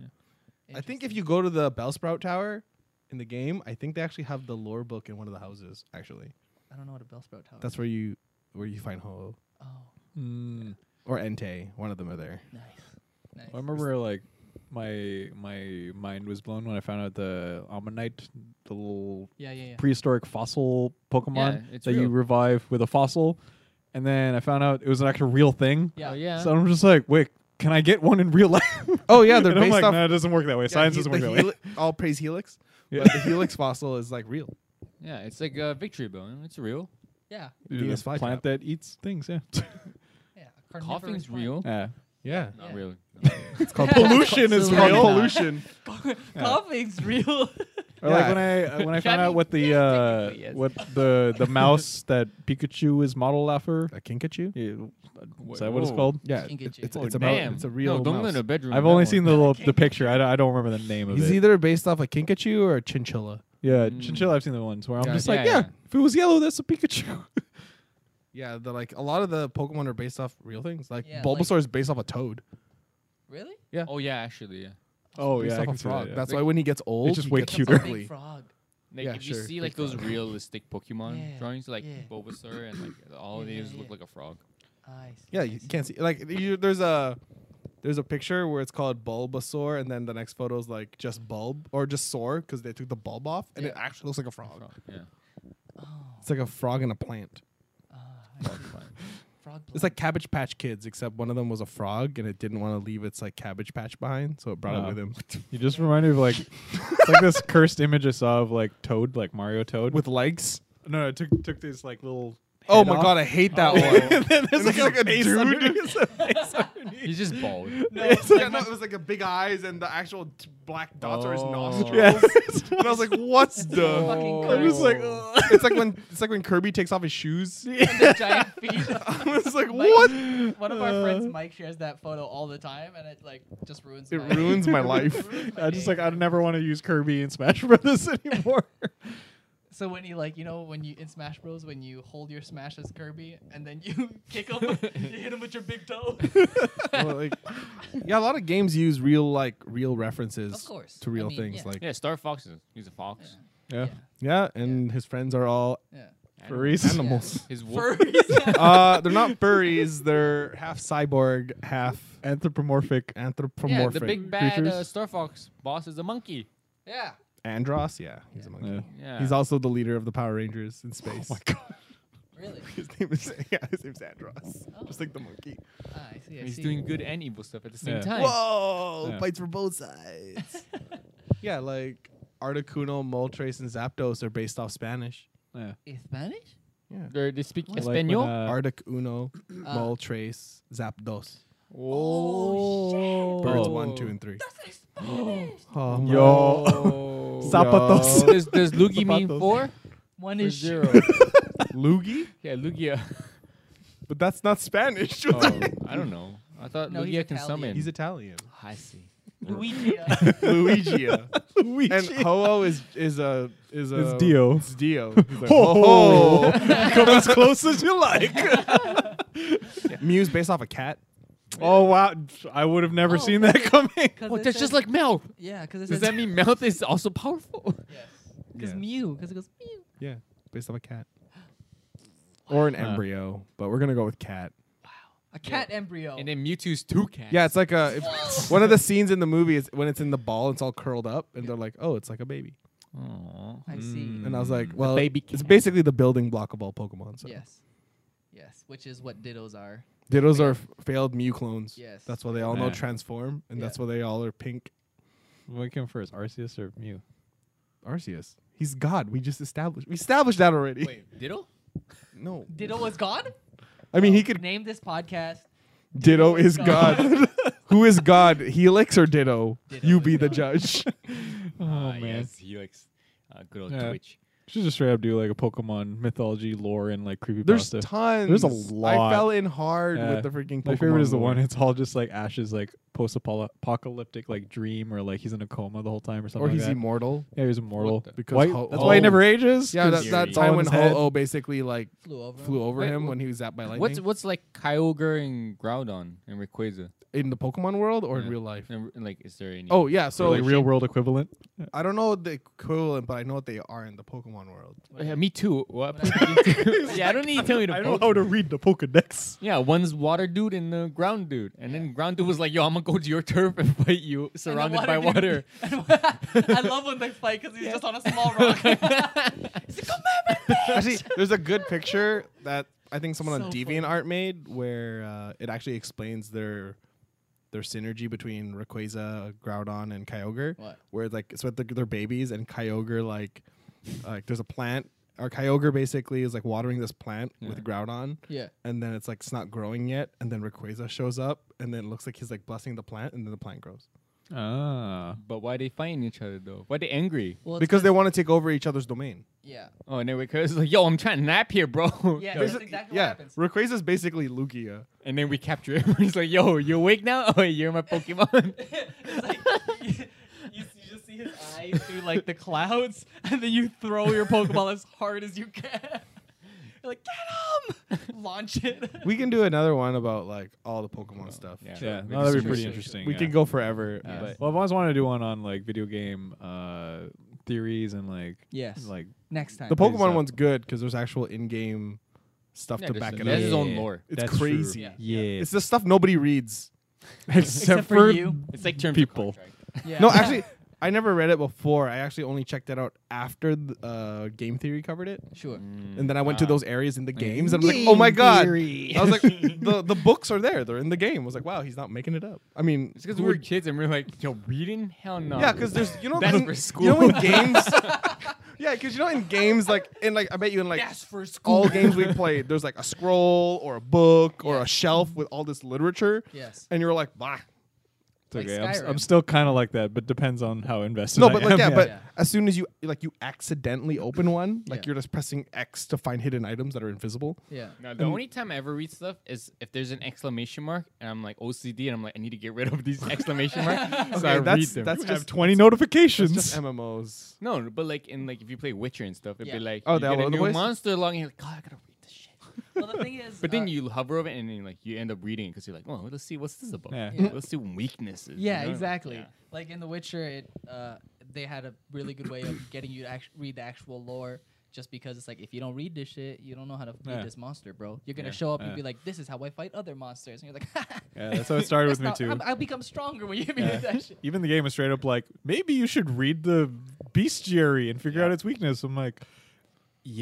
Speaker 2: I think if
Speaker 1: Interesting.
Speaker 2: you go to the Bellsprout Tower in the game, I think they actually have the lore book in one of the houses. Actually,
Speaker 1: I don't know what a Bellsprout tower.
Speaker 2: that's where you where you find Ho-Oh
Speaker 1: oh,
Speaker 2: or Entei. One of them are there.
Speaker 1: nice, nice.
Speaker 3: Hmm. I remember like my my mind was blown when I found out the Ammonite, the little
Speaker 1: Yeah, yeah, yeah.
Speaker 3: prehistoric fossil Pokemon
Speaker 4: Yeah, it's
Speaker 3: that you
Speaker 4: real.
Speaker 3: revive with a fossil, and then I found out it was an actual real thing.
Speaker 1: Yeah.
Speaker 4: Oh, yeah.
Speaker 3: So I'm just like, wait, can I get one in real *laughs* life?
Speaker 2: Oh *laughs* yeah, they're
Speaker 3: and I'm
Speaker 2: based
Speaker 3: like,
Speaker 2: off.
Speaker 3: no, it doesn't work that way.
Speaker 2: yeah,
Speaker 3: Science
Speaker 2: he-
Speaker 3: doesn't
Speaker 2: the
Speaker 3: work that way.
Speaker 2: Heli- *laughs* all praise *laughs* Helix,
Speaker 3: Yeah.
Speaker 2: but the Helix fossil is like real.
Speaker 4: yeah, it's like a victory bone. It's real.
Speaker 1: Yeah,
Speaker 3: Dude, this
Speaker 2: PS5
Speaker 3: plant that eats things. Yeah.
Speaker 1: yeah. carnivorous
Speaker 4: Coughing's
Speaker 1: plant. *laughs*
Speaker 4: real.
Speaker 3: *laughs* yeah.
Speaker 2: Yeah,
Speaker 4: Not
Speaker 1: Yeah.
Speaker 4: really.
Speaker 2: *laughs* it's called
Speaker 1: Pollution is
Speaker 2: called
Speaker 1: real.
Speaker 2: pollution.
Speaker 1: Coughing's real. *laughs*
Speaker 3: Or
Speaker 2: Yeah.
Speaker 3: like when I *laughs* uh, when I found
Speaker 4: I
Speaker 3: out
Speaker 4: mean,
Speaker 3: what the
Speaker 4: yes,
Speaker 3: uh,
Speaker 4: technically, yes.
Speaker 3: what the *laughs* the mouse that Pikachu is modeled after.
Speaker 2: A Kinkachu?
Speaker 3: Yeah,
Speaker 4: Wha-
Speaker 3: Is that what it's
Speaker 4: whoa.
Speaker 3: called?
Speaker 2: Yeah,
Speaker 1: Kinkachu.
Speaker 2: it's, it's,
Speaker 1: Oh,
Speaker 2: it's a mou-
Speaker 4: Damn,
Speaker 2: it's a real.
Speaker 4: No, don't go
Speaker 2: mouse.
Speaker 4: in a bedroom.
Speaker 3: I've only seen the little the picture. I, don't- I don't remember the name of
Speaker 2: He's
Speaker 3: it.
Speaker 2: either based off a Kinkachu or a chinchilla.
Speaker 3: yeah,
Speaker 4: Mm.
Speaker 3: chinchilla. I've seen the ones where I'm
Speaker 2: Yeah,
Speaker 3: just
Speaker 4: yeah,
Speaker 3: like, yeah,
Speaker 4: yeah.
Speaker 3: if it was yellow, that's a Pikachu. *laughs*
Speaker 2: Yeah, the like a lot of the Pokemon are based off real things. Like
Speaker 1: Yeah,
Speaker 2: Bulbasaur is based off a toad.
Speaker 1: really?
Speaker 4: Oh yeah, actually, yeah.
Speaker 3: oh
Speaker 2: based
Speaker 3: yeah, I
Speaker 2: off
Speaker 3: can
Speaker 2: a
Speaker 3: see that,
Speaker 2: frog.
Speaker 3: yeah.
Speaker 2: That's why when he gets old,
Speaker 3: just
Speaker 2: he
Speaker 3: way
Speaker 2: gets
Speaker 1: That's
Speaker 3: cuter.
Speaker 1: a
Speaker 2: ugly.
Speaker 1: big frog.
Speaker 4: Like
Speaker 2: Yeah,
Speaker 4: if you
Speaker 2: sure,
Speaker 4: see
Speaker 2: big
Speaker 4: like those
Speaker 2: frog.
Speaker 4: realistic Pokemon
Speaker 1: Yeah,
Speaker 4: drawings, like
Speaker 1: yeah.
Speaker 4: Bulbasaur and *laughs* like all of
Speaker 1: Yeah,
Speaker 4: these
Speaker 1: yeah,
Speaker 4: look
Speaker 1: yeah.
Speaker 4: like a frog.
Speaker 1: I see.
Speaker 2: Yeah,
Speaker 1: I
Speaker 2: you
Speaker 1: see.
Speaker 2: can't see like you, there's a there's a picture where it's called Bulbasaur, and then the next photo is like just bulb or just sore because they took the bulb off, and it
Speaker 1: Yeah.
Speaker 2: actually looks like a frog.
Speaker 4: frog. Yeah.
Speaker 1: Oh,
Speaker 2: It's like a frog and a plant.
Speaker 1: ah, I see. frog.
Speaker 2: It's like Cabbage Patch Kids, except one of them was a frog, and it didn't want to leave its like cabbage patch behind, so it brought
Speaker 3: Wow.
Speaker 2: it with him *laughs*
Speaker 3: You just remind me of *laughs* like, it's like this cursed image I saw of like Toad, like Mario Toad.
Speaker 2: with legs.
Speaker 3: no, no, it took took this like *laughs* little.
Speaker 2: Oh
Speaker 3: head
Speaker 2: my
Speaker 3: off.
Speaker 2: god, I hate that
Speaker 3: And
Speaker 2: one.
Speaker 3: *laughs* then there's
Speaker 2: And
Speaker 3: like,
Speaker 2: it's like
Speaker 3: a
Speaker 2: a
Speaker 3: face
Speaker 2: dude. *laughs*
Speaker 3: underneath.
Speaker 4: He's just bald.
Speaker 1: no,
Speaker 2: yeah, no, it was like the big eyes and the actual t- black dots are his
Speaker 4: Oh.
Speaker 2: nostrils.
Speaker 3: Yeah.
Speaker 2: *laughs*
Speaker 3: *laughs*
Speaker 2: And I was like, "What's
Speaker 1: so
Speaker 2: the?"
Speaker 1: fucking
Speaker 3: I'm just *laughs* like,
Speaker 1: gross.
Speaker 3: ugh.
Speaker 2: It's like when it's like when Kirby takes off his shoes. *laughs*
Speaker 1: *laughs* the giant feet.
Speaker 2: I *laughs* was like,
Speaker 3: *laughs*
Speaker 1: Mike-
Speaker 2: "What?"
Speaker 1: One of our friends, Mike, shares that photo all the time, and it like just ruins.
Speaker 2: It
Speaker 1: my-
Speaker 2: ruins my life.
Speaker 1: It ruins
Speaker 3: *laughs*
Speaker 1: my
Speaker 3: I just
Speaker 1: day.
Speaker 3: like I never want to use Kirby in Smash Brothers anymore.
Speaker 1: *laughs* So when you like, you know, when you in Smash Bros, when you hold your Smash as Kirby and then you *laughs* kick him, you hit him with your big toe.
Speaker 2: *laughs*
Speaker 1: *laughs*
Speaker 2: Well, like, yeah, a lot of games use real like real references
Speaker 1: Of course.
Speaker 2: to
Speaker 1: I
Speaker 2: real
Speaker 1: mean,
Speaker 2: things.
Speaker 1: yeah.
Speaker 2: Like, yeah.
Speaker 4: Yeah, Star Fox is he's a fox.
Speaker 3: yeah.
Speaker 2: and his friends are all
Speaker 1: yeah.
Speaker 4: Animal.
Speaker 3: Furries.
Speaker 2: animals.
Speaker 3: *laughs*
Speaker 4: His wolf.
Speaker 1: Furries.
Speaker 2: uh, they're not furries. They're half cyborg, half
Speaker 3: Anthropomorphic.
Speaker 4: Yeah,
Speaker 2: anthropomorphic
Speaker 4: the big bad uh,
Speaker 3: creatures.
Speaker 4: Star Fox boss is a monkey.
Speaker 1: *laughs* yeah.
Speaker 2: Andros. Yeah, he's a monkey.
Speaker 3: Yeah.
Speaker 4: Yeah.
Speaker 2: He's also the leader of the Power Rangers in space.
Speaker 3: Oh my god.
Speaker 1: Really?
Speaker 5: His name is *laughs* yeah, his name's Andros,
Speaker 1: Oh.
Speaker 5: just like the monkey.
Speaker 1: Ah, I see. I
Speaker 4: He's
Speaker 1: see.
Speaker 4: doing good and evil stuff at the same
Speaker 3: Yeah.
Speaker 4: time.
Speaker 5: Whoa,
Speaker 3: Yeah.
Speaker 5: bites for both sides.
Speaker 2: *laughs* Yeah, like Articuno, Moltres, and Zapdos are based off Spanish.
Speaker 3: Yeah.
Speaker 1: In Spanish?
Speaker 2: Yeah.
Speaker 4: They're- They speak
Speaker 3: Like when,
Speaker 4: Espanol.
Speaker 3: uh,
Speaker 2: Articuno, Moltres, Zapdos.
Speaker 1: Oh, shit.
Speaker 2: Birds
Speaker 3: Oh.
Speaker 2: one, two, and three.
Speaker 1: That's Spanish.
Speaker 2: *gasps* Oh, my-
Speaker 3: Yo.
Speaker 2: *laughs* Zapatos.
Speaker 4: does, does Lugi mean
Speaker 2: Zapatos.
Speaker 4: four
Speaker 1: One
Speaker 4: or
Speaker 1: is
Speaker 4: zero?
Speaker 2: Lugi?
Speaker 4: yeah, Lugia.
Speaker 2: But that's not Spanish.
Speaker 5: *laughs*
Speaker 4: Oh, I don't know. I thought
Speaker 1: No, he's
Speaker 4: Lugia can
Speaker 1: Italian.
Speaker 4: summon.
Speaker 2: He's Italian.
Speaker 4: I see.
Speaker 1: *laughs* Luigi.
Speaker 2: Luigi.
Speaker 3: Luigi.
Speaker 2: And Ho-Oh is is a is a
Speaker 3: It's Dio.
Speaker 2: It's Dio. He's like,
Speaker 3: Ho-ho.
Speaker 2: "Ho-ho." Come as close as you *laughs* like. Mew's based off a cat.
Speaker 3: Oh wow! I would have never
Speaker 1: Oh,
Speaker 3: seen that *laughs* coming.
Speaker 4: Oh, that's just like Mel.
Speaker 1: Yeah, because it
Speaker 4: Does
Speaker 1: says
Speaker 4: that mean Mel is also powerful?
Speaker 1: Yes. Because
Speaker 2: Yeah.
Speaker 1: Mew. Because it goes Mew.
Speaker 2: Yeah, based off a cat. Or an
Speaker 3: Huh.
Speaker 2: embryo, but we're gonna go with cat.
Speaker 1: A cat embryo.
Speaker 4: *laughs* And then Mewtwo's two cats.
Speaker 2: Yeah, it's like a if- one of the scenes in the movie is when it's in the ball, it's all curled up, and they're like, "Oh, it's like a baby."
Speaker 4: Aww.
Speaker 1: I see.
Speaker 2: And I was like, "Well,
Speaker 4: baby
Speaker 2: it's
Speaker 4: cat.
Speaker 2: basically the building block of all Pokemon." So
Speaker 1: Yes. Yes, which is what Dittos are.
Speaker 2: Dittos are f- failed Mew clones.
Speaker 1: Yes.
Speaker 2: that's why they all know
Speaker 3: Yeah.
Speaker 2: transform, and
Speaker 1: Yeah.
Speaker 2: that's why they all are pink.
Speaker 3: What came first, Arceus or Mew?
Speaker 2: Arceus, he's God. We just established we established that already.
Speaker 4: Wait, Diddle?
Speaker 2: no,
Speaker 1: Ditto was gone?
Speaker 2: *laughs* I mean he could
Speaker 1: name this podcast.
Speaker 2: Ditto is
Speaker 1: God.
Speaker 2: God. Who is God, Helix or Ditto?
Speaker 1: Ditto
Speaker 2: you
Speaker 1: is
Speaker 2: be the judge.
Speaker 3: Oh
Speaker 4: Ah,
Speaker 3: man,
Speaker 4: Yes, he likes uh, good old
Speaker 3: Yeah.
Speaker 4: Twitch.
Speaker 3: should just straight up do like a Pokemon mythology lore and like creepy
Speaker 2: *laughs* There's
Speaker 3: pasta.
Speaker 2: tons.
Speaker 3: There's a
Speaker 2: I
Speaker 3: lot.
Speaker 2: fell in hard
Speaker 3: Yeah.
Speaker 2: with the freaking.
Speaker 3: My favorite
Speaker 2: Pokemon
Speaker 3: is the
Speaker 2: lore.
Speaker 3: one. It's all just like Ash's like post-apocalyptic like dream, or like he's in a coma the whole time, or something.
Speaker 2: or he's
Speaker 3: like that.
Speaker 2: immortal.
Speaker 3: yeah, he's immortal.
Speaker 2: the- Because
Speaker 3: Why-
Speaker 2: Ho-
Speaker 3: that's why he
Speaker 2: Ho-
Speaker 3: never ages.
Speaker 2: Yeah,
Speaker 3: 'cause
Speaker 2: that,
Speaker 4: Yuri.
Speaker 3: it's all in
Speaker 2: that time when
Speaker 3: his head.
Speaker 2: Ho-Oh basically like
Speaker 1: Flew over.
Speaker 2: flew over
Speaker 4: Wait,
Speaker 2: him
Speaker 4: wh-
Speaker 2: when he was zapped by lightning.
Speaker 4: What's what's like Kyogre and Groudon and Rayquaza?
Speaker 2: in the Pokemon world or in
Speaker 4: Yeah.
Speaker 2: real life?
Speaker 4: And, r- like, is there any?
Speaker 2: Oh yeah,
Speaker 3: So
Speaker 2: so
Speaker 3: like real world equivalent. *laughs*
Speaker 2: I don't know the equivalent, but I know what they are in the Pokemon world.
Speaker 4: yeah, me too. What? *laughs*
Speaker 1: When
Speaker 4: yeah, I don't need to tell you to vote.
Speaker 3: Oh, to read the Pokedex.
Speaker 4: Yeah, one's water dude and the ground dude, and then ground dude was like, "Yo, I'm gonna go to your *laughs* turf and fight you,
Speaker 1: And the
Speaker 4: surrounded by
Speaker 1: *laughs*
Speaker 4: water."
Speaker 1: dude- I love when they fight because *laughs* he's just on a small rock. He's like, "Come here, man." *laughs*
Speaker 2: Actually, there's a good picture that I think someone on
Speaker 1: So funny.
Speaker 2: DeviantArt made where uh, it actually explains their their synergy between Rayquaza, Groudon, and Kyogre.
Speaker 1: What?
Speaker 2: Where like it's with the, their babies and Kyogre like uh, like there's a plant or Kyogre basically is like watering this plant with Groudon.
Speaker 1: Yeah.
Speaker 2: And then it's like it's not growing yet, and then Rayquaza shows up, and then it looks like he's like blessing the plant, and then the plant grows
Speaker 3: Ah,
Speaker 4: But why they fighting each other though? Why they angry?
Speaker 1: Well, it's
Speaker 2: because they want to take over each other's domain.
Speaker 1: yeah,
Speaker 4: Oh, and then Rayquaza's like, "Yo, I'm trying to nap here, bro." *laughs*
Speaker 1: yeah,
Speaker 4: Yo,
Speaker 1: that's exactly
Speaker 2: yeah,
Speaker 1: what happens.
Speaker 2: Rayquaza is basically Lugia.
Speaker 4: and then we capture him. *laughs* He's like, "Yo, you awake now? *laughs* Oh, you're my Pokemon." *laughs*
Speaker 1: it's like you, you just see his eyes through like the clouds, and then you throw your Pokeball as hard as you can. You're like, get him! Launch it.
Speaker 2: We can do another one about like all the Pokemon stuff.
Speaker 3: yeah,
Speaker 4: Make
Speaker 3: no,
Speaker 4: it
Speaker 3: that'd be
Speaker 4: super
Speaker 3: pretty
Speaker 4: sick.
Speaker 3: interesting.
Speaker 2: We
Speaker 3: yeah.
Speaker 2: can go forever.
Speaker 1: Yeah.
Speaker 2: But
Speaker 3: Well, I've always wanted to do one on like video game uh, theories and like
Speaker 1: Yes.
Speaker 3: like
Speaker 1: Next time.
Speaker 2: the
Speaker 3: Please
Speaker 2: Pokemon
Speaker 3: stop.
Speaker 2: one's good because there's actual in-game stuff
Speaker 4: Yeah,
Speaker 2: to
Speaker 4: just-
Speaker 2: back it
Speaker 4: He has
Speaker 2: up.
Speaker 4: his own lore.
Speaker 2: It's
Speaker 3: That's
Speaker 2: crazy.
Speaker 3: true.
Speaker 1: Yeah.
Speaker 3: Yeah,
Speaker 2: It's the stuff nobody reads.
Speaker 1: *laughs* Except
Speaker 2: *laughs*
Speaker 1: for you.
Speaker 4: It's like terms
Speaker 3: People.
Speaker 4: Of contract.
Speaker 1: Yeah.
Speaker 2: No, actually, I never read it before. I actually only checked it out after th- uh, Game Theory covered it,
Speaker 1: sure.
Speaker 2: and then I went to
Speaker 4: Ah.
Speaker 2: those areas in the games, and I'm like, oh my god! I was like, the the books are there. They're in the game. I was like, wow, he's not making it up. I mean,
Speaker 4: It's because
Speaker 2: who
Speaker 4: we were
Speaker 2: would-
Speaker 4: kids and we are like, "Yo, reading? Hell no."
Speaker 2: Yeah, because there's you know
Speaker 4: That's
Speaker 2: in-
Speaker 4: for school.
Speaker 2: You know in games. *laughs* yeah, because you know in games like in like I bet you in like
Speaker 1: That's for school.
Speaker 2: all games we played, there's like a scroll or a book or a shelf with all this literature.
Speaker 1: Yes.
Speaker 2: And you're like, bah.
Speaker 3: It's
Speaker 1: Like
Speaker 3: okay. I'm, s- I'm
Speaker 1: Skyrim.
Speaker 3: still kind of like that, but depends on how invested.
Speaker 2: No,
Speaker 3: I
Speaker 2: but
Speaker 3: am. *laughs*
Speaker 2: like yeah, but
Speaker 1: Yeah.
Speaker 2: as soon as you like you accidentally open one, like
Speaker 1: Yeah.
Speaker 2: you're just pressing X to find hidden items that are invisible.
Speaker 1: Yeah.
Speaker 4: No, the only time I ever read stuff is if there's an exclamation mark and I'm like OCD and I'm like I need to get rid of these *laughs* exclamation
Speaker 1: *laughs*
Speaker 4: marks. So
Speaker 2: Okay,
Speaker 4: I
Speaker 2: that's
Speaker 4: read them.
Speaker 2: that's
Speaker 3: I have
Speaker 2: just
Speaker 3: 20
Speaker 2: that's
Speaker 3: notifications.
Speaker 2: just MMOs.
Speaker 4: no, but like in like if you play Witcher and stuff, it'd
Speaker 1: Yeah.
Speaker 4: be like
Speaker 2: Oh,
Speaker 4: you
Speaker 2: the
Speaker 4: get
Speaker 2: All
Speaker 4: a
Speaker 2: Over the
Speaker 4: new
Speaker 2: Place?
Speaker 4: monster log and you're like God, I gotta read this shit.
Speaker 1: Well, the thing is,
Speaker 4: But then
Speaker 1: uh,
Speaker 4: you hover over it and then like you end up reading it because you're like, oh, let's see what's this about.
Speaker 3: Yeah.
Speaker 1: Yeah.
Speaker 4: Let's see weaknesses.
Speaker 1: Yeah,
Speaker 4: you know?
Speaker 1: exactly.
Speaker 4: Yeah.
Speaker 1: Like in The Witcher, it uh, they had a really good way of getting you to act- read the actual lore. Just because it's like if you don't read this shit, you don't know how to beat
Speaker 3: Yeah.
Speaker 1: this monster, bro. You're gonna
Speaker 4: Yeah,
Speaker 1: show up
Speaker 3: yeah.
Speaker 1: and be like, "This is how I fight other monsters," and you're like, *laughs*
Speaker 3: Yeah, that's how it started with me
Speaker 1: "That's not-
Speaker 3: too.
Speaker 1: I'm- I'll become stronger when you hit me
Speaker 3: Yeah.
Speaker 1: with that
Speaker 3: *laughs*
Speaker 1: shit."
Speaker 3: Even the game was straight up like, maybe you should read the bestiary and figure out its weakness. I'm like,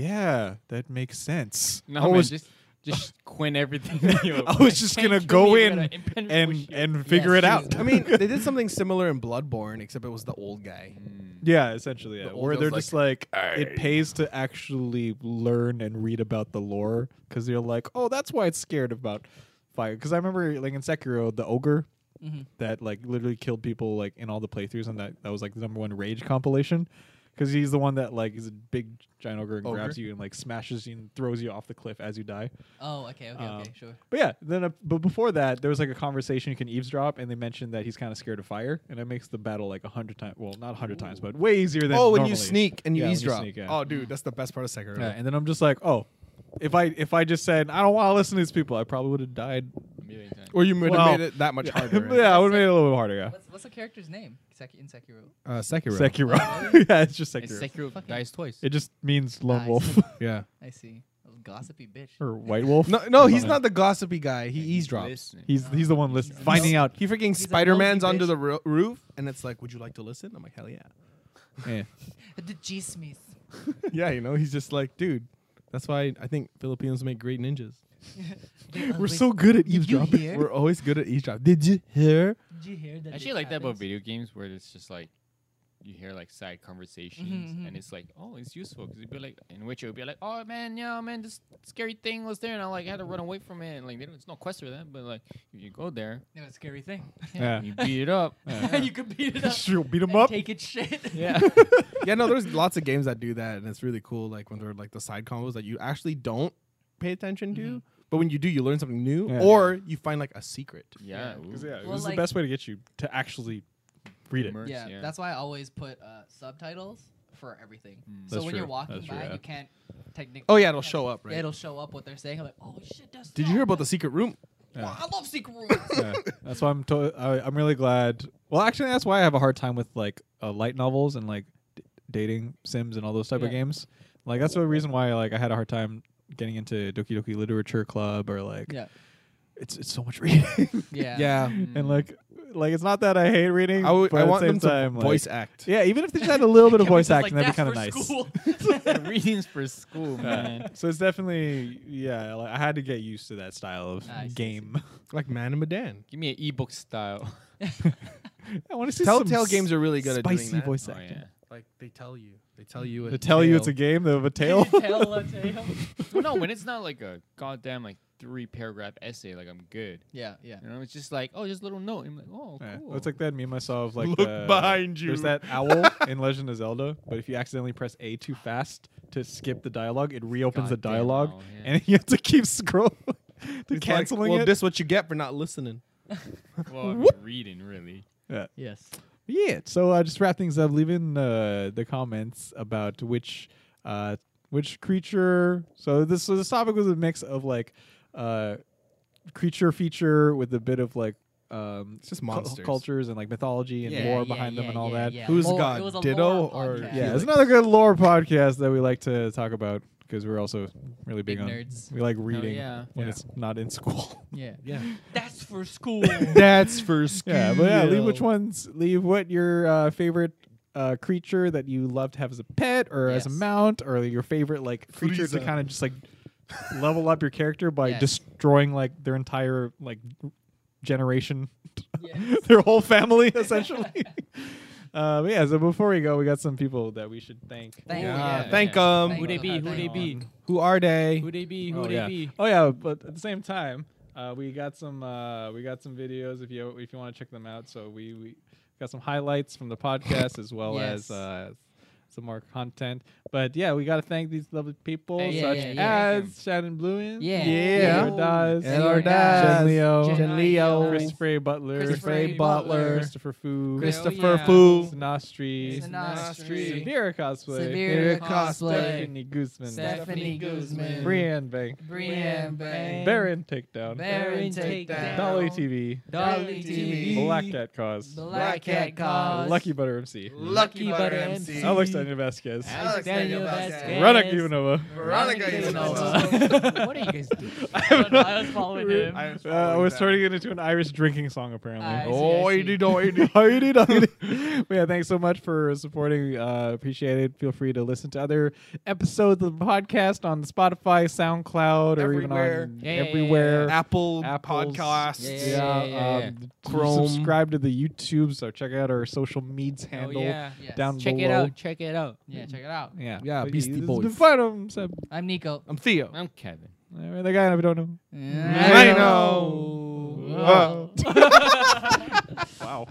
Speaker 3: yeah, that makes sense.
Speaker 4: No,
Speaker 3: I
Speaker 4: man,
Speaker 3: was,
Speaker 4: just just quit everything. you-
Speaker 3: *laughs*
Speaker 4: *laughs*
Speaker 3: I was just
Speaker 4: Can't
Speaker 3: gonna
Speaker 4: kill
Speaker 3: go
Speaker 4: me,
Speaker 3: in
Speaker 4: but I- impenetrable
Speaker 3: and
Speaker 4: shit.
Speaker 3: and figure it out.
Speaker 2: *laughs* I mean, they did something similar in Bloodborne, except it was the old guy.
Speaker 3: Yeah, essentially, yeah.
Speaker 2: Mm. The
Speaker 3: Where
Speaker 2: Orgo's
Speaker 3: they're
Speaker 2: like,
Speaker 3: just like, it pays to actually learn and read about the lore because they're like, oh, that's why it's scared about fire. Because I remember, like in Sekiro, the ogre
Speaker 2: Mm-hmm.
Speaker 3: that like literally killed people like in all the playthroughs, and that that was like the number one rage compilation. Because he's the one that like is a big giant ogre and grabs
Speaker 2: Ogre?
Speaker 3: you and like smashes you and throws you off the cliff as you die.
Speaker 1: Oh, okay, okay,
Speaker 3: Um,
Speaker 1: okay, sure.
Speaker 3: But yeah, then uh, but before that, there was like a conversation you can eavesdrop, and they mentioned that he's kind of scared of fire, and it makes the battle like a hundred times. Well, not a hundred times, but way easier than.
Speaker 2: oh, when you
Speaker 3: normally.
Speaker 2: sneak and you
Speaker 3: Yeah, when
Speaker 2: eavesdrop.
Speaker 3: sneak, yeah.
Speaker 2: Oh, dude, that's the best part of Sekiro.
Speaker 3: Yeah, and then I'm just like, oh, if I if I just said I don't want to listen to these people, I probably would have died.
Speaker 4: A million times.
Speaker 2: Or you would have
Speaker 3: Well,
Speaker 2: made it that
Speaker 3: *laughs*
Speaker 2: much harder. right?
Speaker 3: yeah, I would have made it a little bit harder. Yeah,
Speaker 1: What's, what's the character's name Sek- in Sekiro?
Speaker 2: Uh, Sekiro.
Speaker 3: Sekiro.
Speaker 2: Oh,
Speaker 3: *laughs* yeah, it's just Sekiro.
Speaker 4: It's Sekiro
Speaker 1: Fucking-
Speaker 4: dies twice.
Speaker 3: it just means lone
Speaker 1: Nice. *laughs*
Speaker 3: wolf *laughs*
Speaker 2: Yeah.
Speaker 1: I see. Little gossipy bitch.
Speaker 3: or white wolf.
Speaker 2: No, no,
Speaker 3: I
Speaker 2: he's
Speaker 3: don't
Speaker 2: not
Speaker 3: know.
Speaker 2: the gossipy guy. He eavesdrops.
Speaker 4: Listen.
Speaker 3: He's he's the one list finding out. *laughs*
Speaker 2: He freaking
Speaker 1: a
Speaker 2: Spider Man's
Speaker 1: nosy
Speaker 2: under
Speaker 1: bitch.
Speaker 2: the ro- roof, and it's like, would you like to listen? I'm like, hell yeah.
Speaker 3: Yeah.
Speaker 1: The G Smith.
Speaker 2: *laughs* yeah, you know, he's just like, dude. That's why I think Filipinos make great ninjas.
Speaker 3: *laughs* We're so good at
Speaker 1: you
Speaker 3: eavesdropping.
Speaker 1: hear?
Speaker 2: We're always good at eavesdropping. Did you hear?
Speaker 1: Did you hear that?
Speaker 4: I actually like that about video games where it's just like you hear like side conversations
Speaker 1: Mhm, mhm.
Speaker 4: and it's like oh it's useful because it'd be like in which it would be like oh man yeah man this scary thing was there and I like had to run away from it and like they don't, it's no quest for that but like if you go there
Speaker 1: It was a scary thing. *laughs*
Speaker 3: Yeah.
Speaker 4: you beat it
Speaker 3: *laughs*
Speaker 4: up
Speaker 1: you could beat it up.
Speaker 3: She'll beat him
Speaker 1: and
Speaker 3: up.
Speaker 1: Take it shit.
Speaker 4: yeah
Speaker 2: yeah, no, there's lots of games that do that, and it's really cool. Like when they're like the side combos that you actually don't pay attention to, but when you do, you learn something new,
Speaker 3: Yeah.
Speaker 2: or you find like a secret.
Speaker 4: yeah,
Speaker 3: 'Cause,
Speaker 4: ooh.
Speaker 3: yeah, it
Speaker 1: Well,
Speaker 3: was
Speaker 1: like-
Speaker 3: the best way to get you to actually read it.
Speaker 4: Immerse,
Speaker 1: yeah,
Speaker 4: yeah.
Speaker 1: that's why I always put uh, subtitles for everything. So
Speaker 3: That's
Speaker 1: when you're
Speaker 3: true.
Speaker 1: walking
Speaker 3: That's
Speaker 1: by,
Speaker 3: true, yeah.
Speaker 1: you can't technically.
Speaker 2: Oh yeah, it'll show up, right?
Speaker 1: it'll show up what they're saying. I'm like, oh shit, that's.
Speaker 2: Did you hear about the secret room?
Speaker 1: Wow, I love secret rooms.
Speaker 3: *laughs* yeah, that's why I'm to- I, I'm really glad. Well, actually, that's why I have a hard time with like uh, light novels and like d- dating sims and all those type of
Speaker 1: Yeah.
Speaker 3: games. Like that's the reason why like I had a hard time getting into Doki Doki Literature Club or like
Speaker 1: yeah,
Speaker 3: it's it's so much reading *laughs*
Speaker 1: yeah,
Speaker 4: Mm.
Speaker 1: Mm.
Speaker 3: and like like it's not that I hate reading.
Speaker 2: I, w-
Speaker 3: but
Speaker 2: I
Speaker 3: at
Speaker 2: want
Speaker 3: the same
Speaker 2: them to
Speaker 3: time, like-
Speaker 2: voice act.
Speaker 3: Yeah, even if they just had a
Speaker 1: *laughs*
Speaker 3: little bit of voice
Speaker 1: Kevin's
Speaker 3: acting,
Speaker 1: just
Speaker 3: that'd be kind
Speaker 1: "That's
Speaker 3: of nice.
Speaker 1: for
Speaker 4: *laughs*
Speaker 1: school."
Speaker 4: readings for school man
Speaker 3: *laughs* So it's definitely yeah. Like I had to get used to that style of
Speaker 1: I see, I see.
Speaker 3: game. *laughs*
Speaker 2: Like Man and Madan.
Speaker 4: give me an ebook style Oh,
Speaker 3: I want to see some
Speaker 2: Telltale
Speaker 3: s-
Speaker 2: games are really good at
Speaker 3: spicy
Speaker 2: doing that.
Speaker 3: voice
Speaker 4: oh
Speaker 3: acting.
Speaker 4: yeah
Speaker 2: Like they tell you, they tell you.
Speaker 3: They tell you it's a game of a *laughs*
Speaker 2: *laughs*
Speaker 3: tale.
Speaker 1: Tell a tale.
Speaker 3: *laughs*
Speaker 4: well, no when it's not like a goddamn like three paragraph essay like I'm good
Speaker 1: *laughs* Yeah, yeah.
Speaker 4: you know it's just like oh just a little note I'm like oh
Speaker 3: Yeah,
Speaker 4: cool
Speaker 3: It's like *laughs* that meme I saw of like
Speaker 2: Look
Speaker 3: the-
Speaker 2: behind you.
Speaker 3: There's that
Speaker 2: *laughs*
Speaker 3: owl in Legend of Zelda, but if you accidentally press A too fast to skip the dialogue, it reopens the
Speaker 4: Goddamn
Speaker 3: dialogue,
Speaker 4: owl, yeah.
Speaker 3: and *laughs* you have to keep scrolling *laughs* to canceling
Speaker 2: well,
Speaker 3: it.
Speaker 2: this what you get for not listening.
Speaker 4: well I'm reading really
Speaker 1: Yes.
Speaker 3: yeah. So uh, just wrap things up. Leave in uh, the comments about which uh, which creature. So this so this topic was a mix of like uh, creature feature with a bit of like. Um,
Speaker 2: It's just
Speaker 3: cul-
Speaker 2: monsters.
Speaker 3: cultures and like mythology and lore behind them and all that.
Speaker 2: Who's
Speaker 1: Lore-
Speaker 2: God,
Speaker 1: it was a
Speaker 2: Ditto
Speaker 1: lore
Speaker 2: or-
Speaker 1: podcast.
Speaker 3: Yeah,
Speaker 2: Felix.
Speaker 3: it's another good lore podcast that we like to talk about because we're also really big,
Speaker 1: Big
Speaker 3: on
Speaker 1: nerds.
Speaker 3: We like reading
Speaker 4: yeah.
Speaker 3: when
Speaker 2: Yeah.
Speaker 3: it's not in school. *laughs*
Speaker 1: Yeah.
Speaker 2: Yeah.
Speaker 1: That's for school.
Speaker 2: That's for school.
Speaker 3: yeah, but yeah, leave which ones. Leave what your uh, favorite uh, creature that you love to have as a pet or as a
Speaker 1: Yes.
Speaker 3: mount, or your favorite like creature to
Speaker 2: Frieza.
Speaker 3: kind of just
Speaker 1: *laughs*
Speaker 3: like level up your character by
Speaker 1: Yes.
Speaker 3: destroying like their entire like generation, *laughs*
Speaker 1: Yes.
Speaker 3: their whole family *laughs* essentially. Uh, but yeah, so before we go, we got some people that we should thank.
Speaker 1: Thank
Speaker 4: Yeah,
Speaker 1: you.
Speaker 4: yeah.
Speaker 2: Thank
Speaker 1: Yeah.
Speaker 2: them.
Speaker 1: Thank
Speaker 2: Who,
Speaker 4: Who they
Speaker 1: you.
Speaker 4: be? Who they
Speaker 1: Thank
Speaker 4: be?
Speaker 1: you.
Speaker 2: are they?
Speaker 4: Who they be? Who
Speaker 3: oh,
Speaker 4: they
Speaker 3: yeah.
Speaker 4: be?
Speaker 3: Oh yeah, but at the same time, uh, we got some uh, we got some videos if you if you want to check them out. So we, we got some highlights from the podcast as well
Speaker 1: Yes.
Speaker 3: as uh, some more content. But yeah, we got to thank these lovely people
Speaker 4: Hey,
Speaker 1: yeah,
Speaker 3: such
Speaker 1: yeah, yeah.
Speaker 3: as Shannon Bluen,
Speaker 1: Yeah.
Speaker 2: Yeah.
Speaker 3: Edward Daz,
Speaker 1: Edward
Speaker 3: Jen
Speaker 1: Daz,
Speaker 3: Leo,
Speaker 1: Jen Leo,
Speaker 3: Chris Frey Butler,
Speaker 1: Chris Frey Butler,
Speaker 3: Christopher Fu,
Speaker 2: Christopher
Speaker 4: yeah.
Speaker 2: Fu.
Speaker 3: Sinastri,
Speaker 1: Sinastri,
Speaker 3: Severe Cosplay,
Speaker 1: Severe Cosplay,
Speaker 3: Stephanie Guzman,
Speaker 1: Stephanie Guzman,
Speaker 3: Brian Bank,
Speaker 1: Brian Bang,
Speaker 3: Baron Takedown.
Speaker 1: Baron Takedown,
Speaker 3: Dolly TV.
Speaker 1: Dolly TV,
Speaker 3: Black Cat Cause.
Speaker 1: Black Cat Cause,
Speaker 3: Lucky Butter MC.
Speaker 1: Lucky Butter MC.
Speaker 3: Alex Daniel Vasquez.
Speaker 5: Alex Daniel Vasquez.
Speaker 3: Run Ivanova.
Speaker 5: Veronica
Speaker 3: *laughs*
Speaker 1: Ivanova. *laughs*
Speaker 5: Ivanova.
Speaker 4: what are you guys doing?
Speaker 1: I was following him.
Speaker 2: I
Speaker 3: Uh, I was turning it into an Irish drinking song, apparently.
Speaker 1: I see, I see.
Speaker 2: Oity Oh, doity.
Speaker 3: *laughs* Hoity doity. but yeah, thanks so much for supporting. Uh, appreciate it. Feel free to listen to other episodes of the podcast on Spotify, SoundCloud, or even
Speaker 2: Everywhere.
Speaker 3: on
Speaker 1: Yeah, yeah, yeah,
Speaker 3: everywhere.
Speaker 2: Apple
Speaker 3: Apples.
Speaker 2: podcasts.
Speaker 1: Yeah,
Speaker 3: Yeah,
Speaker 4: yeah, yeah.
Speaker 3: um,
Speaker 2: Chrome.
Speaker 3: Subscribe to the YouTube. So check out our social medias
Speaker 1: Oh,
Speaker 3: handle
Speaker 1: Yes.
Speaker 3: down
Speaker 4: Check
Speaker 3: below.
Speaker 4: it out. Check it out.
Speaker 1: Yeah, check it out. Mm.
Speaker 3: Yeah,
Speaker 2: Yeah,
Speaker 3: But
Speaker 2: Beastie
Speaker 3: this has
Speaker 2: Boys.
Speaker 3: been fun, um, so-
Speaker 1: I'm Nico.
Speaker 2: I'm
Speaker 3: Oh.
Speaker 2: Theo.
Speaker 4: I'm Kevin.
Speaker 3: uh, The guy I don't know.
Speaker 1: I
Speaker 2: know.
Speaker 1: know.
Speaker 2: Uh.
Speaker 1: Whoa.
Speaker 2: Wow.